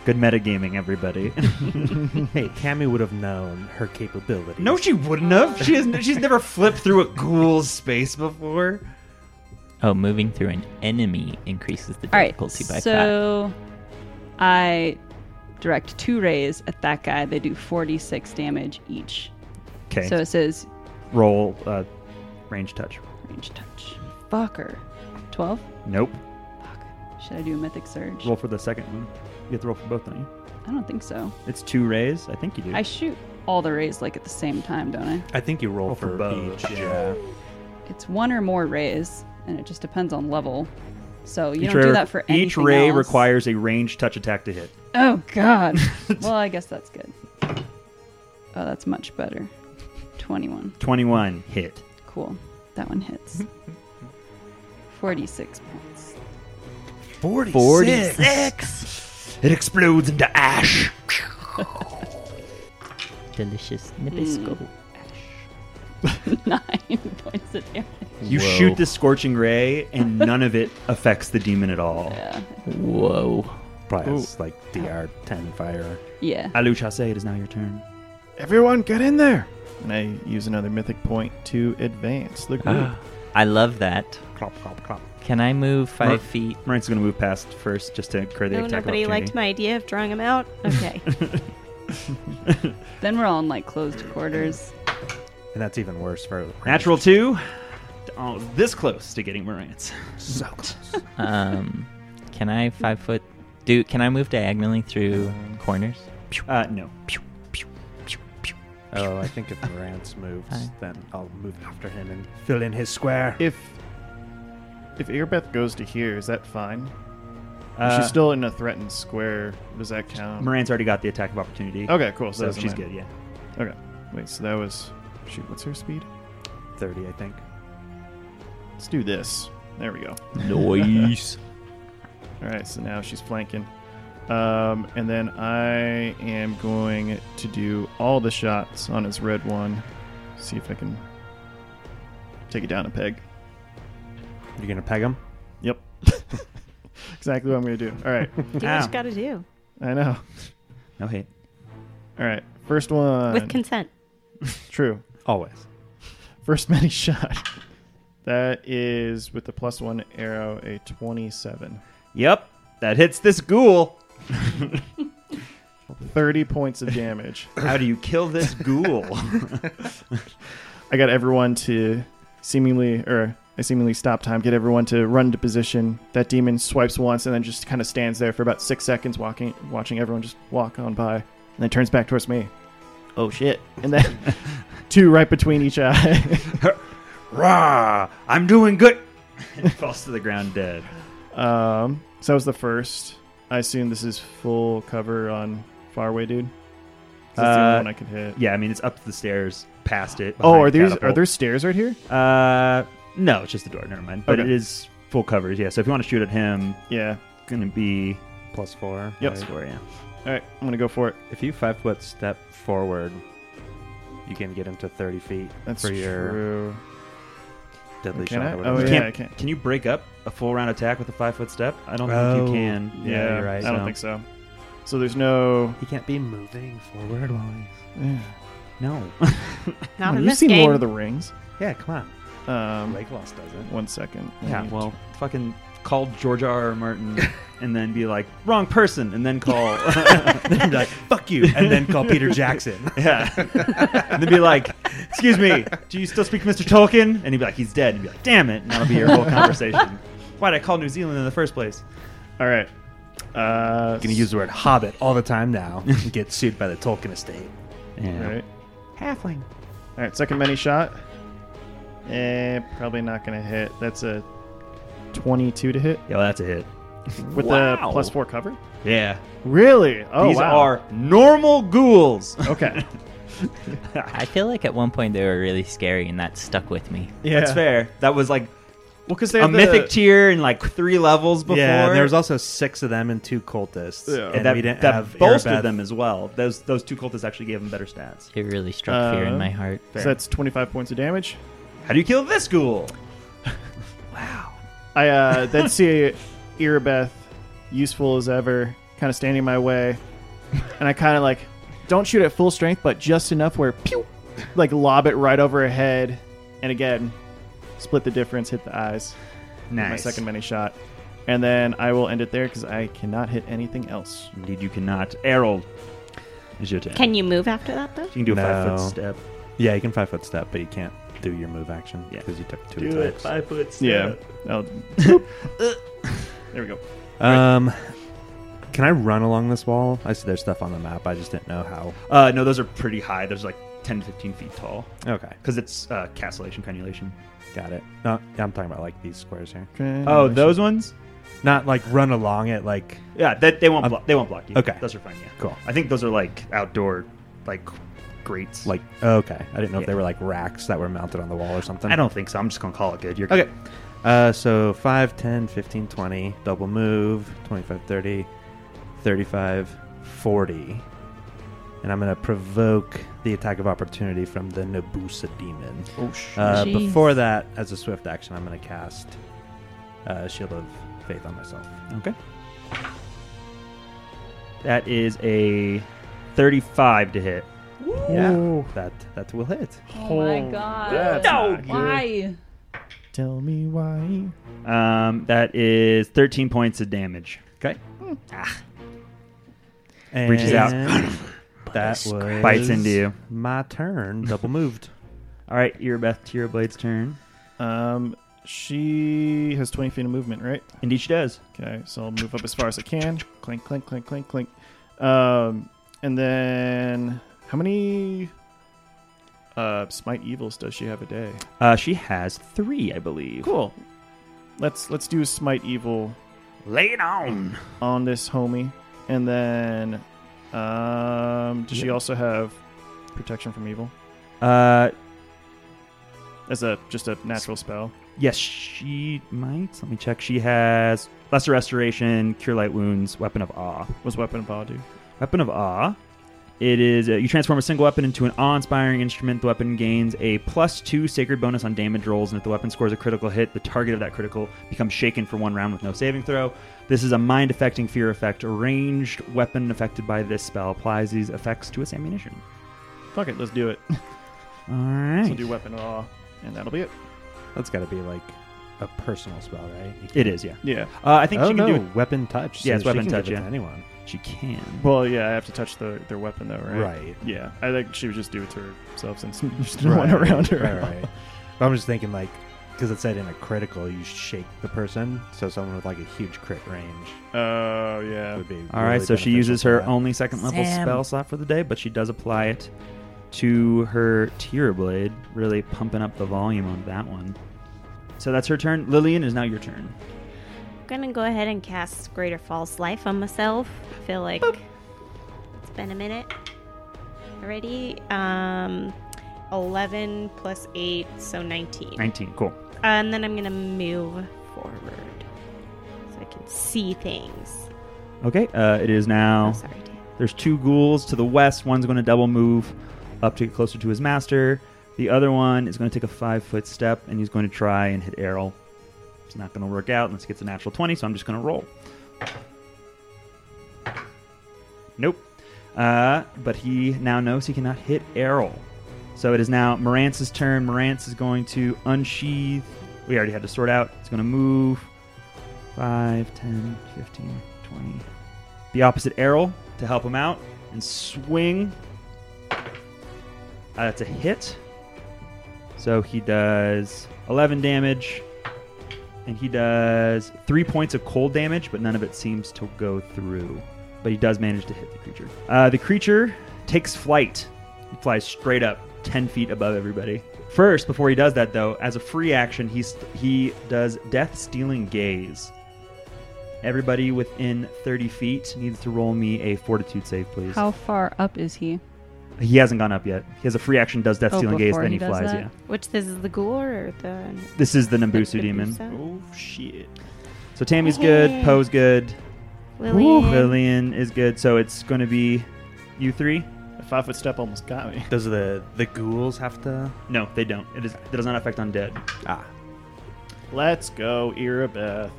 Speaker 1: Good metagaming,
Speaker 3: <laughs>
Speaker 1: everybody.
Speaker 6: Mm-hmm.
Speaker 4: hey, Cammy would have known her capabilities.
Speaker 1: no, she wouldn't have. She has, she's never flipped through a ghoul's space before.
Speaker 2: Oh, moving through an enemy increases the
Speaker 3: All right.
Speaker 2: difficulty by 5.
Speaker 3: So I direct two rays at that guy. They do 46 damage each.
Speaker 1: Okay.
Speaker 3: So it says
Speaker 1: Roll uh, range touch.
Speaker 3: range touch. Fucker. 12?
Speaker 1: Nope.
Speaker 3: Fuck. Should I do a mythic surge?
Speaker 1: Roll for the second one. You have to roll for both, don't you?
Speaker 3: I don't think so.
Speaker 1: It's two rays. I think you do.
Speaker 3: I shoot all the rays like at the same time, don't I?
Speaker 4: I think you roll,
Speaker 6: Oh,
Speaker 4: for,
Speaker 1: for both,
Speaker 4: each. Yeah.
Speaker 3: It's one or more rays, and it just depends on level. So you
Speaker 1: each
Speaker 3: don't
Speaker 1: ray,
Speaker 3: do that for anything
Speaker 1: each ray
Speaker 3: else.
Speaker 1: requires a range touch attack to hit.
Speaker 3: Oh
Speaker 1: <laughs>
Speaker 3: God. well, I guess that's good. Oh, that's much better. Twenty-one.
Speaker 1: 21 hit.
Speaker 3: Cool. That one
Speaker 6: <laughs>
Speaker 3: hits. Forty-six points. <laughs>
Speaker 4: 46.
Speaker 1: It explodes into ash.
Speaker 2: Delicious Nabisco.
Speaker 3: Hmm. Nine <laughs> points of damage.
Speaker 1: You
Speaker 2: Whoa.
Speaker 1: shoot this scorching ray,
Speaker 3: <laughs>
Speaker 1: and none of it affects the demon at
Speaker 6: Oh.
Speaker 1: all.
Speaker 3: Yeah.
Speaker 2: Whoa.
Speaker 4: Probably has, like DR 10 fire.
Speaker 3: Yeah.
Speaker 1: Alu Chasse, it is now your turn.
Speaker 6: Everyone get in there. And I use another mythic point to advance the group.
Speaker 2: I love that.
Speaker 4: Clop, clop, clop.
Speaker 2: Can I move 5
Speaker 1: Mark.
Speaker 2: feet?
Speaker 1: Marine's going to move past first just to create the
Speaker 5: No,
Speaker 1: attack
Speaker 5: nobody liked
Speaker 1: opportunity.
Speaker 5: my idea of drawing them out. Okay.
Speaker 1: <laughs>
Speaker 3: Then we're all in like closed quarters.
Speaker 4: And that's even worse for
Speaker 1: Natural two. Oh, this close to getting Morant's.
Speaker 4: So close.
Speaker 2: Um, can I 5 foot do can I move diagonally through corners?
Speaker 1: Uh, no.
Speaker 4: oh, I think if Morantz moves,
Speaker 2: Hi.
Speaker 4: then I'll move after him and fill in his square.
Speaker 6: If if Airbeth goes to here, is that fine?
Speaker 1: Uh,
Speaker 6: She's still in a threatened square. Does that count?
Speaker 1: Morant's already got the attack of opportunity.
Speaker 6: Okay, cool. Oh, So,
Speaker 1: So
Speaker 6: it doesn't
Speaker 1: she's
Speaker 6: matter.
Speaker 1: good, yeah.
Speaker 6: Okay. Wait, so that was shoot, what's her speed?
Speaker 4: 30, I think.
Speaker 6: Let's do this. There we go.
Speaker 2: <laughs> Noise.
Speaker 6: All right, so now she's flanking. Um, and then I am going to do all the shots on his red one. See if I can take it down a peg.
Speaker 4: You're going to peg him?
Speaker 6: Yep. exactly what I'm going to do.
Speaker 1: <laughs>
Speaker 6: All right.
Speaker 5: do what you gotta do
Speaker 6: I know.
Speaker 1: No hit.
Speaker 6: All right. First one.
Speaker 5: with consent.
Speaker 6: True.
Speaker 4: Always.
Speaker 6: First many <laughs> shot. That is with the plus one arrow a 27.
Speaker 1: Yep. That hits this ghoul.
Speaker 6: 30 points of damage.
Speaker 1: How do you kill this
Speaker 6: <laughs>
Speaker 1: ghoul?
Speaker 6: I got everyone to seemingly, or I seemingly stop time, get everyone to run to position. That demon swipes once and then just kind of stands there for about six seconds, walking, watching everyone just walk on by, and then turns back <laughs> towards me. Oh shit! And then two right between each eye.
Speaker 1: Rah! I'm doing good. <laughs> and falls to the ground dead.
Speaker 6: Um, so that was the first. I assume this is full cover on Faraway Dude. 'Cause That's the
Speaker 1: Uh,
Speaker 6: only one I could hit.
Speaker 1: Yeah, I mean it's up the stairs, past it.
Speaker 6: Oh,
Speaker 1: behind
Speaker 6: are these
Speaker 1: catapult.
Speaker 6: are there stairs right here?
Speaker 1: Uh, no, it's just the door. Never mind. But
Speaker 6: Okay.
Speaker 1: it is full coverage. Yeah. So if you want to shoot at him,
Speaker 6: Yeah.
Speaker 1: it's gonna be
Speaker 4: Plus four.
Speaker 6: Yep.
Speaker 4: right?
Speaker 1: score. Yeah.
Speaker 6: All right, I'm gonna go for it.
Speaker 4: If you five foot step forward, you can get into 30 feet
Speaker 6: That's
Speaker 4: for your
Speaker 6: true.
Speaker 4: deadly
Speaker 6: Can
Speaker 4: shot.
Speaker 6: I?
Speaker 4: Or
Speaker 6: Oh
Speaker 4: whatever.
Speaker 6: yeah,
Speaker 1: can't-
Speaker 6: I can.
Speaker 1: Can you break up a full round attack with a five foot step? I don't think
Speaker 4: Oh.
Speaker 1: you can.
Speaker 6: Yeah,
Speaker 4: Yeah, you're right,
Speaker 6: I don't
Speaker 4: so-
Speaker 6: think so. So there's no. <sighs>
Speaker 4: He can't be moving forward while he's.
Speaker 1: No.
Speaker 5: Not
Speaker 6: Have
Speaker 5: in
Speaker 6: you
Speaker 5: this
Speaker 6: seen
Speaker 5: game.
Speaker 6: Lord of the Rings?
Speaker 4: Yeah, come
Speaker 6: Um,
Speaker 4: on. Lake Loss doesn't.
Speaker 6: one second.
Speaker 1: <laughs>
Speaker 6: I
Speaker 1: Yeah.
Speaker 6: need
Speaker 1: Well, fucking call George R. R. <laughs> Martin and then be like wrong person, and then <laughs> call. then be like fuck you,
Speaker 4: and then
Speaker 1: <laughs>
Speaker 4: call Peter Jackson.
Speaker 1: Yeah. and they'd be like, excuse me, do you still speak Mr. Tolkien? And he'd be like, he's dead. And he'd be like, damn it. And that'll be your <laughs> whole conversation. Why'd I call New Zealand in the first place?
Speaker 6: to- All right. Uh,
Speaker 4: Gonna use the word hobbit all the time now and get sued by the Tolkien estate.
Speaker 6: All
Speaker 1: Yeah.
Speaker 6: right.
Speaker 4: Halfling.
Speaker 6: All right. Second mini shot. Eh, probably not gonna hit. That's a 22 to hit
Speaker 1: Yo, that's a hit.
Speaker 6: with the
Speaker 1: Wow.
Speaker 6: plus four cover.
Speaker 1: Yeah.
Speaker 6: Really? Oh
Speaker 1: These
Speaker 6: wow.
Speaker 1: are normal ghouls.
Speaker 6: okay.
Speaker 1: <laughs>
Speaker 2: I feel like at one point they were really scary, and that stuck with me.
Speaker 6: Yeah.
Speaker 1: That's fair. That was like
Speaker 6: Well, because they
Speaker 1: a
Speaker 6: have the-
Speaker 1: mythic tier and like three levels before.
Speaker 4: Yeah, and there was also six of them and two cultists.
Speaker 6: Yeah.
Speaker 4: And
Speaker 1: that,
Speaker 4: we didn't
Speaker 1: that
Speaker 4: have
Speaker 1: bolstered
Speaker 4: Erebeth.
Speaker 1: them as well. Those those two cultists actually gave them better stats.
Speaker 2: It really struck fear in
Speaker 1: Oh.
Speaker 6: Uh,
Speaker 1: <laughs>
Speaker 2: my heart.
Speaker 6: So that's 25 points of damage.
Speaker 1: How do you kill this ghoul?
Speaker 6: I uh, then see Erebeth, useful as ever, kind of standing my way, and I kind of like don't shoot at full strength, but just enough where pew, like lob it right over her head, and again, split the difference, hit the eyes. with My
Speaker 1: Nice.
Speaker 6: second mini shot, and then I will end it there because I cannot hit anything else.
Speaker 1: Indeed, you cannot. Errol is your turn.
Speaker 5: Can you move after that though?
Speaker 1: You can do a five
Speaker 4: No.
Speaker 1: foot step.
Speaker 4: Yeah, you can five foot step, but you can't do your move action
Speaker 1: Yeah.
Speaker 4: because you took two attacks.
Speaker 1: foot
Speaker 6: Yeah. I'll- there we go.
Speaker 4: Um, can I run along this wall? I see there's stuff on the map. I just didn't know how.
Speaker 1: Uh, no, those are pretty high. Those are like 10 to 15 feet tall
Speaker 4: Okay,
Speaker 1: because it's uh, castellation cannulation.
Speaker 4: got it. No, yeah, I'm talking about like these squares here.
Speaker 6: <laughs>
Speaker 1: Oh, those ones?
Speaker 4: Not like run along it. Like
Speaker 1: Yeah, that they won't
Speaker 4: Um,
Speaker 1: blo- they won't block you.
Speaker 4: okay.
Speaker 1: those are fine. Yeah,
Speaker 4: Cool.
Speaker 1: I think those are like outdoor, like grates.
Speaker 4: like okay. I didn't know if they
Speaker 1: Yeah.
Speaker 4: were like racks that were mounted on the wall or something.
Speaker 1: I don't think so. I'm just gonna call it good. You're
Speaker 4: Okay. Uh, so 5, 10, 15, 20, double move, 25, 30, 35, 40. And I'm going to provoke the attack of opportunity from the Nabusa demon.
Speaker 6: Oh, sh-
Speaker 4: Uh,
Speaker 3: Jeez.
Speaker 4: before that, as a swift action, I'm going to cast uh, Shield of Faith on myself.
Speaker 1: Okay. That is a 35 to hit.
Speaker 4: Yeah, that, that will hit.
Speaker 3: Oh my god.
Speaker 6: that's not good.
Speaker 3: Why?
Speaker 6: Tell me why.
Speaker 1: Um, that is 13 points of damage.
Speaker 4: Okay. And
Speaker 1: Reaches out. <laughs>
Speaker 4: that was
Speaker 1: Bites into you.
Speaker 4: my turn. Double moved.
Speaker 1: All right, Earbeth, to your blade's turn.
Speaker 6: Um, she has 20 feet of movement, right?
Speaker 1: Indeed, she does.
Speaker 6: Okay, so I'll move up as far as I can. Clink, clink, clink, clink, clink. Um, and then how many uh, smite evils does she have a day?
Speaker 1: Uh, she has three, I believe.
Speaker 6: Cool. Let's let's do a smite evil
Speaker 1: Lay it on.
Speaker 6: on this homie, and then um, does she also have protection from evil
Speaker 1: Uh,
Speaker 6: as a just a natural spell?
Speaker 1: Yes, she might. Let me check. She has Lesser Restoration, Cure Light Wounds, Weapon of Awe.
Speaker 6: Was weapon of awe do?
Speaker 1: Weapon of Awe. It is uh, you transform a single weapon into an awe-inspiring instrument. The weapon gains a plus two sacred bonus on damage rolls, and if the weapon scores a critical hit, the target of that critical becomes shaken for one round with no saving throw. This is a mind-affecting fear effect. A ranged weapon affected by this spell applies these effects to its ammunition.
Speaker 6: Fuck it, let's do it. <laughs>
Speaker 1: All
Speaker 6: So
Speaker 1: right,
Speaker 6: do weapon of awe, and that'll be it.
Speaker 4: That's got to be like a personal spell, right? You
Speaker 1: it is yeah.
Speaker 6: Yeah.
Speaker 1: Uh, I think
Speaker 4: oh,
Speaker 1: she can
Speaker 4: no.
Speaker 1: do it.
Speaker 4: weapon touch.
Speaker 1: Yeah, it's
Speaker 4: she
Speaker 1: weapon
Speaker 4: can
Speaker 1: touch,
Speaker 4: Give it
Speaker 1: yeah.
Speaker 4: to anyone.
Speaker 1: She can.
Speaker 6: Well, yeah, I have to touch the, their weapon though, right? Yeah, I think she would just do it to herself since <laughs> there's no one around her.
Speaker 4: Right, right. But I'm just thinking like because it said in a critical you shake the person, so someone with like a huge crit range
Speaker 6: <laughs> Oh yeah.
Speaker 4: would be.
Speaker 1: All right, so she uses her only second level spell slot for the day, but she does apply it to her tear blade, really pumping up the volume on that one. So that's her turn. Lillian is now your turn.
Speaker 5: I'm gonna go ahead and cast Greater False Life on myself. I feel like it's been a minute already. Um, 11 plus 8, so 19.
Speaker 1: 19. Cool.
Speaker 5: And then I'm gonna move forward so I can see things.
Speaker 1: Okay. Uh, it is now.
Speaker 5: Oh, sorry, Dan.
Speaker 1: There's two ghouls to the west. One's going to double move up to get closer to his master. The other one is going to take a five foot step and he's going to try and hit Errol. It's not going to work out unless he gets a natural 20, so I'm just going to roll. Nope. Uh, but he now knows he cannot hit Errol. So it is now Morantz's turn. Morantz is going to unsheath. We already had to sort out. It's going to move 5, 10, 15, 20, the opposite Errol to help him out and swing. Uh, that's a hit. So he does 11 damage and he does 3 points of cold damage, but none of it seems to go through. But he does manage to hit the creature. Uh, the creature takes flight. He flies straight up 10 feet above everybody. First, before he does that, though, as a free action, he, st- he does Death Stealing Gaze. Everybody within 30 feet needs to roll me a fortitude save, please.
Speaker 3: How far up is he?
Speaker 1: He hasn't gone up yet. He has a free action, does Death
Speaker 3: Oh,
Speaker 1: Stealing Gaze,
Speaker 3: before
Speaker 1: then he,
Speaker 3: he does
Speaker 1: flies,
Speaker 3: that?
Speaker 1: yeah.
Speaker 5: Which this is the ghoul or the.
Speaker 1: This is the
Speaker 5: the
Speaker 1: Nambusu demon.
Speaker 5: Nabusa?
Speaker 6: Oh, shit.
Speaker 1: So Tammy's good,
Speaker 5: Yay.
Speaker 1: Poe's good,
Speaker 5: Lillian.
Speaker 1: Lillian is good, so it's going to be you three?
Speaker 6: A five foot step almost got me. <laughs>
Speaker 4: Does the the ghouls have to?
Speaker 1: No, they don't. It, is, it does not affect undead.
Speaker 4: Ah,
Speaker 6: Let's go, Irabeth.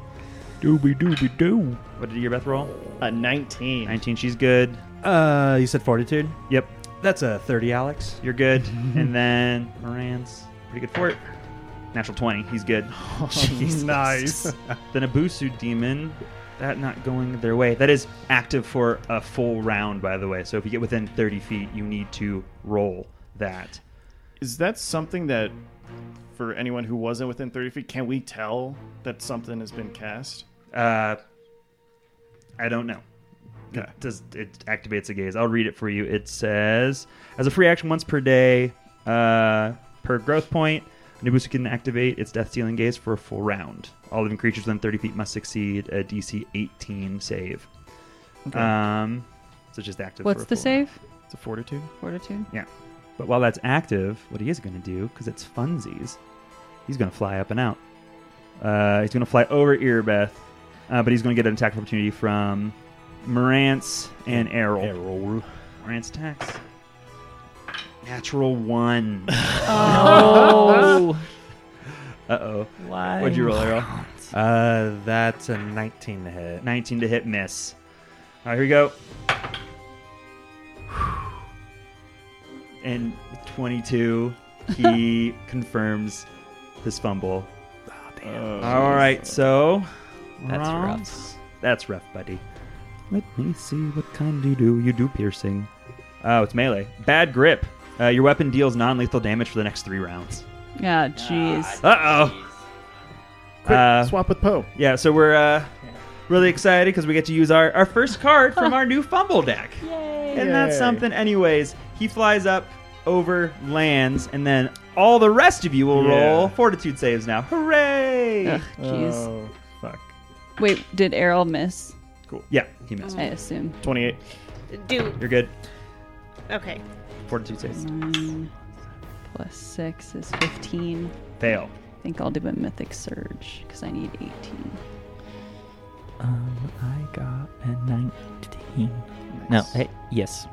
Speaker 4: doobie doobie doo.
Speaker 1: What did your Beth roll?
Speaker 6: A 19.
Speaker 1: 19, she's good.
Speaker 4: Uh, you said fortitude.
Speaker 1: Yep,
Speaker 4: That's a thirty, Alex.
Speaker 1: you're good. and then Morant's pretty good for it. Natural 20, he's good. <laughs> Jesus. <laughs>
Speaker 6: nice.
Speaker 1: The Nabusu demon, that not going their way. That is active for a full round, by the way. So if you get within 30 feet, you need to roll that.
Speaker 6: Is that something that, for anyone who wasn't within 30 feet, can we tell that something has been cast?
Speaker 1: Uh, I don't know.
Speaker 6: Okay.
Speaker 1: It does it activates a gaze? I'll read it for you. It says, as a free action once per day, uh, per growth point, Nabusa can activate its death dealing gaze for a full round. All living creatures within 30 feet must succeed a DC 18 save. Um, so it's just active. for
Speaker 3: What's
Speaker 1: a
Speaker 3: the
Speaker 1: full round.
Speaker 3: save?
Speaker 6: It's a fortitude.
Speaker 3: Fortitude.
Speaker 1: But while that's active, what he is going to do, because it's funsies, he's going to fly up and out. Uh, he's going to fly over Erebeth, uh, but he's going to get an attack opportunity from Morantz and Errol.
Speaker 4: Mm. Errol.
Speaker 1: Morantz attacks. Natural one. <laughs>
Speaker 2: Oh,
Speaker 1: Uh oh.
Speaker 2: why?
Speaker 1: What'd you roll, Errol?
Speaker 4: Uh, that's a nineteen to hit.
Speaker 1: 19 to hit, miss. All right, here we go. And 22, <laughs> he confirms his fumble.
Speaker 6: Oh,
Speaker 1: All right, so
Speaker 2: That's
Speaker 1: Roms. That's rough, buddy. Let me see what kind you do. You do piercing. Oh, it's melee. Bad grip. Uh, your weapon deals non-lethal damage for the next three rounds.
Speaker 3: Yeah, jeez.
Speaker 6: Ah.
Speaker 1: Uh oh.
Speaker 6: Quick, swap with Poe.
Speaker 1: yeah, so we're uh, really excited because we get to use our, our first card from our new fumble deck.
Speaker 2: Yay.
Speaker 1: And that's
Speaker 6: Yay.
Speaker 1: something. Anyways, he flies up over lands, and then all the rest of you will
Speaker 6: Yeah.
Speaker 1: roll fortitude saves now. Hooray!
Speaker 3: Ugh, jeez.
Speaker 6: Oh, fuck.
Speaker 3: Wait, did Errol miss?
Speaker 1: Yeah, he missed.
Speaker 3: I assume.
Speaker 6: 28.
Speaker 5: Dude,
Speaker 1: You're good.
Speaker 5: okay.
Speaker 1: Fortitude saves.
Speaker 3: Nine plus six is fifteen.
Speaker 1: Fail.
Speaker 3: I think I'll do a mythic surge because I need eighteen.
Speaker 2: Um, I got a 19. No, eh, yes.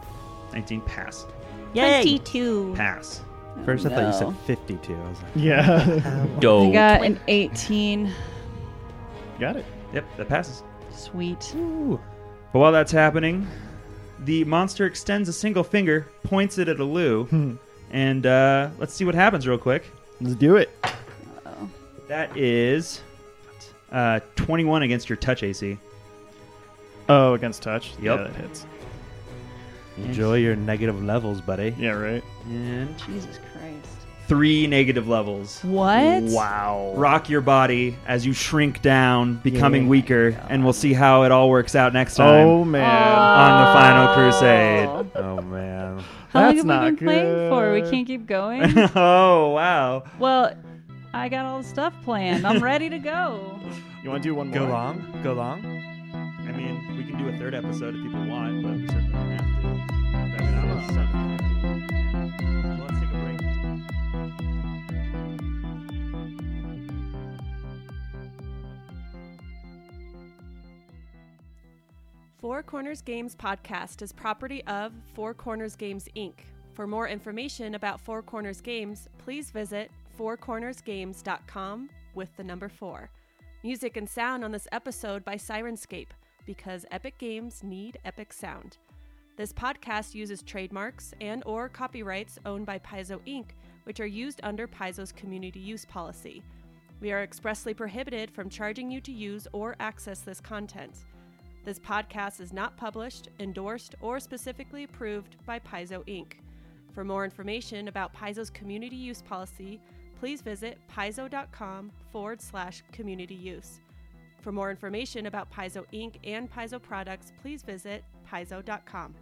Speaker 1: 19 pass.
Speaker 5: 22.
Speaker 1: Pass.
Speaker 4: First, I thought you said
Speaker 3: no.
Speaker 4: fifty-two. I was like,
Speaker 6: Yeah. <laughs>
Speaker 3: I
Speaker 2: Dope.
Speaker 3: got an eighteen.
Speaker 6: got it.
Speaker 1: Yep, that passes.
Speaker 3: Sweet.
Speaker 1: But while that's happening, the monster extends a single finger, points it at
Speaker 6: Hmm.
Speaker 1: Alu, and uh, let's see what happens real quick.
Speaker 6: Let's do it.
Speaker 1: That is uh, 21 against your touch AC.
Speaker 6: Oh, against touch. Yeah,
Speaker 1: Yep.
Speaker 6: that hits.
Speaker 4: enjoy your negative levels, buddy.
Speaker 6: Yeah, right.
Speaker 1: And
Speaker 3: Jesus Christ.
Speaker 1: three negative levels.
Speaker 3: What?
Speaker 6: Wow.
Speaker 1: Rock your body as you shrink down, becoming weaker, and we'll see how it all works out next time
Speaker 6: Oh man.
Speaker 1: on the Final Crusade.
Speaker 4: Oh man.
Speaker 3: How long
Speaker 6: That's
Speaker 3: have we
Speaker 6: not
Speaker 3: been playing for? We
Speaker 6: good.
Speaker 3: can't keep
Speaker 6: <laughs>
Speaker 3: going.
Speaker 1: <laughs> oh wow!
Speaker 3: well, I got all the stuff planned. I'm ready to go.
Speaker 6: You want to do one
Speaker 4: Go
Speaker 6: more?
Speaker 4: long, go long.
Speaker 1: I mean, we can do a third episode if people want, but we certainly don't have to. I mean, I was Well, let's take a break.
Speaker 8: Four Corners Games podcast is property of Four Corners Games Inc. For more information about Four Corners Games, please visit fourcornersgames.com with the number 4. Music and sound on this episode by Sirenscape because epic games need epic sound. This podcast uses trademarks and or copyrights owned by Paizo Inc., which are used under Paizo's community use policy. We are expressly prohibited from charging you to use or access this content. This podcast is not published, endorsed, or specifically approved by Paizo Inc. For more information about Paizo's community use policy, please visit paizo.com forward slash community use. For more information about Paizo Inc. and Paizo products, please visit paizo.com.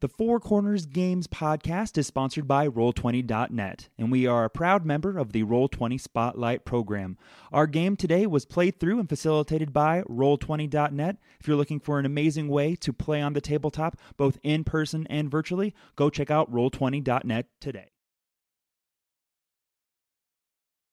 Speaker 1: The Four Corners Games podcast is sponsored by Roll20.net, and we are a proud member of the Roll20 Spotlight program. Our game today was played through and facilitated by Roll20.net. If you're looking for an amazing way to play on the tabletop, both in person and virtually, go check out Roll20.net today.